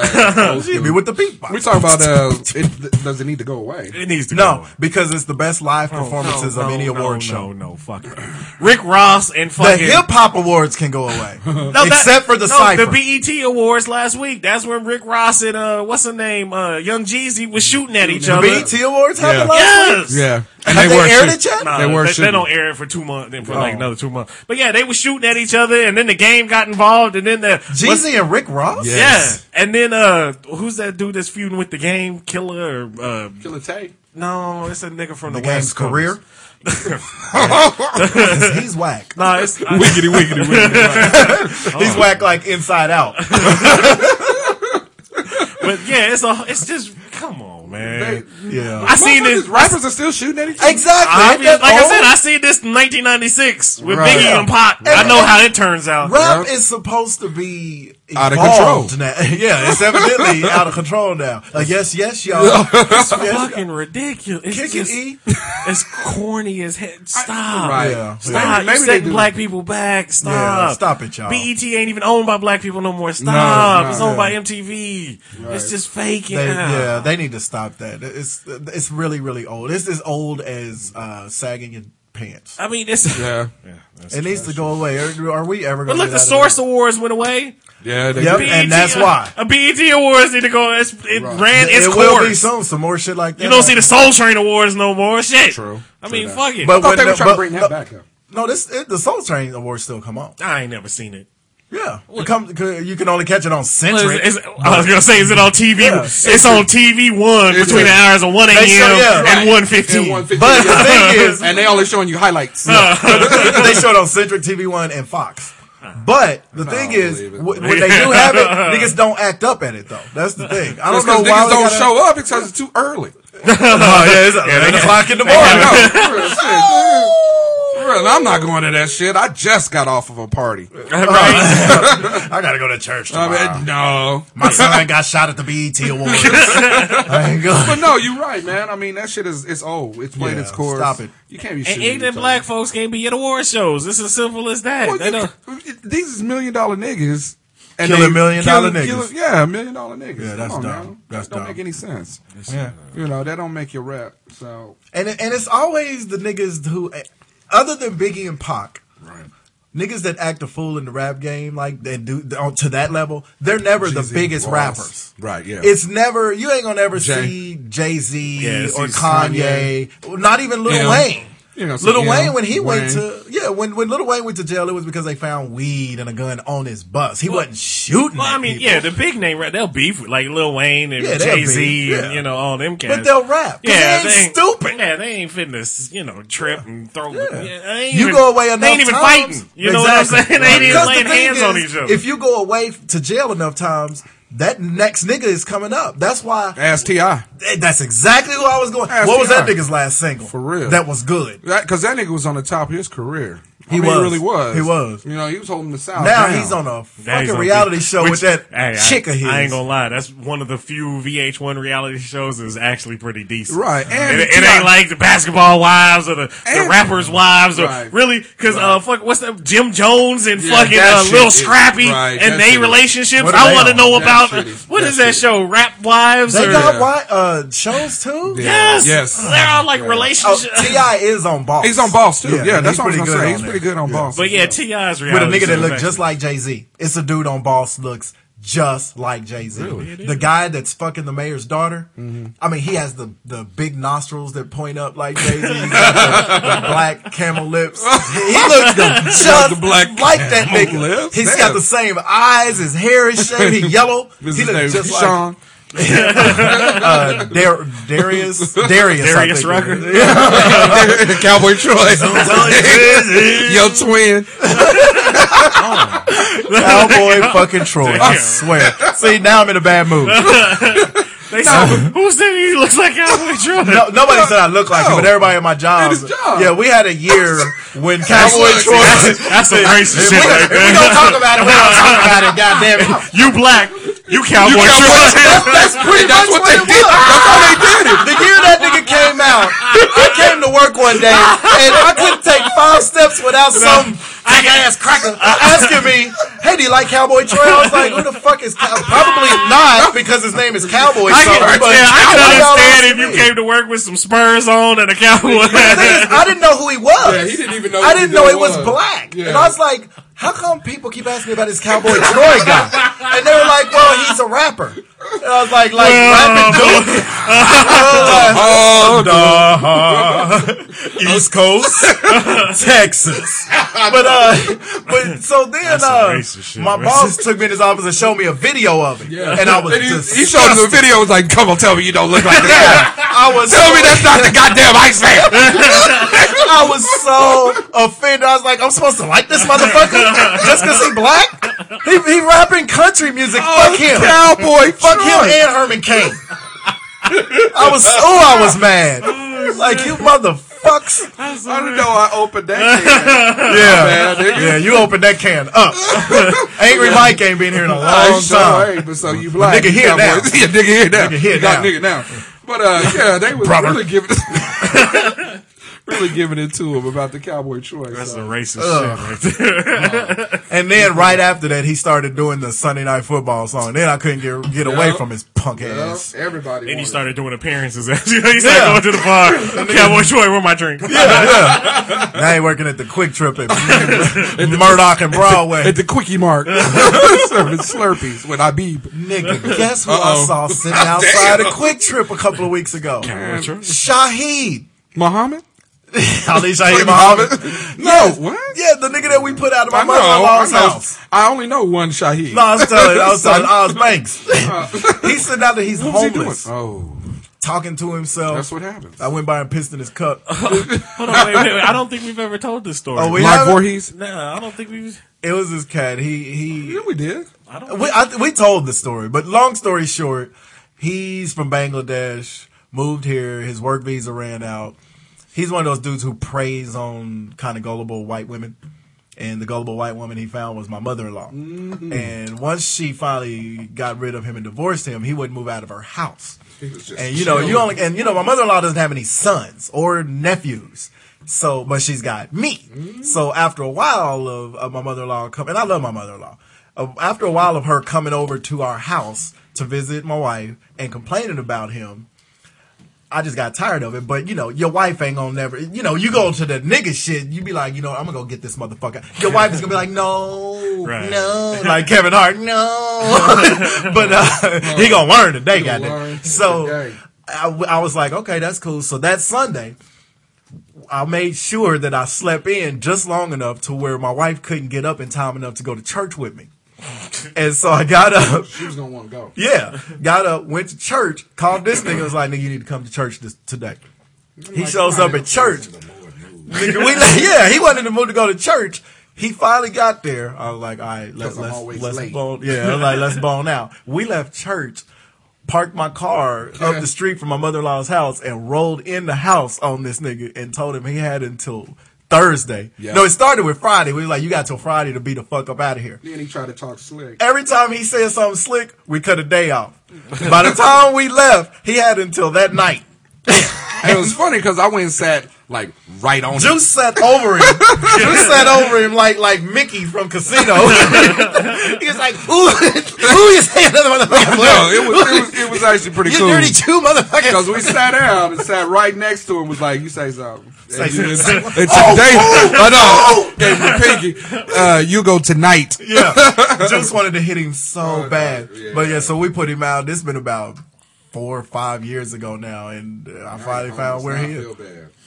Speaker 6: She be
Speaker 7: Like,
Speaker 6: with the beatbox.
Speaker 7: we talk about uh, it, does it need to go away?
Speaker 8: it needs to go
Speaker 6: no,
Speaker 8: away.
Speaker 6: because it's the best live performances
Speaker 8: No,
Speaker 6: of any
Speaker 8: no,
Speaker 6: award
Speaker 8: no,
Speaker 6: show.
Speaker 8: No, no, fuck it. Rick Ross and
Speaker 6: The
Speaker 8: fucking
Speaker 6: hip hop awards can go (laughs) away,
Speaker 8: No, that-
Speaker 6: except for the
Speaker 8: no,
Speaker 6: cypher.
Speaker 8: The BET Awards last week. That's when Rick Ross and uh, what's her name, uh, Young Jeezy was shooting at each
Speaker 6: The
Speaker 8: other.
Speaker 6: BET awards happened last week.
Speaker 8: Yes.
Speaker 7: E Yeah. And
Speaker 6: Have they,
Speaker 7: weren't
Speaker 6: aired
Speaker 7: shooting-
Speaker 6: it yet?
Speaker 8: Nah,
Speaker 7: They
Speaker 8: they,
Speaker 7: were
Speaker 8: they,
Speaker 7: shooting.
Speaker 8: don't air it for two months, then for like another two months. But yeah, they were shooting at each other, and then the game got involved, and then the what's-
Speaker 6: Jeezy and Rick Ross.
Speaker 8: yeah, and then uh, who's that dude that's feuding with the game killer? Or, uh,
Speaker 7: Killer Tay.
Speaker 8: no, it's a nigga from the,
Speaker 6: the game's
Speaker 8: West Coast.
Speaker 6: (laughs) career. he's whack.
Speaker 8: Nah, it's
Speaker 7: Wiggity wiggity wiggity.
Speaker 8: (laughs)
Speaker 6: He's whack like inside out.
Speaker 8: but yeah, it's a, it's just come on, man.
Speaker 6: (laughs) Yeah.
Speaker 8: I seen this.
Speaker 7: Rappers are still shooting at each other.
Speaker 6: Exactly. Ain't
Speaker 8: Obvious,
Speaker 6: that
Speaker 8: like I
Speaker 6: old?
Speaker 8: said, I see this in 1996 with
Speaker 7: Right.
Speaker 8: Biggie and Pac. I know how it turns out.
Speaker 6: Rap is supposed to be
Speaker 7: Out of
Speaker 6: evolved Now. (laughs) yeah, it's evidently out of control now. Like yes, yes, y'all. (laughs) Yes, yes.
Speaker 8: Fucking ridiculous. It's,
Speaker 6: Kick it,
Speaker 8: just-
Speaker 6: E.
Speaker 8: it's corny as heck. Stop.
Speaker 7: Right.
Speaker 6: Yeah.
Speaker 8: Stop.
Speaker 7: Maybe
Speaker 8: You're
Speaker 7: they
Speaker 8: setting
Speaker 7: do.
Speaker 8: black people back. Stop.
Speaker 6: Yeah, stop it, y'all.
Speaker 8: BET ain't even owned by black people no more. Stop.
Speaker 7: No, no,
Speaker 8: it's owned
Speaker 7: yeah.
Speaker 8: by MTV. It's just fake.
Speaker 6: They,
Speaker 8: yeah.
Speaker 6: yeah, they need to stop that. It's it's really really old. It's as old as uh, sagging in pants.
Speaker 8: I mean, it's.
Speaker 7: Yeah.
Speaker 6: It needs to go away. Are, are we
Speaker 8: (laughs)
Speaker 6: ever
Speaker 8: But
Speaker 6: going?
Speaker 8: look, the Source Awards went away.
Speaker 7: Yeah. They
Speaker 6: Yep.
Speaker 7: do.
Speaker 6: And that's
Speaker 8: uh,
Speaker 6: why.
Speaker 8: A BET Awards need to go. It's, it ran its
Speaker 6: It
Speaker 8: course.
Speaker 6: will be soon. Some more shit like that.
Speaker 8: You don't see the Soul Train Awards no more. Shit.
Speaker 7: True.
Speaker 8: I mean, fuck it.
Speaker 7: I thought they
Speaker 6: when
Speaker 7: were
Speaker 6: the-
Speaker 7: trying
Speaker 6: but-
Speaker 7: to bring that
Speaker 6: but-
Speaker 7: back up.
Speaker 6: No, this it, the Soul Train Awards still come on.
Speaker 8: I ain't never seen it.
Speaker 6: Yeah, it come, you can only catch it on
Speaker 8: Well,
Speaker 6: Centric.
Speaker 8: is- is- I was gonna say, is it on TV?
Speaker 6: Yeah.
Speaker 8: it's on TV one
Speaker 7: It's
Speaker 8: between
Speaker 7: a-
Speaker 8: the hours of one a.m.
Speaker 6: They show- yeah,
Speaker 8: and
Speaker 7: right.
Speaker 8: one fifteen.
Speaker 7: And
Speaker 8: (laughs)
Speaker 7: 150.
Speaker 6: but the thing
Speaker 7: (laughs)
Speaker 6: is,
Speaker 7: and they only showing you highlights.
Speaker 6: (laughs) they showed on Centric TV One and Fox.
Speaker 8: Ah.
Speaker 6: But the thing is,
Speaker 7: believe it.
Speaker 6: wh- when they do have it, niggas don't act up at it though. That's the thing. I don't know
Speaker 7: because
Speaker 6: why
Speaker 7: niggas
Speaker 6: they
Speaker 7: don't
Speaker 6: gotta-
Speaker 7: show up because it's too early.
Speaker 8: Oh,
Speaker 6: (laughs) Oh, yeah, it's eleven o'clock in the morning.
Speaker 7: No, for real, shit. real, and I'm not going to that shit. I just got off of a party.
Speaker 6: I gotta go to church.
Speaker 7: I
Speaker 6: Tomorrow.
Speaker 7: mean, no.
Speaker 6: My son got shot at the BET Awards. I ain't
Speaker 7: But
Speaker 6: going.
Speaker 7: no, you're right, man. I mean, that shit is it's old. It's played
Speaker 6: Yeah,
Speaker 7: its course.
Speaker 6: stop it.
Speaker 7: You can't
Speaker 8: (laughs)
Speaker 7: be
Speaker 8: And
Speaker 7: shooting.
Speaker 8: even
Speaker 7: each
Speaker 8: black
Speaker 7: other.
Speaker 8: folks can't be at award shows. It's as simple as that.
Speaker 7: Well,
Speaker 8: they
Speaker 7: you
Speaker 6: (laughs)
Speaker 8: don't.
Speaker 7: can- these is million dollar niggas. And
Speaker 6: Killing million dollar
Speaker 7: killing-
Speaker 6: niggas.
Speaker 7: killing- yeah, million dollar niggas.
Speaker 6: Yeah, that's
Speaker 7: Come on,
Speaker 6: dumb.
Speaker 7: man.
Speaker 6: That's
Speaker 7: that don't
Speaker 6: dumb.
Speaker 7: make any sense.
Speaker 6: Yeah.
Speaker 7: You know, that don't make your rap. So
Speaker 6: And and it's always the niggas who, other than Biggie and Pac,
Speaker 7: right.
Speaker 6: niggas that act a fool in the rap game, like they do on- to that level, they're never the biggest rappers.
Speaker 7: Right, yeah.
Speaker 6: It's never you ain't gonna ever
Speaker 7: Jay.
Speaker 6: see Jay Z
Speaker 8: Yeah,
Speaker 6: or
Speaker 8: see
Speaker 6: Kanye, or not even Lil
Speaker 7: Yeah.
Speaker 6: Wayne.
Speaker 7: You know, so,
Speaker 6: Little
Speaker 7: yeah,
Speaker 6: Wayne, when he went
Speaker 7: Wayne.
Speaker 6: to yeah, when when Little Wayne went to jail, it was because they found weed and a gun on his bus. He wasn't shooting.
Speaker 8: Well,
Speaker 6: at
Speaker 8: I mean,
Speaker 6: people,
Speaker 8: yeah, the big name, right? They'll beef with like Lil Wayne and
Speaker 6: Yeah, they'll
Speaker 8: Jay Z
Speaker 6: beef,
Speaker 8: and
Speaker 6: yeah.
Speaker 8: you know all them cats.
Speaker 6: but they'll rap. Yeah, they ain't stupid.
Speaker 8: Yeah, they ain't fitness. You know, trip and throw. Yeah. they ain't
Speaker 6: You
Speaker 8: even-
Speaker 6: go away
Speaker 8: They
Speaker 6: enough
Speaker 8: ain't even
Speaker 6: times-
Speaker 8: fighting. You know what I'm
Speaker 6: Exactly.
Speaker 8: saying? (laughs) They ain't even
Speaker 6: Because the
Speaker 8: laying
Speaker 6: thing
Speaker 8: hands
Speaker 6: is,
Speaker 8: on each other.
Speaker 6: If you go away to jail enough times, that next nigga is coming up. That's why
Speaker 7: Ask T.I.
Speaker 6: Hey, That's exactly who I was going.
Speaker 7: Ask
Speaker 6: what was that
Speaker 7: T.I.
Speaker 6: nigga's last single?
Speaker 7: For real.
Speaker 6: That was good.
Speaker 7: Because that, nigga was on the top of his career. I
Speaker 6: He
Speaker 7: mean,
Speaker 6: was.
Speaker 7: really was.
Speaker 6: He was.
Speaker 7: You know, he was holding the South.
Speaker 6: now
Speaker 7: down.
Speaker 6: he's on a
Speaker 8: Now he's
Speaker 6: fucking
Speaker 8: on
Speaker 6: reality
Speaker 8: T-
Speaker 6: show
Speaker 8: which-
Speaker 6: with that
Speaker 8: hey,
Speaker 6: chick
Speaker 8: I,
Speaker 6: of his.
Speaker 8: I ain't gonna lie, that's one of the few VH1 reality shows is actually pretty decent.
Speaker 7: Right, and
Speaker 8: it, it
Speaker 7: T.I.
Speaker 8: ain't like the basketball wives or the, the
Speaker 7: And-
Speaker 8: rappers' wives or
Speaker 7: Right.
Speaker 8: really because uh fuck what's that Jim Jones and
Speaker 7: Yeah,
Speaker 8: fucking
Speaker 7: that
Speaker 8: uh,
Speaker 7: shit
Speaker 8: Little
Speaker 7: is-
Speaker 8: Scrappy
Speaker 7: right,
Speaker 8: and
Speaker 7: that
Speaker 8: they
Speaker 7: shit is-
Speaker 8: relationships.
Speaker 6: What are
Speaker 8: I
Speaker 6: they
Speaker 8: want to
Speaker 6: on?
Speaker 8: know
Speaker 7: That
Speaker 8: about
Speaker 7: shit is-
Speaker 8: what
Speaker 7: that
Speaker 8: is that
Speaker 7: shit.
Speaker 8: show? Rap wives
Speaker 6: They
Speaker 8: or
Speaker 6: got why, uh, shows too.
Speaker 7: Yeah.
Speaker 8: yes,
Speaker 7: Yes.
Speaker 8: they're all like
Speaker 6: Oh,
Speaker 8: relationships.
Speaker 6: Ti is on Boss.
Speaker 7: He's on Boss, too. Yeah, that's
Speaker 6: he's
Speaker 7: what
Speaker 6: pretty
Speaker 7: I was going to
Speaker 6: good
Speaker 7: say.
Speaker 6: on
Speaker 7: He's
Speaker 6: there.
Speaker 7: pretty good on Boss.
Speaker 8: but yeah, Ti's
Speaker 6: With a
Speaker 8: reality
Speaker 6: nigga that
Speaker 8: show
Speaker 6: looked
Speaker 8: is
Speaker 6: just like Jay Z. It's a dude on Boss looks just like Jay Z. The guy that's fucking the mayor's daughter.
Speaker 7: Mm-hmm.
Speaker 6: I mean, he has the the big nostrils that point up like Jay Z. the, the
Speaker 7: (laughs)
Speaker 6: black camel lips. He looks the, just
Speaker 7: the black
Speaker 6: like that
Speaker 7: camel
Speaker 6: nigga.
Speaker 7: lips?
Speaker 6: He's
Speaker 7: Damn.
Speaker 6: got the same eyes. His hair is shaved.
Speaker 7: (laughs)
Speaker 6: He yellow. he
Speaker 7: This is
Speaker 6: looks
Speaker 7: David
Speaker 6: just like
Speaker 7: Sean.
Speaker 6: uh, Dar- Darius.
Speaker 7: (laughs)
Speaker 6: Darius. I
Speaker 8: Darius
Speaker 6: think it
Speaker 8: Rucker. (laughs)
Speaker 6: is.
Speaker 7: (laughs) Cowboy Troy. (laughs) Yo,
Speaker 6: (laughs)
Speaker 7: twin.
Speaker 6: Cowboy fucking Troy. I
Speaker 8: Damn.
Speaker 6: swear. See, now I'm in a bad
Speaker 7: (laughs)
Speaker 6: mood.
Speaker 8: They said, who said he looks like
Speaker 6: (laughs)
Speaker 8: Cowboy Troy? (laughs)
Speaker 6: No, nobody said I look like him, but everybody at my job.
Speaker 7: At his job.
Speaker 6: Yeah, we had a year when Cowboy Troy.
Speaker 8: That's, that's some racist shit right
Speaker 6: We
Speaker 8: there.
Speaker 6: don't talk about it. We don't talk about it. Goddamn it!
Speaker 8: (laughs) You black, you cowboy.
Speaker 7: Cowboy
Speaker 8: Troy.
Speaker 7: Troy. That's, that's pretty. That's what they did. That's how they did it.
Speaker 6: The year that nigga came out, I came to work one day and I couldn't take five steps without some big ass cracker asking me, "Hey, do you like Cowboy Troy?" I was like, "Who the fuck is Cow-" probably not because his name is
Speaker 8: (laughs)
Speaker 6: Cowboy."
Speaker 8: I can,
Speaker 6: something, but
Speaker 8: yeah, I can
Speaker 6: y'all know what
Speaker 8: understand
Speaker 6: I'm
Speaker 8: if you
Speaker 6: saying.
Speaker 8: came to work with some Spurs on and a cowboy.
Speaker 6: The thing (laughs) is, I didn't know who he was.
Speaker 7: Yeah, he didn't even know
Speaker 6: I
Speaker 7: who
Speaker 6: didn't
Speaker 7: he
Speaker 6: know it was,
Speaker 7: was.
Speaker 6: black.
Speaker 7: Yeah.
Speaker 6: And I was like, how come people keep asking me about this Cowboy
Speaker 7: (laughs)
Speaker 6: Troy guy? And they were like, well, he's a rapper. And I was like, like,
Speaker 7: (laughs)
Speaker 6: rapping dude?
Speaker 7: Oh,
Speaker 6: East
Speaker 8: (laughs)
Speaker 6: Coast, Texas. But uh,
Speaker 7: (laughs)
Speaker 6: but so then
Speaker 8: some
Speaker 6: uh,
Speaker 8: racist shit,
Speaker 6: my
Speaker 8: man.
Speaker 6: boss took me in his office and showed me a video of it,
Speaker 7: Yeah.
Speaker 6: and I was
Speaker 7: And he,
Speaker 6: just
Speaker 7: he showed us the video. Was like, come on, tell me you don't look like that.
Speaker 6: I was
Speaker 7: tell me
Speaker 6: so-
Speaker 7: that's not the goddamn Ice (laughs) Man.
Speaker 6: (laughs) I was so offended. I was like, I'm supposed to like this motherfucker just because he black? He, he rapping country music.
Speaker 7: Oh,
Speaker 6: Fuck him.
Speaker 7: Cowboy.
Speaker 6: Fuck
Speaker 7: Troy.
Speaker 6: him and Herman Cain. I was oh, I was mad. Like you motherfucks.
Speaker 7: I don't know. I opened that.
Speaker 6: (laughs) Yeah,
Speaker 7: Bad nigga.
Speaker 6: yeah. You opened that can
Speaker 7: (laughs)
Speaker 6: up. Angry Mike ain't been here in a long
Speaker 7: I sure
Speaker 6: time.
Speaker 7: ain't, but so you black.
Speaker 6: nigga here now.
Speaker 7: Cowboy. (laughs) yeah, nigga here now.
Speaker 6: Nigga here
Speaker 7: You got
Speaker 6: now.
Speaker 7: Nigga now.
Speaker 6: (laughs)
Speaker 7: But uh, yeah, they was
Speaker 6: Brother.
Speaker 7: really giving
Speaker 6: (laughs)
Speaker 7: really giving it to him about the Cowboy Troy.
Speaker 8: That's
Speaker 7: so.
Speaker 8: some racist shit (laughs) right there.
Speaker 6: And then right after that, he started doing the Sunday Night Football song. Then I couldn't get get away from his punk
Speaker 7: Yeah,
Speaker 6: ass.
Speaker 7: everybody.
Speaker 8: Then
Speaker 7: wanted
Speaker 8: he
Speaker 7: it.
Speaker 8: started doing appearances. (laughs) he started going to the bar.
Speaker 6: (laughs)
Speaker 8: Cowboy Troy, where my drink? (laughs)
Speaker 6: Now he working at the Quick Trip
Speaker 7: (laughs)
Speaker 6: at, (laughs) Murdoch and Broadway.
Speaker 7: at the
Speaker 6: (laughs)
Speaker 7: quickie mart (laughs) serving Slurpees with Habib.
Speaker 6: Nigga, guess who I
Speaker 7: Uh-oh.
Speaker 6: saw
Speaker 7: (laughs)
Speaker 6: sitting outside a quick trip a couple of weeks ago? Shaheed.
Speaker 7: Muhammad?
Speaker 6: Ali Shaheed
Speaker 7: Muhammad?
Speaker 6: Muhammad.
Speaker 7: No, what?
Speaker 6: Yeah, the nigga that we put out of my
Speaker 7: I know. I,
Speaker 6: mother-in-law's
Speaker 7: know.
Speaker 6: house.
Speaker 7: I only know one Shaheed.
Speaker 6: No, I was telling you, I was telling oh, Oz
Speaker 7: (laughs)
Speaker 6: Banks. he's sitting out there, he's
Speaker 7: Uh. What was he
Speaker 6: homeless,
Speaker 7: doing? Oh,
Speaker 6: talking to himself.
Speaker 7: that's what happens.
Speaker 6: I went by and pissed in his cup.
Speaker 8: Hold on, wait, wait, wait. I don't think we've ever told this story.
Speaker 6: Oh, we
Speaker 7: Like
Speaker 6: haven't?
Speaker 7: Voorhees?
Speaker 8: Nah, I don't think we've.
Speaker 6: It was this cat. He he
Speaker 7: Yeah, we did.
Speaker 6: we, I, th- we told the story, but long story short, he's from Bangladesh, moved here, his work visa ran out. he's one of those dudes who preys on kind of gullible white women. And the gullible white woman he found was my mother in law.
Speaker 7: Mm-hmm.
Speaker 6: And once she finally got rid of him and divorced him, he wouldn't move out of her house. And you know, you only and you know, my mother in law doesn't have any sons or nephews. So, but she's got me. So after a while of, of my mother in law coming, and I love my mother in law. Uh, after a while of her coming over to our house to visit my wife and complaining about him, I just got tired of it. But you know, your wife ain't gonna never. You know, you go to the nigga shit. You be like, you know, I'm gonna go get this motherfucker. Your wife is gonna be like, no,
Speaker 8: Right.
Speaker 6: no, like Kevin Hart, no. (laughs) but uh, he gonna learn today, (laughs) goddamn.
Speaker 7: learn
Speaker 6: So
Speaker 7: today.
Speaker 6: I, w- I was like, okay, that's cool. So that Sunday. I made sure that I slept in just long enough to where my wife couldn't get up in time enough to go to church with me. And so I got up,
Speaker 7: She was gonna want to go.
Speaker 6: yeah, got up, went to church, called this nigga, and was like, nigga, you need to come to church this, today. He shows up at church. (laughs) Nigga, we like, yeah, he wasn't in the mood to go to church. He finally got there. I was like, all right, let,
Speaker 7: 'Cause I'm always
Speaker 6: let's, let's
Speaker 7: late.
Speaker 6: bone. Yeah, I was like, let's bone out. We left church, parked my car up the street from my mother-in-law's house and rolled in the house on this nigga and told him he had until Thursday.
Speaker 7: Yeah.
Speaker 6: No, it started with Friday. We was like, you got till Friday to be the fuck up out of here
Speaker 7: Then he tried to talk slick.
Speaker 6: every time he said something slick, we cut a day off. By the time we left, he had until that night.
Speaker 7: And it was funny because I went and sat like right on. him.
Speaker 6: Juice sat over him. Juice sat over him like like Mickey from Casino. (laughs) he was like, "Who, who you say another motherfucker?
Speaker 7: (laughs) No, it was, it was it was actually pretty
Speaker 6: you
Speaker 7: cool.
Speaker 6: dirty Jew, motherfucker!"
Speaker 7: Because we sat down and sat right next to him. Was like, you say something. And you- (laughs) and today, (laughs) oh, no, gave me pinky. Uh, you go tonight.
Speaker 6: yeah, Juice wanted to hit him so bad,
Speaker 7: yeah.
Speaker 6: but Oh, yeah, so we put him out. This been about four or five years ago now, and uh, I finally found where he is.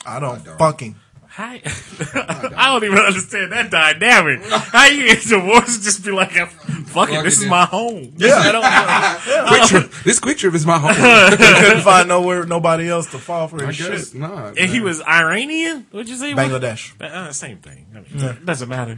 Speaker 6: I don't, fucking. (laughs)
Speaker 8: (laughs) Hi. I don't even understand that dynamic. How you get divorced just be like, fuck it, this is my home. Yeah. I don't know.
Speaker 7: Quick trip. This quick trip is my home.
Speaker 6: (laughs) couldn't find nowhere, nobody else to fall for his shit.
Speaker 7: It's not.
Speaker 8: And he was Iranian? What'd you say? he was?
Speaker 6: Bangladesh.
Speaker 8: Uh, same thing. I mean, Doesn't matter.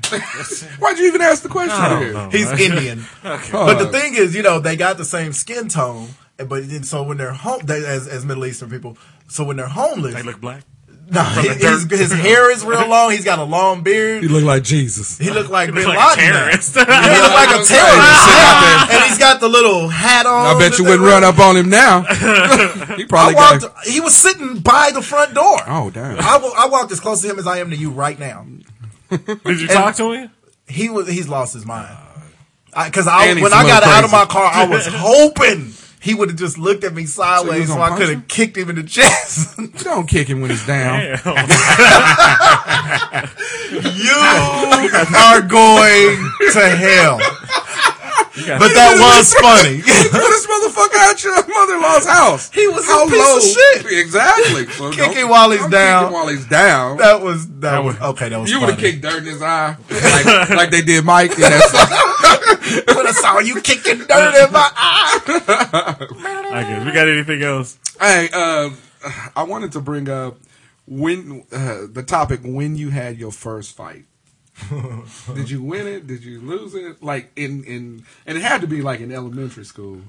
Speaker 7: Why'd you even ask the question? here?
Speaker 6: He's
Speaker 8: (laughs)
Speaker 6: Indian.
Speaker 7: Oh,
Speaker 6: Oh, But the thing is, you know, they got the same skin tone, but then- so when they're home, they, as, as Middle Eastern people, so when they're homeless,
Speaker 8: They look black.
Speaker 6: nah, (laughs) his, his hair is
Speaker 8: (laughs)
Speaker 6: real long. He's got a long beard.
Speaker 5: You look like Jesus.
Speaker 6: He looked like
Speaker 8: They
Speaker 6: Bin
Speaker 8: look like a
Speaker 6: Laden. now.
Speaker 8: terrorist. (laughs)
Speaker 6: He looked like a
Speaker 7: That's right.
Speaker 6: terrorist.
Speaker 7: Sit out
Speaker 6: (laughs) and he's got the little hat on.
Speaker 7: I bet you
Speaker 6: that
Speaker 7: wouldn't
Speaker 6: they
Speaker 7: run up on him
Speaker 6: (laughs)
Speaker 7: now. he
Speaker 6: I
Speaker 7: probably
Speaker 6: walked.
Speaker 7: got.
Speaker 6: He was sitting by the front door.
Speaker 7: Oh damn!
Speaker 6: I, wa- I walked as close to him as I am to you right now.
Speaker 8: Did you talk to him?
Speaker 6: He was he's lost his mind. Because I,
Speaker 7: And he's
Speaker 6: when
Speaker 7: a
Speaker 6: I got
Speaker 7: little
Speaker 6: out of my
Speaker 7: crazy.
Speaker 6: car, I
Speaker 7: (laughs)
Speaker 6: was hoping he would have just looked at me sideways, so,
Speaker 7: gonna
Speaker 6: I
Speaker 7: punch
Speaker 6: could
Speaker 7: him?
Speaker 6: have kicked him in the chest.
Speaker 7: (laughs) You don't kick him when he's (laughs) down.
Speaker 8: (laughs)
Speaker 6: you are going to hell. But that was funny.
Speaker 7: (laughs) Put this motherfucker at your mother-in-law's house.
Speaker 6: He was a
Speaker 7: How
Speaker 6: piece of
Speaker 7: low?
Speaker 6: shit. (laughs)
Speaker 7: Exactly. Well,
Speaker 6: Kick
Speaker 7: don't-
Speaker 6: him while he's
Speaker 7: I'm
Speaker 6: down.
Speaker 7: Kicking while he's down.
Speaker 6: That was that, was okay. That was
Speaker 7: you would
Speaker 6: funny.
Speaker 7: have kicked dirt in
Speaker 6: (laughs)
Speaker 7: his eye, like, like they did Mike. In that song.
Speaker 6: When I saw you kicking dirt in my eye.
Speaker 8: Okay, we got anything else?
Speaker 7: hey, uh, I wanted to bring up when uh, the topic when you had your first (laughs) fight. Did you win it? Did you lose it? Like in in and it had to be like in elementary school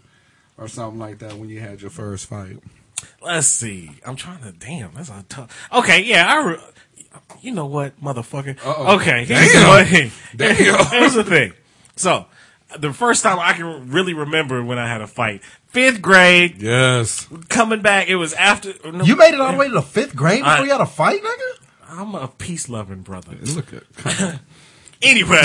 Speaker 7: or something like that when you had your first fight.
Speaker 8: Let's see. I'm trying to. Damn, that's a tough. Okay, yeah. I. Re- you know what, motherfucker?
Speaker 7: Uh-oh.
Speaker 8: Okay, here's
Speaker 7: Damn.
Speaker 8: the thing.
Speaker 7: (laughs)
Speaker 8: (laughs)
Speaker 7: Damn.
Speaker 8: here's the thing. So, the first time I can really remember when I had a fight, fifth grade,
Speaker 5: Yes.
Speaker 8: coming back. It was after. No,
Speaker 6: You made it all the way to the fifth grade before
Speaker 8: I-
Speaker 6: you had a fight, nigga.
Speaker 8: I'm a peace loving brother.
Speaker 7: Look (laughs) at
Speaker 8: Anyway,
Speaker 7: (laughs)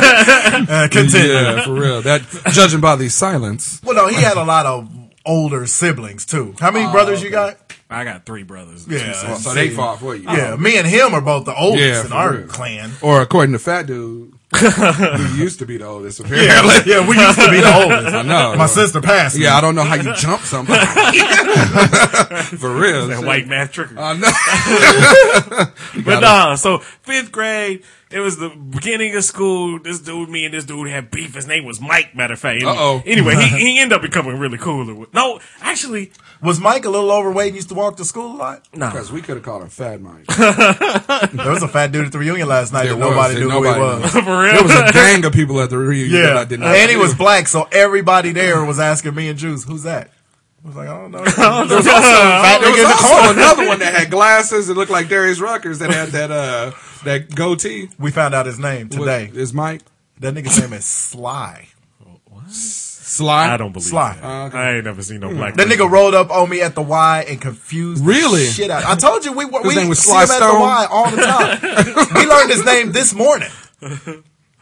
Speaker 6: Uh,
Speaker 7: yeah, for real. That judging by the silence,
Speaker 6: Well, no, he had a lot of older siblings too. How
Speaker 7: Oh,
Speaker 6: many brothers you got?
Speaker 8: I got three brothers. and two
Speaker 6: Yeah,
Speaker 8: sisters.
Speaker 7: well, Oh, so they fought for you.
Speaker 6: Yeah, me and him are both the oldest
Speaker 7: Yeah,
Speaker 6: in
Speaker 7: for
Speaker 6: our
Speaker 7: real.
Speaker 6: clan.
Speaker 7: Or according to Fat Dude, who used to be the (laughs) oldest. Apparently.
Speaker 6: Yeah, like- yeah, we used to (laughs) be the
Speaker 7: I
Speaker 6: oldest.
Speaker 7: know.
Speaker 6: My sister passed. me.
Speaker 7: Yeah, I don't know how you jump somebody. (laughs) For real.
Speaker 8: That
Speaker 7: shit.
Speaker 8: white man trickery.
Speaker 7: I
Speaker 8: (laughs)
Speaker 7: know.
Speaker 8: But nah, so fifth grade, it was the beginning of school. This dude, me and this dude had beef. His name was Mike, matter of fact.
Speaker 7: Uh-oh.
Speaker 8: Anyway,
Speaker 7: (laughs)
Speaker 8: he, he ended up becoming really cool. No, actually, (laughs)
Speaker 6: Was Mike a little overweight and used to walk to school a lot?
Speaker 8: no.
Speaker 7: Because we could have called him Fat Mike.
Speaker 6: There was a fat dude at the reunion last night
Speaker 7: There
Speaker 6: that
Speaker 7: was,
Speaker 6: nobody
Speaker 7: and
Speaker 6: knew
Speaker 7: nobody
Speaker 6: who he was.
Speaker 7: knew.
Speaker 8: For
Speaker 7: There
Speaker 8: (laughs)
Speaker 7: was
Speaker 8: real?
Speaker 7: a gang of people at the reunion that
Speaker 6: Yeah,
Speaker 7: I did not
Speaker 6: and he was black, so everybody there was asking me and Juice, "Who's that?" I was like, (laughs) I don't know.
Speaker 11: There was also, a fat nigga
Speaker 7: There was
Speaker 11: in the corner.
Speaker 7: also another one that had glasses. It looked like Darius Ruckers that had that uh that goatee.
Speaker 6: we found out his name
Speaker 7: What-
Speaker 6: today.
Speaker 7: is Mike
Speaker 6: That nigga's name is Sly.
Speaker 7: Sly? Uh, Hmm.
Speaker 8: I don't believe
Speaker 6: Sly.
Speaker 8: that. I ain't never seen no black.
Speaker 6: That
Speaker 8: dude.
Speaker 6: nigga rolled up on me at the Y and confused the
Speaker 7: Really?
Speaker 6: shit out. I told you we we
Speaker 7: name was
Speaker 6: see
Speaker 7: Sly
Speaker 6: him at the
Speaker 7: Stone?
Speaker 6: Y all the time.
Speaker 7: (laughs)
Speaker 6: we learned his name this morning.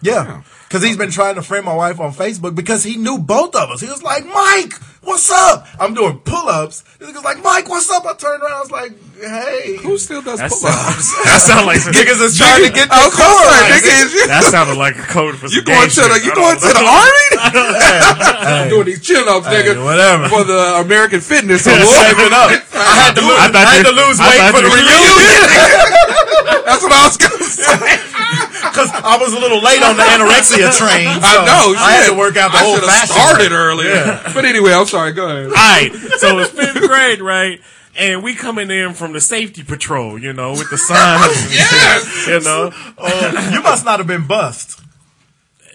Speaker 6: Yeah, because he's been trying to friend my wife on Facebook because he knew both of us. He was like, "Mike, what's up?" I'm doing pull ups. This nigga's like, "Mike, what's up?" I turned around. I was like, "Hey,
Speaker 7: Who still does
Speaker 8: That
Speaker 7: pull
Speaker 8: sounds,
Speaker 7: ups? (laughs)
Speaker 8: that sound like
Speaker 7: Niggas is (laughs) trying to get their car. Nigga, is
Speaker 8: (laughs)
Speaker 7: you,
Speaker 8: That sounded like a code for some
Speaker 7: you
Speaker 8: gang
Speaker 7: going to the
Speaker 8: shit.
Speaker 7: you
Speaker 8: I
Speaker 7: going
Speaker 8: don't
Speaker 7: to the
Speaker 8: know. (laughs)
Speaker 7: army? (laughs)
Speaker 6: Hey,
Speaker 7: Doing these chin ups, nigga,
Speaker 6: whatever."
Speaker 7: for the American Fitness Award.
Speaker 6: up.
Speaker 7: I had to lose.
Speaker 8: I, thought
Speaker 6: I had
Speaker 8: you-
Speaker 6: to lose
Speaker 8: I
Speaker 6: weight
Speaker 8: thought
Speaker 6: for the
Speaker 8: you-
Speaker 7: (laughs) That's what I was gonna say.
Speaker 6: because I was a little late on the anorexia train.
Speaker 7: I
Speaker 6: so
Speaker 7: know.
Speaker 6: I had
Speaker 7: shit.
Speaker 6: to work out the
Speaker 7: I
Speaker 6: whole
Speaker 7: should've
Speaker 6: fashion.
Speaker 7: started earlier. But anyway, I'm sorry. Go ahead.
Speaker 8: All right,
Speaker 6: (laughs)
Speaker 8: so it's fifth grade, right? And we coming in from the safety patrol, you know,
Speaker 6: (laughs)
Speaker 8: with the signs. and shit, you know,
Speaker 6: Oh,
Speaker 8: (laughs)
Speaker 6: you must not have been bussed.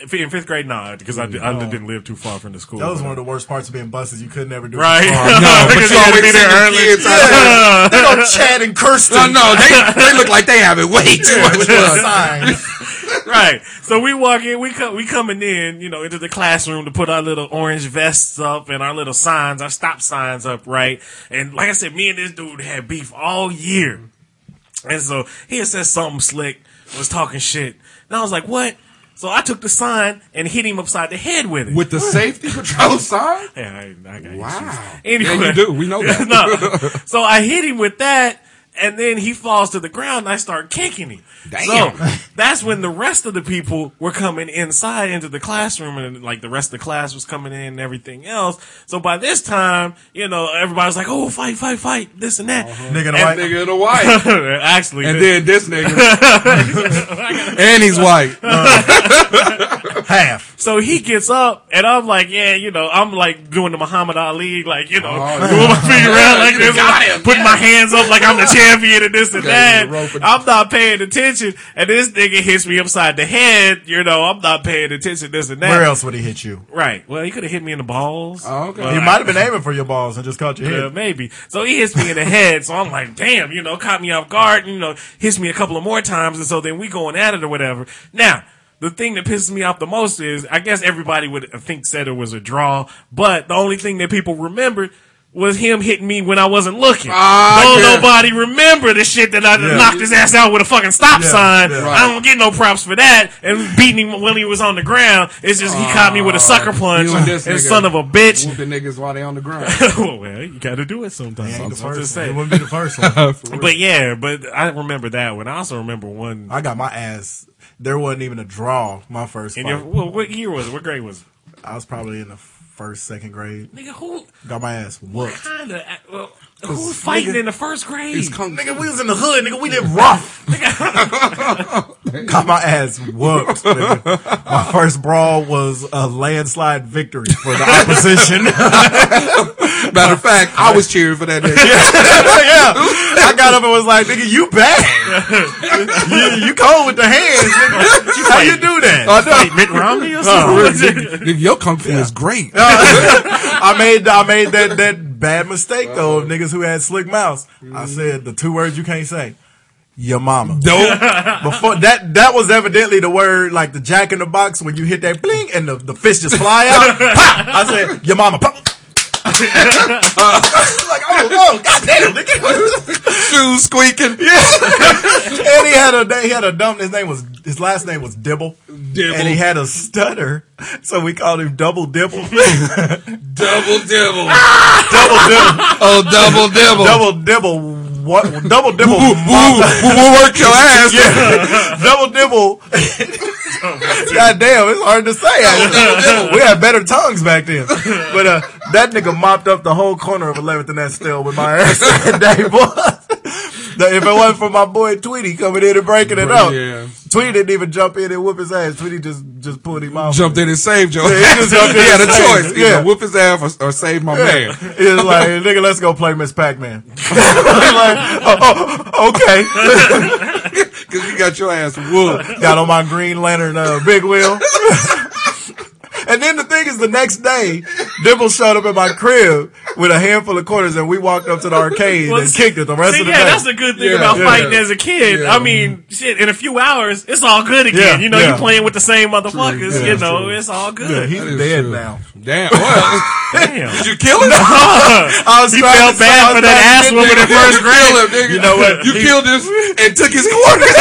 Speaker 8: If- in fifth grade, nah, because I, did, I didn't live too far from the school.
Speaker 6: That was one of the worst parts of being bussed is you could never do it. Oh,
Speaker 8: right.
Speaker 7: No,
Speaker 8: (laughs)
Speaker 7: but
Speaker 8: Because
Speaker 7: you
Speaker 8: you had to be
Speaker 7: always see
Speaker 8: there
Speaker 7: the
Speaker 8: early.
Speaker 7: kids out there.
Speaker 6: they go Chad and Kirsten.
Speaker 7: No, no, they they look like they have it way too much
Speaker 8: (laughs)
Speaker 7: fun.
Speaker 6: Signs.
Speaker 8: Right. So we walk in, we come, we coming in, you know, into the classroom to put our little orange vests up and our little signs, our stop signs up, right? And like I said, me and this dude had beef all year. And so he had said something slick, was talking shit. And I was like, what? So I took the sign and hit him upside the head with it.
Speaker 7: With the safety patrol sign?
Speaker 8: yeah, I, I got issues.
Speaker 7: Wow.
Speaker 8: Anyway.
Speaker 7: Yeah, you do. We know that.
Speaker 8: (laughs)
Speaker 7: (laughs)
Speaker 8: no. So I hit him with that, and then he falls to the ground, and I start kicking him.
Speaker 7: Damn.
Speaker 8: So that's when the rest of the people were coming inside into the classroom, and like the rest of the class was coming in and everything else. So by this time, you know, everybody's like, oh, fight, fight, fight, this and that.
Speaker 6: Nigga, the
Speaker 7: That
Speaker 6: white.
Speaker 7: Uh-huh. nigga in a
Speaker 8: (laughs)
Speaker 7: white.
Speaker 8: Actually,
Speaker 7: And then
Speaker 6: (laughs)
Speaker 7: this nigga. and he's white.
Speaker 6: half.
Speaker 8: So he gets up, and I'm like, yeah, you know, I'm like doing the Muhammad Ali, like, you know,
Speaker 7: Oh,
Speaker 8: doing my finger out like this,
Speaker 7: got him,
Speaker 8: putting my hands up like I'm the champion and this and
Speaker 7: Got
Speaker 8: that.
Speaker 7: him with the rope and-
Speaker 8: I'm not paying attention, and this nigga hits me upside the head, you know, I'm not paying attention, this and that.
Speaker 6: Where else would he hit you?
Speaker 8: Right. Well, he could have hit me in the balls.
Speaker 7: Oh, okay.
Speaker 8: Well,
Speaker 6: He
Speaker 8: I-
Speaker 6: might have been aiming for your balls and just caught your
Speaker 8: yeah,
Speaker 6: head.
Speaker 8: maybe. So he hits me in the head. So I'm like, damn, you know, caught me off guard. You know, hits me a couple of more times, and so then we going at it or whatever. Now, the thing that pisses me off the most is, I guess everybody would think said it was a draw, but the only thing that people remembered. Was him hitting me when I wasn't looking?
Speaker 7: Ah,
Speaker 8: Don't
Speaker 7: yeah.
Speaker 8: nobody remember the shit that I
Speaker 6: Yeah.
Speaker 8: knocked his ass out with a fucking stop
Speaker 6: Yeah,
Speaker 8: sign.
Speaker 6: yeah.
Speaker 8: I don't get no props for that. And beating him when he was on the ground, it's just he caught me with a sucker punch.
Speaker 7: Ah. you and this
Speaker 8: and
Speaker 7: nigga.
Speaker 8: son of a bitch,
Speaker 7: Whooping niggas while they on the ground.
Speaker 12: (laughs)
Speaker 8: well, well, you got to do it sometimes.
Speaker 6: He ain't the
Speaker 8: That's what I'm
Speaker 6: first one. It
Speaker 8: saying.
Speaker 6: wouldn't be the first one.
Speaker 8: But (laughs) yeah, but I remember that one. I also remember one.
Speaker 6: I got my ass. There wasn't even a draw. My first
Speaker 8: In
Speaker 6: fight.
Speaker 8: your, well, what year was it? What grade was it?
Speaker 6: I was probably in the first, second grade.
Speaker 8: Nigga, who
Speaker 6: Got my ass whooped.
Speaker 8: kind of well, who's fighting in the first grade?
Speaker 6: Nigga, we was in the hood. Nigga, we did (laughs) rough. (laughs) Got my ass whooped. nigga. My first brawl was a landslide victory for the opposition. (laughs)
Speaker 7: Matter of fact, I was cheering for
Speaker 6: (laughs)
Speaker 7: that nigga.
Speaker 6: yeah, I got up and was like, "Nigga, you (laughs) bad. you, you cold with the hands. Nigga. How you Oh, do that?"
Speaker 7: I
Speaker 8: Mitt Romney or something?
Speaker 7: know. Nigga, your kung fu is great.
Speaker 6: (laughs) I made I made that that bad mistake though of niggas who had slick mouths. I said the two words you can't say. Your mama.
Speaker 7: Dope.
Speaker 6: (laughs) Before that, that was evidently the word like the jack in the box when you hit that bling and the, the fish just fly
Speaker 7: (laughs)
Speaker 6: out. Pop! I said, your mama. Pop. like, oh, oh, goddamn, nigga.
Speaker 7: Shoes squeaking.
Speaker 6: and he had a he had a dumb. His name was his last name was Dibble,
Speaker 7: Dibble.
Speaker 6: and he had a stutter, so we called him Double
Speaker 7: (laughs)
Speaker 6: Dibble.
Speaker 7: Double
Speaker 6: double
Speaker 7: dibble.
Speaker 6: Dibble,
Speaker 7: (laughs) Oh, double dibble.
Speaker 6: Double Dibble, what? Double Dibble,
Speaker 7: Woo, woo, woo, woo,
Speaker 6: (laughs)
Speaker 7: work your ass.
Speaker 6: yeah, Double Dibble. God damn, it's hard to say. we had better tongues back then. But uh, that nigga mopped up the whole corner of 11th and that still with my ass (laughs) that day, boy. The- if it wasn't for my boy Tweety coming in and breaking it up,
Speaker 7: Yeah.
Speaker 6: Tweety didn't even jump in and whoop his ass. Tweety just just pulled him off.
Speaker 7: Jumped in and saved your
Speaker 6: Yeah, he
Speaker 7: ass.
Speaker 6: just
Speaker 7: He
Speaker 6: jumped in
Speaker 7: had a
Speaker 6: and saved
Speaker 7: choice.
Speaker 6: it. Yeah.
Speaker 7: Either whoop his ass or, or save my man.
Speaker 6: (laughs) He was like, nigga, let's go play Miss Pac-Man. (laughs) like, oh, oh, okay. (laughs)
Speaker 7: Cause you got your ass whooped.
Speaker 6: got on my Green Lantern uh, big wheel. (laughs) and then the thing is, the next day, Dibble showed up at my crib with a handful of quarters, and we walked up to the arcade
Speaker 12: Well,
Speaker 6: and
Speaker 12: see-
Speaker 6: kicked it the rest
Speaker 12: see,
Speaker 6: of the
Speaker 12: yeah,
Speaker 6: day.
Speaker 12: that's the good thing
Speaker 6: Yeah,
Speaker 12: about
Speaker 6: yeah.
Speaker 12: fighting as a kid.
Speaker 6: Yeah.
Speaker 12: I mean, shit, in a few hours, it's all good again.
Speaker 6: Yeah,
Speaker 12: you know,
Speaker 6: yeah.
Speaker 12: you playing with the same motherfuckers.
Speaker 6: yeah,
Speaker 12: you know, it's all
Speaker 6: Yeah,
Speaker 12: good.
Speaker 6: he's dead now.
Speaker 11: Damn.
Speaker 6: (laughs)
Speaker 11: What?
Speaker 12: Damn. (laughs)
Speaker 11: Did you kill him?
Speaker 6: I was
Speaker 12: He
Speaker 6: trying
Speaker 12: felt
Speaker 6: to-
Speaker 12: bad
Speaker 6: I was
Speaker 12: for that
Speaker 6: trying to
Speaker 12: ass
Speaker 6: get
Speaker 12: whooping
Speaker 6: there.
Speaker 12: in first grade.
Speaker 6: (laughs)
Speaker 11: Kill him, nigga.
Speaker 6: You know what?
Speaker 11: You
Speaker 6: He-
Speaker 11: killed this and took
Speaker 7: (laughs)
Speaker 11: his
Speaker 6: (laughs)
Speaker 11: quarters.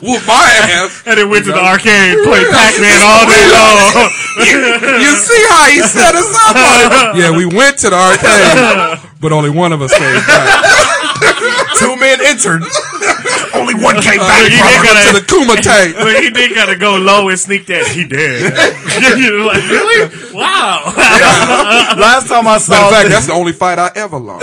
Speaker 11: Whoop my ass.
Speaker 12: And then went to the arcade, played Pac Man all day
Speaker 6: (laughs)
Speaker 12: long. (laughs)
Speaker 11: You see how he set us up? on it? Yeah, we went to the arcade, but only one of us came back.
Speaker 6: Two men entered.
Speaker 3: Only one came
Speaker 11: Uh,
Speaker 3: back.
Speaker 12: Look, he did
Speaker 11: Went to
Speaker 12: gotta,
Speaker 11: the (laughs) Kumite.
Speaker 12: look, he did gotta go low and sneak that. He (laughs) did. You're like, really? Wow.
Speaker 6: Last time I
Speaker 11: Matter
Speaker 6: saw,
Speaker 11: of fact, that's the only fight I ever lost.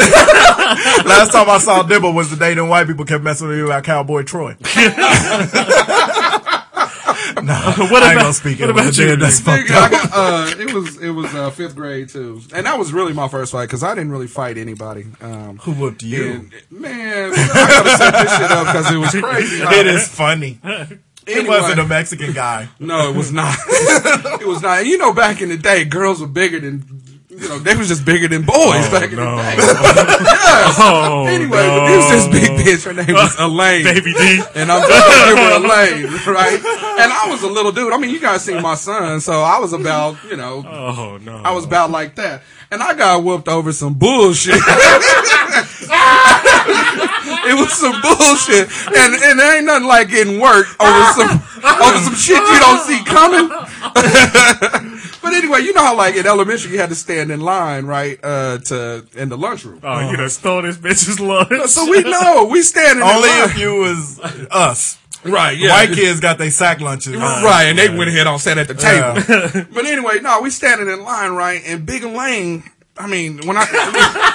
Speaker 6: last time I saw Dibble was the day them white people kept messing with me about Cowboy
Speaker 12: (laughs)
Speaker 6: Troy.
Speaker 12: (laughs) what
Speaker 6: I ain't
Speaker 12: about,
Speaker 6: gonna speak
Speaker 12: what
Speaker 6: it. It was
Speaker 12: about
Speaker 6: a
Speaker 12: you?
Speaker 6: dead- That's fucked
Speaker 7: Nigga,
Speaker 6: up.
Speaker 7: I got, uh, it was it was uh, fifth grade too, and that was really my first fight because I didn't really fight anybody. Um,
Speaker 6: Who whooped you?
Speaker 7: and, man, I gotta set this shit up because it was crazy.
Speaker 6: It is funny. It
Speaker 7: Anyway.
Speaker 6: wasn't a Mexican guy.
Speaker 7: No, it was not. (laughs) it was not. You know, back in the day, girls were bigger than you know they was just bigger than boys back in the day. (laughs) yes.
Speaker 12: Oh,
Speaker 7: anyway, it was this big bitch. Her
Speaker 12: (laughs)
Speaker 7: name was Elaine.
Speaker 12: Baby D.
Speaker 7: And I'm just here with Elaine, (laughs) right? And I was a little dude. I mean, you guys seen my son, so I was about, you know,
Speaker 12: Oh, no.
Speaker 7: I was about like that. And I got whooped over some bullshit. (laughs) it was some bullshit. And and there ain't nothing like getting work over some over some shit you don't see coming. (laughs) but anyway, you know how like in elementary you had to stand in line, right? Uh to in the lunchroom.
Speaker 12: Oh, you done stole this bitch's lunch.
Speaker 7: So we know we standing in
Speaker 6: Only
Speaker 7: line.
Speaker 6: if you was us.
Speaker 7: Right,
Speaker 6: White kids got their sack lunches.
Speaker 7: right, and they went ahead on sat at the
Speaker 6: Yeah.
Speaker 7: table. But anyway, no, we standing in line, right? And Big Lane, I mean, when I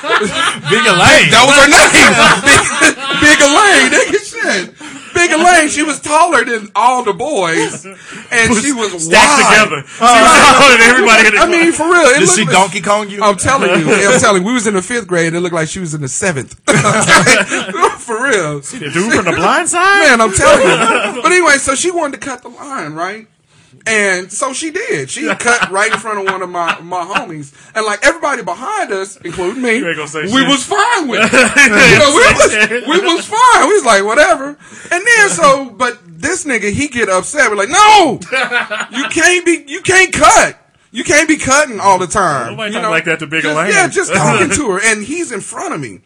Speaker 6: Big Elaine.
Speaker 11: That was her name.
Speaker 12: (laughs)
Speaker 7: Big, Big Elaine, nigga, shit. Big Elaine, she was taller than all the boys, and she was
Speaker 12: Stacked
Speaker 7: wide.
Speaker 12: together. She was taller than (laughs) everybody in the
Speaker 7: Uh, I mean, for real, it
Speaker 6: Did
Speaker 7: looked
Speaker 6: she
Speaker 7: like-
Speaker 6: Donkey Kong you?
Speaker 7: I'm telling you,
Speaker 12: (laughs)
Speaker 7: I'm telling you, we was in the fifth grade. and It looked like she was in the seventh. (laughs) Okay? for real,
Speaker 12: The dude
Speaker 7: (laughs)
Speaker 12: from the blind side? (laughs)
Speaker 7: man, I'm telling you. But anyway, so she wanted to cut the line, right? And so she did. She cut right in front of one of my, my homies, and like everybody behind us, including me,
Speaker 12: ain't gonna say
Speaker 7: we
Speaker 12: shit.
Speaker 7: was fine
Speaker 12: (laughs)
Speaker 7: with. It. You know, we was we was fine. We was like whatever. And then so, but this nigga he get upset. We're like, no, you can't be, you can't cut. You can't be cutting all the time.
Speaker 12: Nobody
Speaker 7: you
Speaker 12: talk like that to Big
Speaker 7: just-
Speaker 12: Elaine.
Speaker 7: Yeah,
Speaker 12: (laughs)
Speaker 7: just talking to her, and he's in front of me.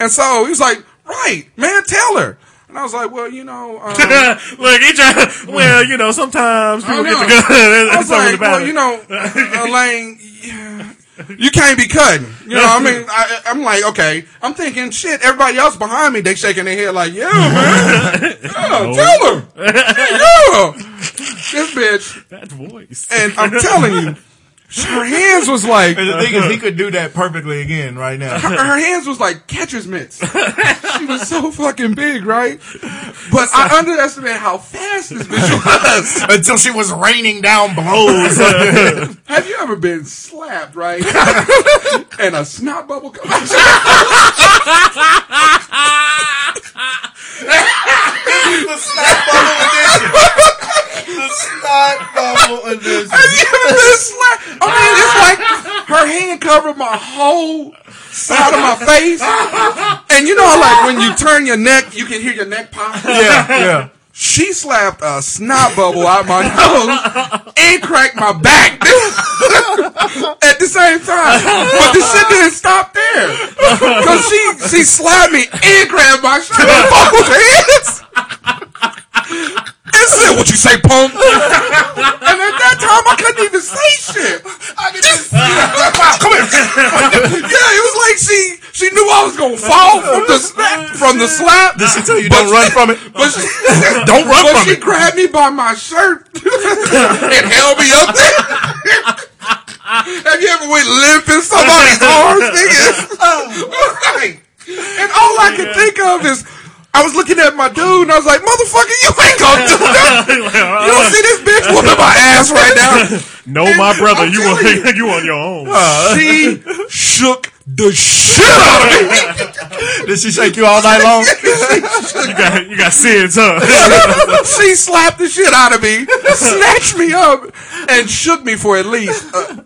Speaker 7: And so he was like, right, man, tell her. And I was like, well,
Speaker 12: (laughs)
Speaker 7: you know, um, I
Speaker 12: Look, he tried, well, you know, sometimes people
Speaker 7: know.
Speaker 12: get the gun. (laughs) There's
Speaker 7: Oh, was
Speaker 12: something
Speaker 7: like,
Speaker 12: about
Speaker 7: well, you
Speaker 12: it.
Speaker 7: know,
Speaker 12: (laughs)
Speaker 7: Elaine, yeah, you can't be cutting. You know, what I mean, I, I'm like, okay, I'm thinking, shit, everybody else behind me, they shaking their head like, yeah, man,
Speaker 12: (laughs)
Speaker 7: yeah, tell her, yeah, yeah. this bitch.
Speaker 12: That voice.
Speaker 7: And I'm telling you, her hands was like,
Speaker 6: And the thing is, he could do that perfectly again right now. (laughs)
Speaker 7: her, her hands was like catcher's mitts. she was so fucking big, right? But I underestimated how fast this bitch was.
Speaker 6: (laughs) Until she was raining down blows.
Speaker 7: Have you ever been slapped, right? and a snot bubble comes
Speaker 6: the snot bubble edition. The snot bubble edition.
Speaker 7: (laughs) Have you ever been slapped? I mean, it's like her hand covered my whole side of my face. And you know how like when you turn your neck, you can hear your neck
Speaker 6: (laughs)
Speaker 7: pop?
Speaker 6: Yeah, yeah.
Speaker 7: She slapped a snot bubble out my nose and cracked my back (laughs) at the same time. But the shit didn't stop there. Cause she she slapped me and grabbed my shirt with both hands.
Speaker 11: That's it. What you say, punk?
Speaker 7: And at that time I couldn't even say shit. I just come here. (laughs) Yeah, it was like she she knew I was gonna fall from the snap from the slap.
Speaker 6: Did she tell you don't run from it?
Speaker 7: But she,
Speaker 6: Don't run
Speaker 7: but
Speaker 6: from
Speaker 7: she
Speaker 6: it.
Speaker 7: grabbed me by my shirt (laughs) and held me up there. (laughs) Have you ever went limp in somebody's arms, nigga? (laughs) right. And all I could think of is I was looking at my dude and I was like, motherfucker, you ain't gonna (laughs) do that. You don't see this bitch whooping my ass (laughs) right now.
Speaker 12: No, my brother, (laughs)
Speaker 7: I'm
Speaker 12: you
Speaker 7: telling Uh,
Speaker 12: on, you. on your own.
Speaker 7: She shook
Speaker 1: the shit out of
Speaker 7: (laughs)
Speaker 1: me.
Speaker 12: Did she shake you all night long? you got you got sins, huh?
Speaker 7: (laughs) she slapped the shit out of me, snatched me up, and shook me for at least uh,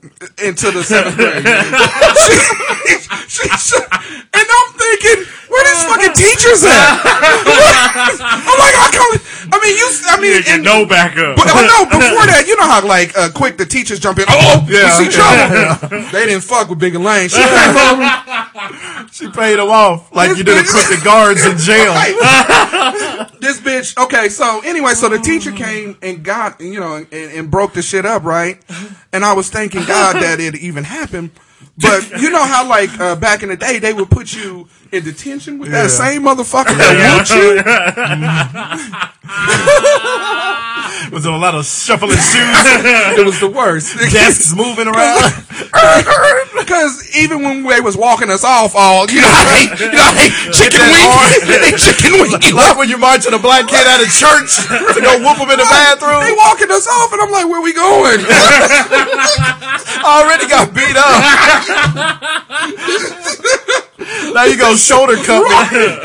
Speaker 7: into the seventh grade. (laughs) she, she shook, and I'm thinking, where these fucking teachers at? (laughs) I'm like, I come. I mean, you. I
Speaker 12: (laughs)
Speaker 7: mean,
Speaker 12: Get your
Speaker 7: and-
Speaker 12: no back up.
Speaker 7: but I know before that, you know how like uh, quick the teachers jump in. Oh, yeah, see trouble. They didn't fuck with Big and Lane. She came over.
Speaker 6: She paid him off like you did it put the guards in jail.
Speaker 7: (laughs) this bitch. Okay, so anyway, so the teacher came and got you know and, and broke the shit up, right? And I was thanking God that it even happened. But you know how like uh, back in the day they would put you in detention with that same motherfucker that
Speaker 6: (laughs)
Speaker 7: whooped you.
Speaker 6: Mm-hmm. Was in a lot of shuffling shoes,
Speaker 7: (laughs) It was the worst.
Speaker 6: desks moving around.
Speaker 7: Because even when they was walking us off, all you know, I hate, you know, I hate chicken wing, (laughs) they chicken wing you
Speaker 6: Like
Speaker 7: up.
Speaker 6: when you marching a black kid out of church to go whoop him in the
Speaker 7: They
Speaker 6: bathroom.
Speaker 7: walking us off, and I'm like, where we going?
Speaker 6: Already got beat (laughs) up. now you go shoulder cupping.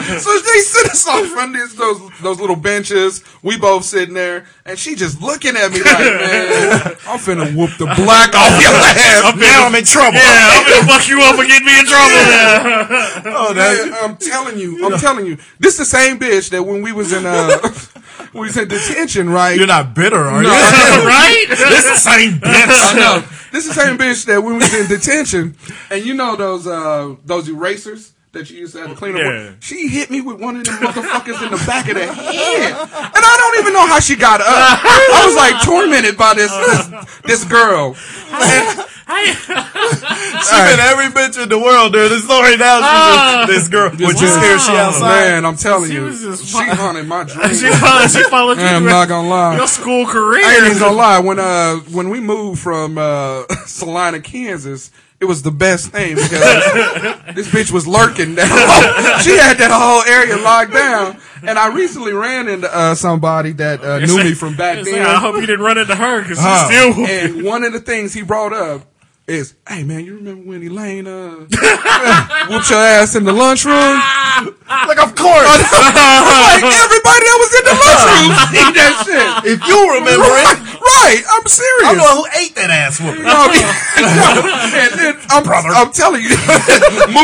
Speaker 6: (laughs)
Speaker 7: So they sit us off on this, those those little benches. We both sitting there, and she just looking at me like, man, I'm finna whoop the black off your ass.
Speaker 6: Now I'm in trouble.
Speaker 12: Yeah, I'm (laughs) gonna fuck you up and get me in trouble. Yeah.
Speaker 6: Oh, that-
Speaker 7: Man, I'm telling you, I'm telling you, this the same bitch that when we was in uh, (laughs) we was in detention, right?
Speaker 6: You're not bitter, are you?
Speaker 7: No, I know.
Speaker 12: (laughs) (laughs) right?
Speaker 6: (laughs) This is the (laughs) same bitch.
Speaker 7: I know. This is the same bitch that when we was in detention, and you know those uh those erasers that you used to have to clean up. with?
Speaker 12: Yeah.
Speaker 7: She hit me with one of them motherfuckers in the back of the head, and I don't even know how she got up. I was like tormented by this this, this girl.
Speaker 6: She been every bitch in the world during this story. Now she's just, this girl. Would you scared she outside?
Speaker 7: Man, I'm telling
Speaker 12: She
Speaker 7: you,
Speaker 12: was just
Speaker 7: she haunted
Speaker 12: (laughs)
Speaker 7: my
Speaker 12: she
Speaker 7: dreams.
Speaker 12: followed, she followed you
Speaker 7: I'm
Speaker 12: through
Speaker 7: not gonna lie.
Speaker 12: your school career.
Speaker 7: I ain't even gonna lie. When uh when we moved from uh (laughs) Salina, Kansas, it was the best thing because (laughs) this bitch was lurking down. (laughs) she had that whole area locked down. And I recently ran into uh somebody that uh, knew me from back
Speaker 12: It's like, I
Speaker 7: then.
Speaker 12: hope you didn't run into her because she's still. (laughs)
Speaker 7: And one of the things he brought up is, "Hey man, you remember when Elaine uh (laughs) whooped your ass in the lunchroom?"
Speaker 6: Like, of course.
Speaker 7: I'm like everybody that was in the
Speaker 12: (laughs)
Speaker 7: lunchroom seen that shit.
Speaker 6: If you remember
Speaker 7: Right,
Speaker 6: it,
Speaker 7: right, I'm serious.
Speaker 6: I'm the one who ate that ass whooping.
Speaker 7: No, and then (laughs) I'm, I'm telling you,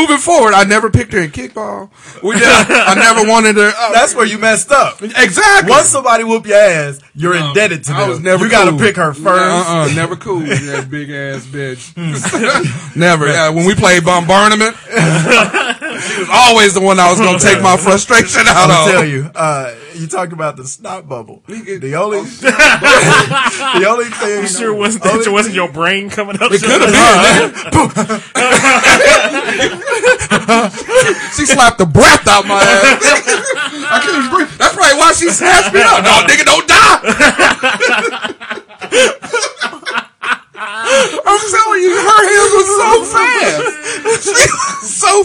Speaker 7: (laughs) moving forward, I never picked her in kickball. We did, I never wanted her. Up.
Speaker 6: That's where you messed (laughs) up.
Speaker 7: exactly.
Speaker 6: Once somebody whoop your ass, you're indebted to them.
Speaker 7: I was never.
Speaker 6: you gotta
Speaker 7: cool.
Speaker 6: pick her first.
Speaker 7: Uh, uh never cool. with That big ass bitch. (laughs) never. Uh, when we played bombardment, (laughs) she was always the one I was gonna take my frustration out
Speaker 6: I'll
Speaker 7: on.
Speaker 6: tell you. Uh, you talked about the snot bubble. The
Speaker 7: Oh,
Speaker 6: (laughs) only, the only thing.
Speaker 12: Sure wasn't
Speaker 6: Oh,
Speaker 12: that it wasn't your brain coming up?
Speaker 7: It could have been. man. (laughs) she slapped the breath out my ass. I couldn't breathe. That's probably why she snatched me up. No, nigga, don't die. (laughs) I'm telling you, her hands was so fast. She was so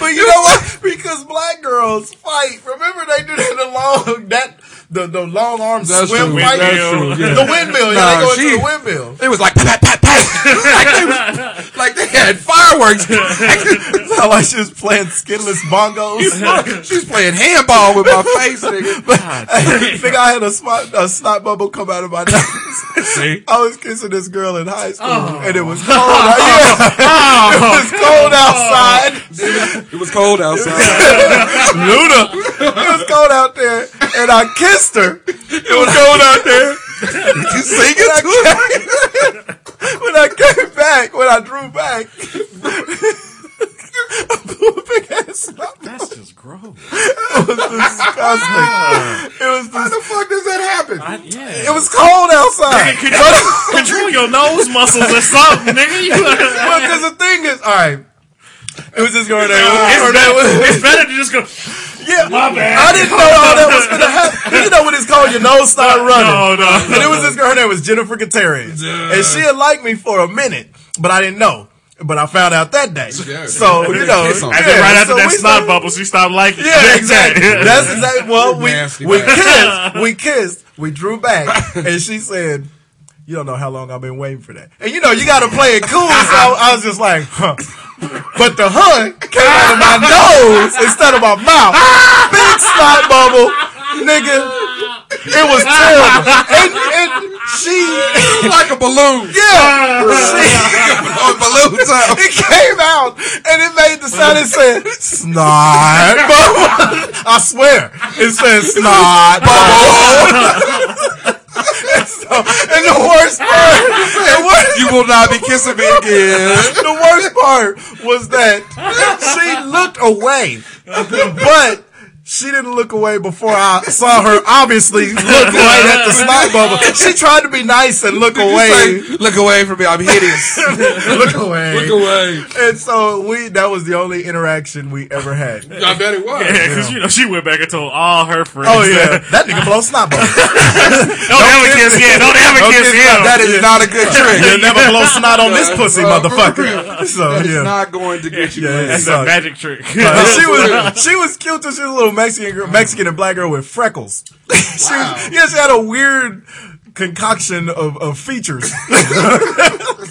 Speaker 6: (laughs) But you know what? Because black girls fight. Remember they do that the long that the, the long arm
Speaker 7: That's
Speaker 6: swim
Speaker 7: true.
Speaker 6: fight.
Speaker 12: That's true, yeah.
Speaker 6: The windmill. yeah,
Speaker 7: Nah,
Speaker 6: they go
Speaker 7: she-
Speaker 6: into the windmill.
Speaker 7: It was like pat pat pat. Like they, was, like
Speaker 6: (laughs)
Speaker 7: they had fireworks.
Speaker 6: It's not like she was playing skinless bongos.
Speaker 7: She's playing handball with my face, nigga.
Speaker 6: I (laughs) think I had a snot, a snot bubble come out of my (laughs) nose. See? I was kissing this girl in high school,
Speaker 7: Oh.
Speaker 6: and it was cold. out-
Speaker 7: (laughs)
Speaker 6: yeah. It was cold outside.
Speaker 7: It was cold outside.
Speaker 6: It was cold out there, and I kissed her. It was cold out there.
Speaker 7: You sing
Speaker 6: When
Speaker 7: it too?
Speaker 6: I, came, (laughs) when I came back, when I drew back, I blew a big ass snot. That's just gross. It was disgusting. It was
Speaker 7: How the fuck does that happen?
Speaker 6: It was cold outside.
Speaker 12: control, control your nose muscles or something, nigga. You,
Speaker 6: well, because the thing is, all right. It was just going there.
Speaker 12: it's,
Speaker 6: Or that
Speaker 12: better,
Speaker 6: was-
Speaker 12: it's better to just go.
Speaker 6: yeah, I didn't know all that was gonna happen. You know when it's called your nose start running.
Speaker 12: No, no,
Speaker 6: (laughs) And it was this girl. Her name was Jennifer Gutierrez, and she had liked me for a minute, but I didn't know. But I found out that day. So you know,
Speaker 7: kiss on
Speaker 12: And then
Speaker 6: yeah,
Speaker 12: right after
Speaker 6: so
Speaker 12: that
Speaker 6: we
Speaker 12: snot
Speaker 6: started-
Speaker 12: bubble, she stopped liking. it.
Speaker 6: Yeah, exactly.
Speaker 12: (laughs)
Speaker 6: That's exactly. Well, we
Speaker 7: Nasty
Speaker 6: we
Speaker 7: bastard.
Speaker 6: kissed, we kissed, we drew back, and she said, "You don't know how long I've been waiting for that." And you know, you got to play it cool. So I was just like, huh. But the hun came out of my nose instead of my mouth. Big snot bubble, nigga. It was terrible. And, and she,
Speaker 7: (laughs) like a balloon.
Speaker 6: yeah,
Speaker 7: Oh, balloon time.
Speaker 6: (laughs)
Speaker 7: (laughs)
Speaker 6: it came out and it made the sound. It said
Speaker 7: (laughs)
Speaker 6: snot bubble. I swear, it said snot bubble. (laughs) and, so, and the worst part, the worst
Speaker 7: You will not be kissing me again.
Speaker 6: the worst part was that she looked away, but she didn't look away before I saw her. Obviously, look right at the snot bubble. She tried to be nice and look away.
Speaker 7: Say, (laughs) Look away from me. I'm (laughs) hideous.
Speaker 6: Look away.
Speaker 7: away.
Speaker 6: And so we. That was the only interaction we ever
Speaker 7: (laughs)
Speaker 6: had.
Speaker 7: I bet it was.
Speaker 8: because you know she went back and told all her friends.
Speaker 6: Oh yeah, that (laughs) nigga blow snot bubble.
Speaker 8: don't, ever kiss him. Don't ever
Speaker 7: Don't
Speaker 8: kiss
Speaker 7: kiss me.
Speaker 8: him.
Speaker 7: That is not a good trick.
Speaker 6: You'll never blow snot on
Speaker 7: (laughs)
Speaker 6: this pussy, motherfucker. (laughs) So
Speaker 7: It's
Speaker 6: yeah.
Speaker 7: not going to get you.
Speaker 6: Yeah,
Speaker 7: laid.
Speaker 8: That's
Speaker 6: so-
Speaker 8: a magic trick. (laughs)
Speaker 6: Uh, she was she was cute too. She was a little Mexican girl, Mexican and black girl with freckles. (laughs) she was, yeah, she had a weird concoction of, of
Speaker 7: (laughs)
Speaker 6: features.
Speaker 7: Is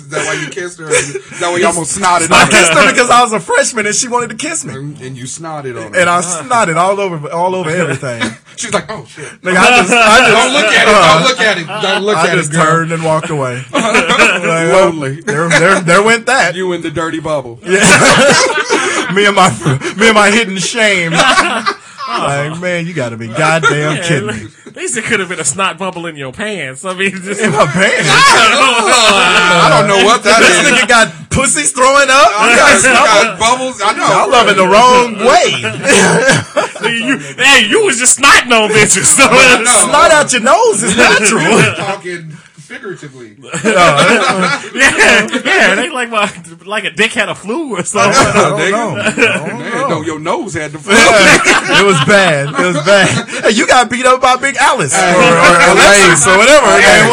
Speaker 7: that why you kissed her? Is that why you almost snotted
Speaker 6: I
Speaker 7: on
Speaker 6: kissed
Speaker 7: her?
Speaker 6: her because I was a freshman and she wanted to kiss me.
Speaker 7: And, and you snotted on her.
Speaker 6: And I snotted all over all over
Speaker 7: (laughs)
Speaker 6: everything.
Speaker 7: She's like, oh shit. Uh-huh.
Speaker 6: Nigga, I just, I just,
Speaker 7: Don't look at it. Don't look at it. Don't
Speaker 6: (laughs)
Speaker 7: look
Speaker 6: I
Speaker 7: at
Speaker 6: just
Speaker 7: it, girl. (laughs)
Speaker 6: turned and walked away. oh,
Speaker 7: Lonely.
Speaker 6: There, there, there went that.
Speaker 7: You in the dirty bubble.
Speaker 6: me and my me and my hidden shame. like man, you got to be goddamn kidding me.
Speaker 8: At least it could have been a snot bubble in your pants. I mean, just
Speaker 6: In my pants.
Speaker 7: (laughs) I don't know what
Speaker 6: (laughs)
Speaker 7: that
Speaker 6: this
Speaker 7: is.
Speaker 6: nigga got pussies throwing up.
Speaker 7: I (laughs) got, I got bubbles. I know.
Speaker 6: I love it the wrong way. (laughs)
Speaker 8: you, hey, you was just snotting on bitches. So
Speaker 7: (laughs) No.
Speaker 6: Snot out your nose is (laughs) natural.
Speaker 7: Talking figuratively.
Speaker 8: yeah, yeah, they like my like a dick had a flu or (laughs) something.
Speaker 7: nigga. (laughs) Man, no, your nose had the flu. Hey,
Speaker 6: it (laughs) was bad. It was bad. Hey, you got beat up by Big Alice or, (laughs) or
Speaker 7: Elaine.
Speaker 6: Lace or whatever. (laughs) Hey,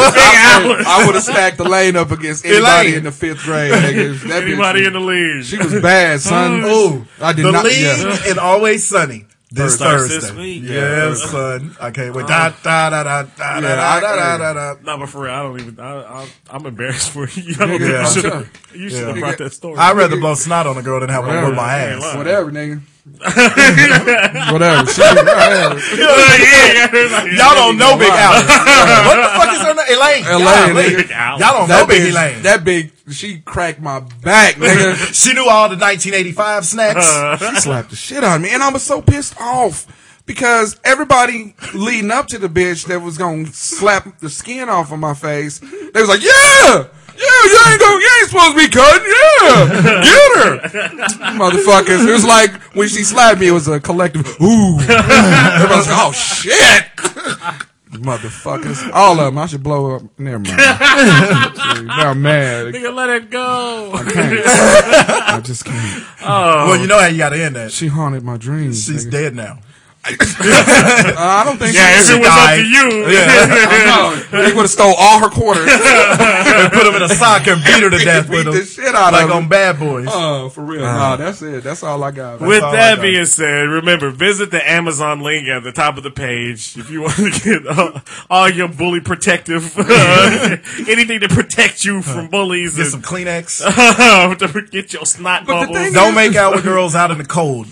Speaker 6: what?
Speaker 7: I, would have stacked Elaine up against anybody
Speaker 6: Elaine.
Speaker 7: in the fifth grade. Nigga. That bitch
Speaker 8: Anybody
Speaker 7: was-
Speaker 8: in the league?
Speaker 7: She was bad, son.
Speaker 6: Ooh,
Speaker 7: I did
Speaker 6: the
Speaker 7: not.
Speaker 6: league (laughs)
Speaker 7: Yeah.
Speaker 6: and always sunny. This
Speaker 8: Starts
Speaker 6: Thursday.
Speaker 8: (laughs) this week.
Speaker 6: Yes, son. I can't wait. Da, da, da, da, da, da, da,
Speaker 7: I-
Speaker 6: da, da, da.
Speaker 8: No, but for real, I don't even. I, I, I'm embarrassed for (laughs) you. I don't
Speaker 6: Yeah.
Speaker 8: think you should have. You should have
Speaker 7: Yeah.
Speaker 8: brought that story. (laughs)
Speaker 6: I'd rather blow snot on a girl than have one whip my ass.
Speaker 7: Whatever, nigga. Whatever. She, whatever.
Speaker 8: yeah, yeah, like,
Speaker 6: Y'all don't know Big Alice. (laughs) what the fuck is her name? Elaine.
Speaker 7: Elaine,
Speaker 6: Golly.
Speaker 7: nigga.
Speaker 8: Ow.
Speaker 6: Y'all don't know
Speaker 7: That
Speaker 6: Big
Speaker 7: big,
Speaker 6: Elaine.
Speaker 7: that big, she cracked my back, nigga.
Speaker 6: (laughs) she knew all the 1985 (laughs) snacks.
Speaker 7: she slapped the shit on me, and I was so pissed off because everybody leading up to the bitch that was gonna slap the skin off of my face, they was like, "Yeah, yeah, you ain't going you ain't supposed to be cutting, yeah, get her, motherfuckers." It was like when she slapped me, it was a collective ooh. Everybody's like, "Oh shit." Motherfuckers, all of them. I should blow up. Never mind. now I'm mad.
Speaker 8: Nigga, let it go.
Speaker 7: I just can't.
Speaker 6: Well, you know how you gotta end that.
Speaker 7: She haunted my dreams.
Speaker 6: She's
Speaker 7: nigga.
Speaker 6: dead now.
Speaker 7: Uh, I don't think.
Speaker 8: Yeah,
Speaker 7: she
Speaker 8: if it was up to you,
Speaker 6: (laughs)
Speaker 7: No, they would have stole all her (laughs) quarters.
Speaker 6: They put him in a sock and (laughs) beat her to death
Speaker 7: beat
Speaker 6: with
Speaker 7: the
Speaker 6: him.
Speaker 7: shit out
Speaker 6: Like
Speaker 7: of
Speaker 6: on
Speaker 7: them.
Speaker 6: Bad Boys.
Speaker 7: Oh, for real. Nah, that's it. That's all I
Speaker 8: (laughs)
Speaker 7: got.
Speaker 8: With
Speaker 6: all I
Speaker 8: that
Speaker 6: got.
Speaker 8: being said, remember visit the Amazon link at the top of the page if you (laughs) want to get uh, all your bully protective, (laughs) uh, anything to protect you from bullies,
Speaker 6: Get some
Speaker 8: and
Speaker 6: (laughs) Kleenex.
Speaker 8: (laughs) to get your snot
Speaker 7: But the
Speaker 8: bubbles.
Speaker 7: thing-
Speaker 6: Don't make out with girls out in the cold.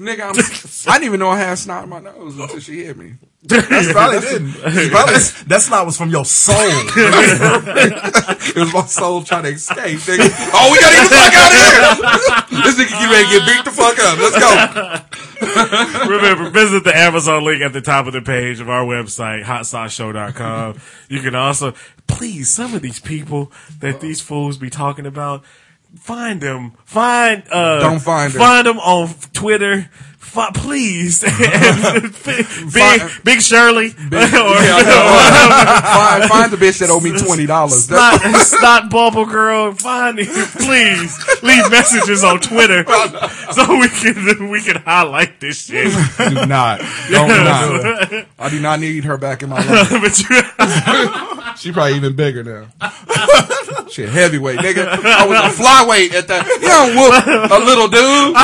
Speaker 7: Nigga, (laughs) I'm, I didn't even know I had snot in my nose until she hit me.
Speaker 6: (laughs) That's probably (laughs) didn't. Probably, that's not what's from your soul. (laughs)
Speaker 7: It was my soul trying to escape. Nigga. (laughs) Oh, we gotta get the fuck out of here. (laughs) this nigga get ready to get beat the fuck up. Let's (laughs) go.
Speaker 8: Remember, visit the Amazon link at the top of the page of our website, hotsauceshow.com. You can also, please, some of these people that these fools be talking about, find them. Find, uh,
Speaker 7: Don't find 'em.
Speaker 8: Find them on Twitter. Fi- please. (laughs) And big, big Shirley. (laughs) or
Speaker 7: Yeah, I know. find, find the bitch that owe me twenty dollars. That's
Speaker 8: Snot, snot bubble girl, find me, please. Leave messages on
Speaker 7: (laughs)
Speaker 8: Twitter so we can we can highlight this
Speaker 7: (laughs)
Speaker 8: shit.
Speaker 7: do not. Don't not. I do not need her back in my
Speaker 8: (laughs)
Speaker 7: life.
Speaker 8: but you,
Speaker 7: She probably even bigger now. (laughs) Shit, heavyweight, nigga. I was a flyweight at that. You don't whoop a little dude.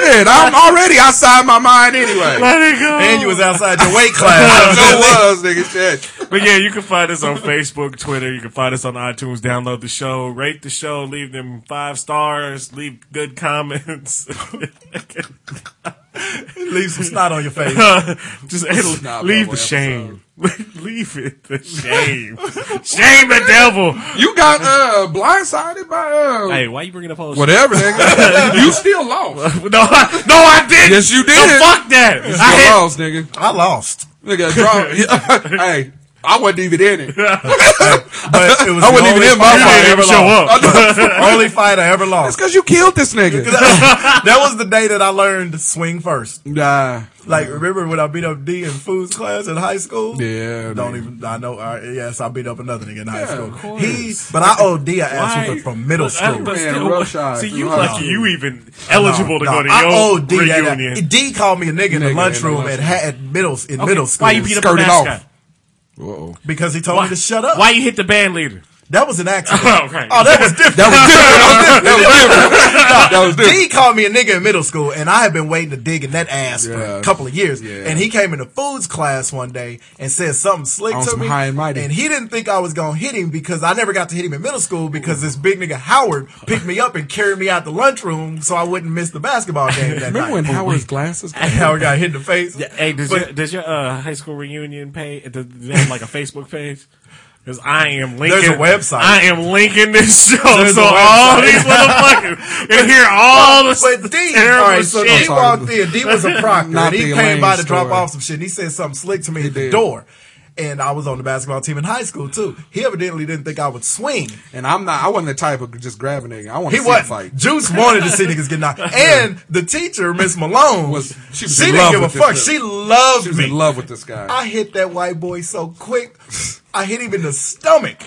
Speaker 7: Shit, I'm already outside my mind anyway.
Speaker 8: (laughs) let it go.
Speaker 6: and you was outside your weight class.
Speaker 7: So was, nigga. Shit.
Speaker 8: But yeah, you can find us on Facebook, Twitter. You can find us on iTunes. Download the show, rate the show, leave them five stars, leave good comments. (laughs)
Speaker 6: Leave some snot on your face.
Speaker 8: Just (laughs) leave
Speaker 7: Snob
Speaker 8: the
Speaker 7: Bubble
Speaker 8: shame. (laughs) leave it the shame. shame the devil.
Speaker 7: You got uh, blindsided by uh,
Speaker 8: Hey, why you bringing up all this?
Speaker 7: whatever, nigga. you still lost.
Speaker 8: shit? No, I, no, I didn't.
Speaker 7: Yes, you
Speaker 8: No,
Speaker 7: did.
Speaker 8: fuck that. I
Speaker 7: You still
Speaker 8: had-
Speaker 7: lost, nigga.
Speaker 6: I lost.
Speaker 7: Nigga, draw. (laughs) hey, I wasn't even in it.
Speaker 6: But it was
Speaker 7: I
Speaker 6: the
Speaker 7: wasn't even
Speaker 6: only
Speaker 7: in my
Speaker 6: fight I
Speaker 7: fight.
Speaker 6: ever
Speaker 8: Show
Speaker 6: lost.
Speaker 8: up.
Speaker 6: only fight I ever
Speaker 7: (laughs) It's
Speaker 6: lost.
Speaker 7: because you killed this nigga.
Speaker 6: that was the day that I learned swing first.
Speaker 7: Nah.
Speaker 6: Like, remember when I beat up D in foods class in high school?
Speaker 7: Yeah,
Speaker 6: Don't
Speaker 7: nigga.
Speaker 6: even, I know, I, yes, I beat up another nigga in high
Speaker 7: of
Speaker 6: school. He, but I owe D an ass
Speaker 8: Why?
Speaker 6: whooping from middle school.
Speaker 8: But
Speaker 7: Man,
Speaker 8: still,
Speaker 7: rough shot.
Speaker 8: see, you
Speaker 7: Rough
Speaker 8: lucky
Speaker 7: shot.
Speaker 8: you even eligible to
Speaker 6: No,
Speaker 8: go to
Speaker 6: I
Speaker 8: your
Speaker 6: owe D that-
Speaker 8: reunion.
Speaker 6: D called me a nigga in
Speaker 7: Nigga
Speaker 6: the
Speaker 7: in the
Speaker 6: lunchroom at,
Speaker 7: lunchroom.
Speaker 6: ha- at middle in middle school
Speaker 8: Why you beat up the
Speaker 7: Skirted off.
Speaker 8: mascot?
Speaker 7: Uh-oh.
Speaker 6: because he told
Speaker 8: Why-
Speaker 6: me to shut up.
Speaker 8: Why you hit the band leader? (laughs)
Speaker 6: That was an accident.
Speaker 8: Oh, okay.
Speaker 6: Oh, that was different.
Speaker 7: That was different. That was different. (laughs) That was different.
Speaker 6: D called me a nigga in middle school, and I had been waiting to dig in that ass for
Speaker 7: Yeah.
Speaker 6: a couple of years.
Speaker 7: Yeah.
Speaker 6: And he came into foods class one day and said something slick
Speaker 7: On
Speaker 6: to
Speaker 7: some
Speaker 6: me.
Speaker 7: high and mighty.
Speaker 6: he didn't think I was gonna hit him because I never got to hit him in middle school because this big nigga Howard picked me up and carried me out the lunchroom so I wouldn't miss the basketball game. That
Speaker 7: (laughs) Remember
Speaker 6: night.
Speaker 7: when Howard's (laughs) glasses
Speaker 6: (laughs)
Speaker 7: got
Speaker 6: Howard got hit in the face?
Speaker 8: Hey, does
Speaker 6: But-
Speaker 8: your, does your uh, high school reunion pay? Does they have like a Facebook page? Because I am linking.
Speaker 6: There's a website.
Speaker 8: I am linking this (laughs) show.
Speaker 6: There's
Speaker 8: so
Speaker 6: a
Speaker 8: all (laughs)
Speaker 6: website.
Speaker 8: these motherfuckers can hear all (laughs) the
Speaker 6: But D,
Speaker 8: terrible
Speaker 6: all right, so
Speaker 8: shit.
Speaker 6: D walked in. D was a proctor.
Speaker 7: Not
Speaker 6: and he
Speaker 7: the
Speaker 6: came
Speaker 7: Elaine
Speaker 6: by to drop
Speaker 7: story.
Speaker 6: off some shit. And he said something slick to me at the
Speaker 7: did.
Speaker 6: door. And I was on the basketball team in high school too. He evidently didn't think I would swing.
Speaker 7: And I'm not. I wasn't the type of just grab a nigga. I want
Speaker 6: He
Speaker 7: to see a
Speaker 6: wasn't.
Speaker 7: fight.
Speaker 6: Juice wanted to see niggas get
Speaker 7: (laughs)
Speaker 6: knocked. And the teacher, Miss Malone,
Speaker 7: Was-
Speaker 6: she,
Speaker 7: she was in
Speaker 6: didn't
Speaker 7: love
Speaker 6: give a
Speaker 7: with this
Speaker 6: fuck.
Speaker 7: dude.
Speaker 6: She loved
Speaker 7: She was
Speaker 6: me.
Speaker 7: in love with this guy.
Speaker 6: I hit that white boy so quick, I hit him in the stomach.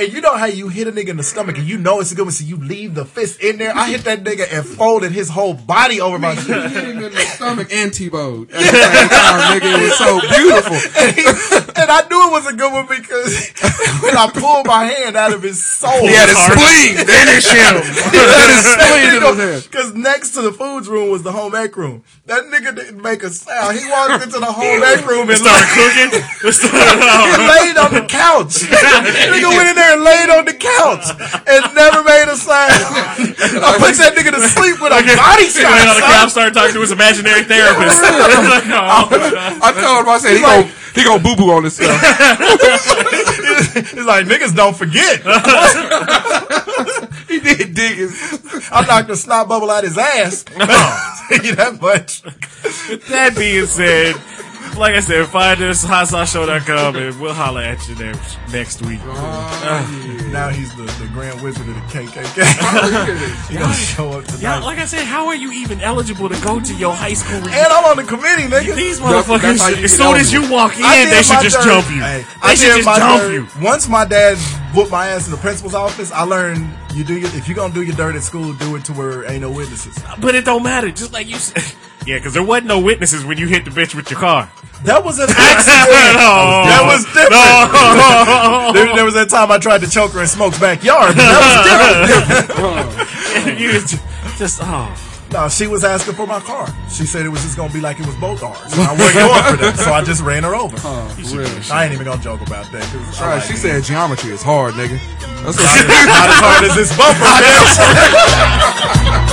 Speaker 6: And you know how you hit a nigga in the stomach and you know it's a good one, so you leave the fist in there. I hit that nigga and folded his whole body over
Speaker 7: (laughs)
Speaker 6: my
Speaker 7: He hit him in the stomach and (laughs) T-bowed. At the same time, nigga, it was so beautiful.
Speaker 6: and, he- (laughs) and I knew it was a good one because (laughs) when I pulled my hand out of his soul. (laughs)
Speaker 7: He had a (laughs) spleen. Finish him. He had a spleen in his hand.
Speaker 6: Because next to the foods room was the home ec room. That nigga didn't make a sound. He walked into the home ec room
Speaker 7: (laughs)
Speaker 6: and
Speaker 8: Start (laughs) cooking.
Speaker 6: (laughs) he laid on the couch.
Speaker 7: (laughs)
Speaker 6: nigga went in there and laid on the couch and never made a sound. (laughs) I put that nigga to sleep with a body shot.
Speaker 8: Right on the
Speaker 6: son.
Speaker 8: couch, start talking to his (laughs) imaginary therapist. Like, oh,
Speaker 7: I told him. I said he gon' he gon' boo boo on this stuff.
Speaker 6: He's like, niggas don't
Speaker 7: (laughs)
Speaker 6: forget.
Speaker 7: (laughs) He did dig his.
Speaker 6: I knocked a snot bubble out his ass. (laughs) you that much.
Speaker 8: that being said, like I said, find us hotsauceshow.com and we'll holler at you there next week.
Speaker 6: Now he's the, the grand wizard of the (laughs) KKK. you gonna show up
Speaker 8: Yeah,
Speaker 6: tonight.
Speaker 8: like I said, how are you even eligible to go to your high school reunion?
Speaker 6: and I'm on the committee, nigga.
Speaker 8: These
Speaker 7: That's-
Speaker 8: motherfuckers,
Speaker 7: that's how you get
Speaker 8: as soon as you
Speaker 7: eligible.
Speaker 8: walk in,
Speaker 6: I did
Speaker 8: they should
Speaker 6: my
Speaker 8: just
Speaker 6: dirt.
Speaker 8: jump you.
Speaker 6: Hey,
Speaker 8: they
Speaker 6: I
Speaker 8: should
Speaker 6: did
Speaker 8: just
Speaker 6: my
Speaker 8: jump
Speaker 6: dirt.
Speaker 8: you.
Speaker 6: Once my dad whooped my ass in the principal's office, I learned you do your, if you gonna do your dirt at school, do it to where ain't no witnesses.
Speaker 8: But it don't matter. Just like you said. (laughs) Yeah, because there wasn't no witnesses when you hit the bitch with your (laughs) car.
Speaker 6: That was an (laughs)
Speaker 8: No.
Speaker 6: accident. That was different.
Speaker 8: (laughs) No.
Speaker 6: There, there was that time I tried to choke her in Smoke's backyard. But that was different.
Speaker 7: Oh,
Speaker 6: (laughs)
Speaker 8: (laughs) you was ju- just, oh.
Speaker 6: no, she was asking for my car. She said it was just gonna be like it was both ours. And I wasn't going for that, so I just ran her
Speaker 7: (laughs)
Speaker 6: over.
Speaker 7: Oh, Really.
Speaker 6: I ain't even gonna joke about that. 'cause I
Speaker 7: All right,
Speaker 6: like
Speaker 7: she
Speaker 6: it.
Speaker 7: said (laughs) geometry is hard, nigga. That's what she
Speaker 6: (laughs)
Speaker 7: (laughs)
Speaker 6: not as hard as this bumper. man.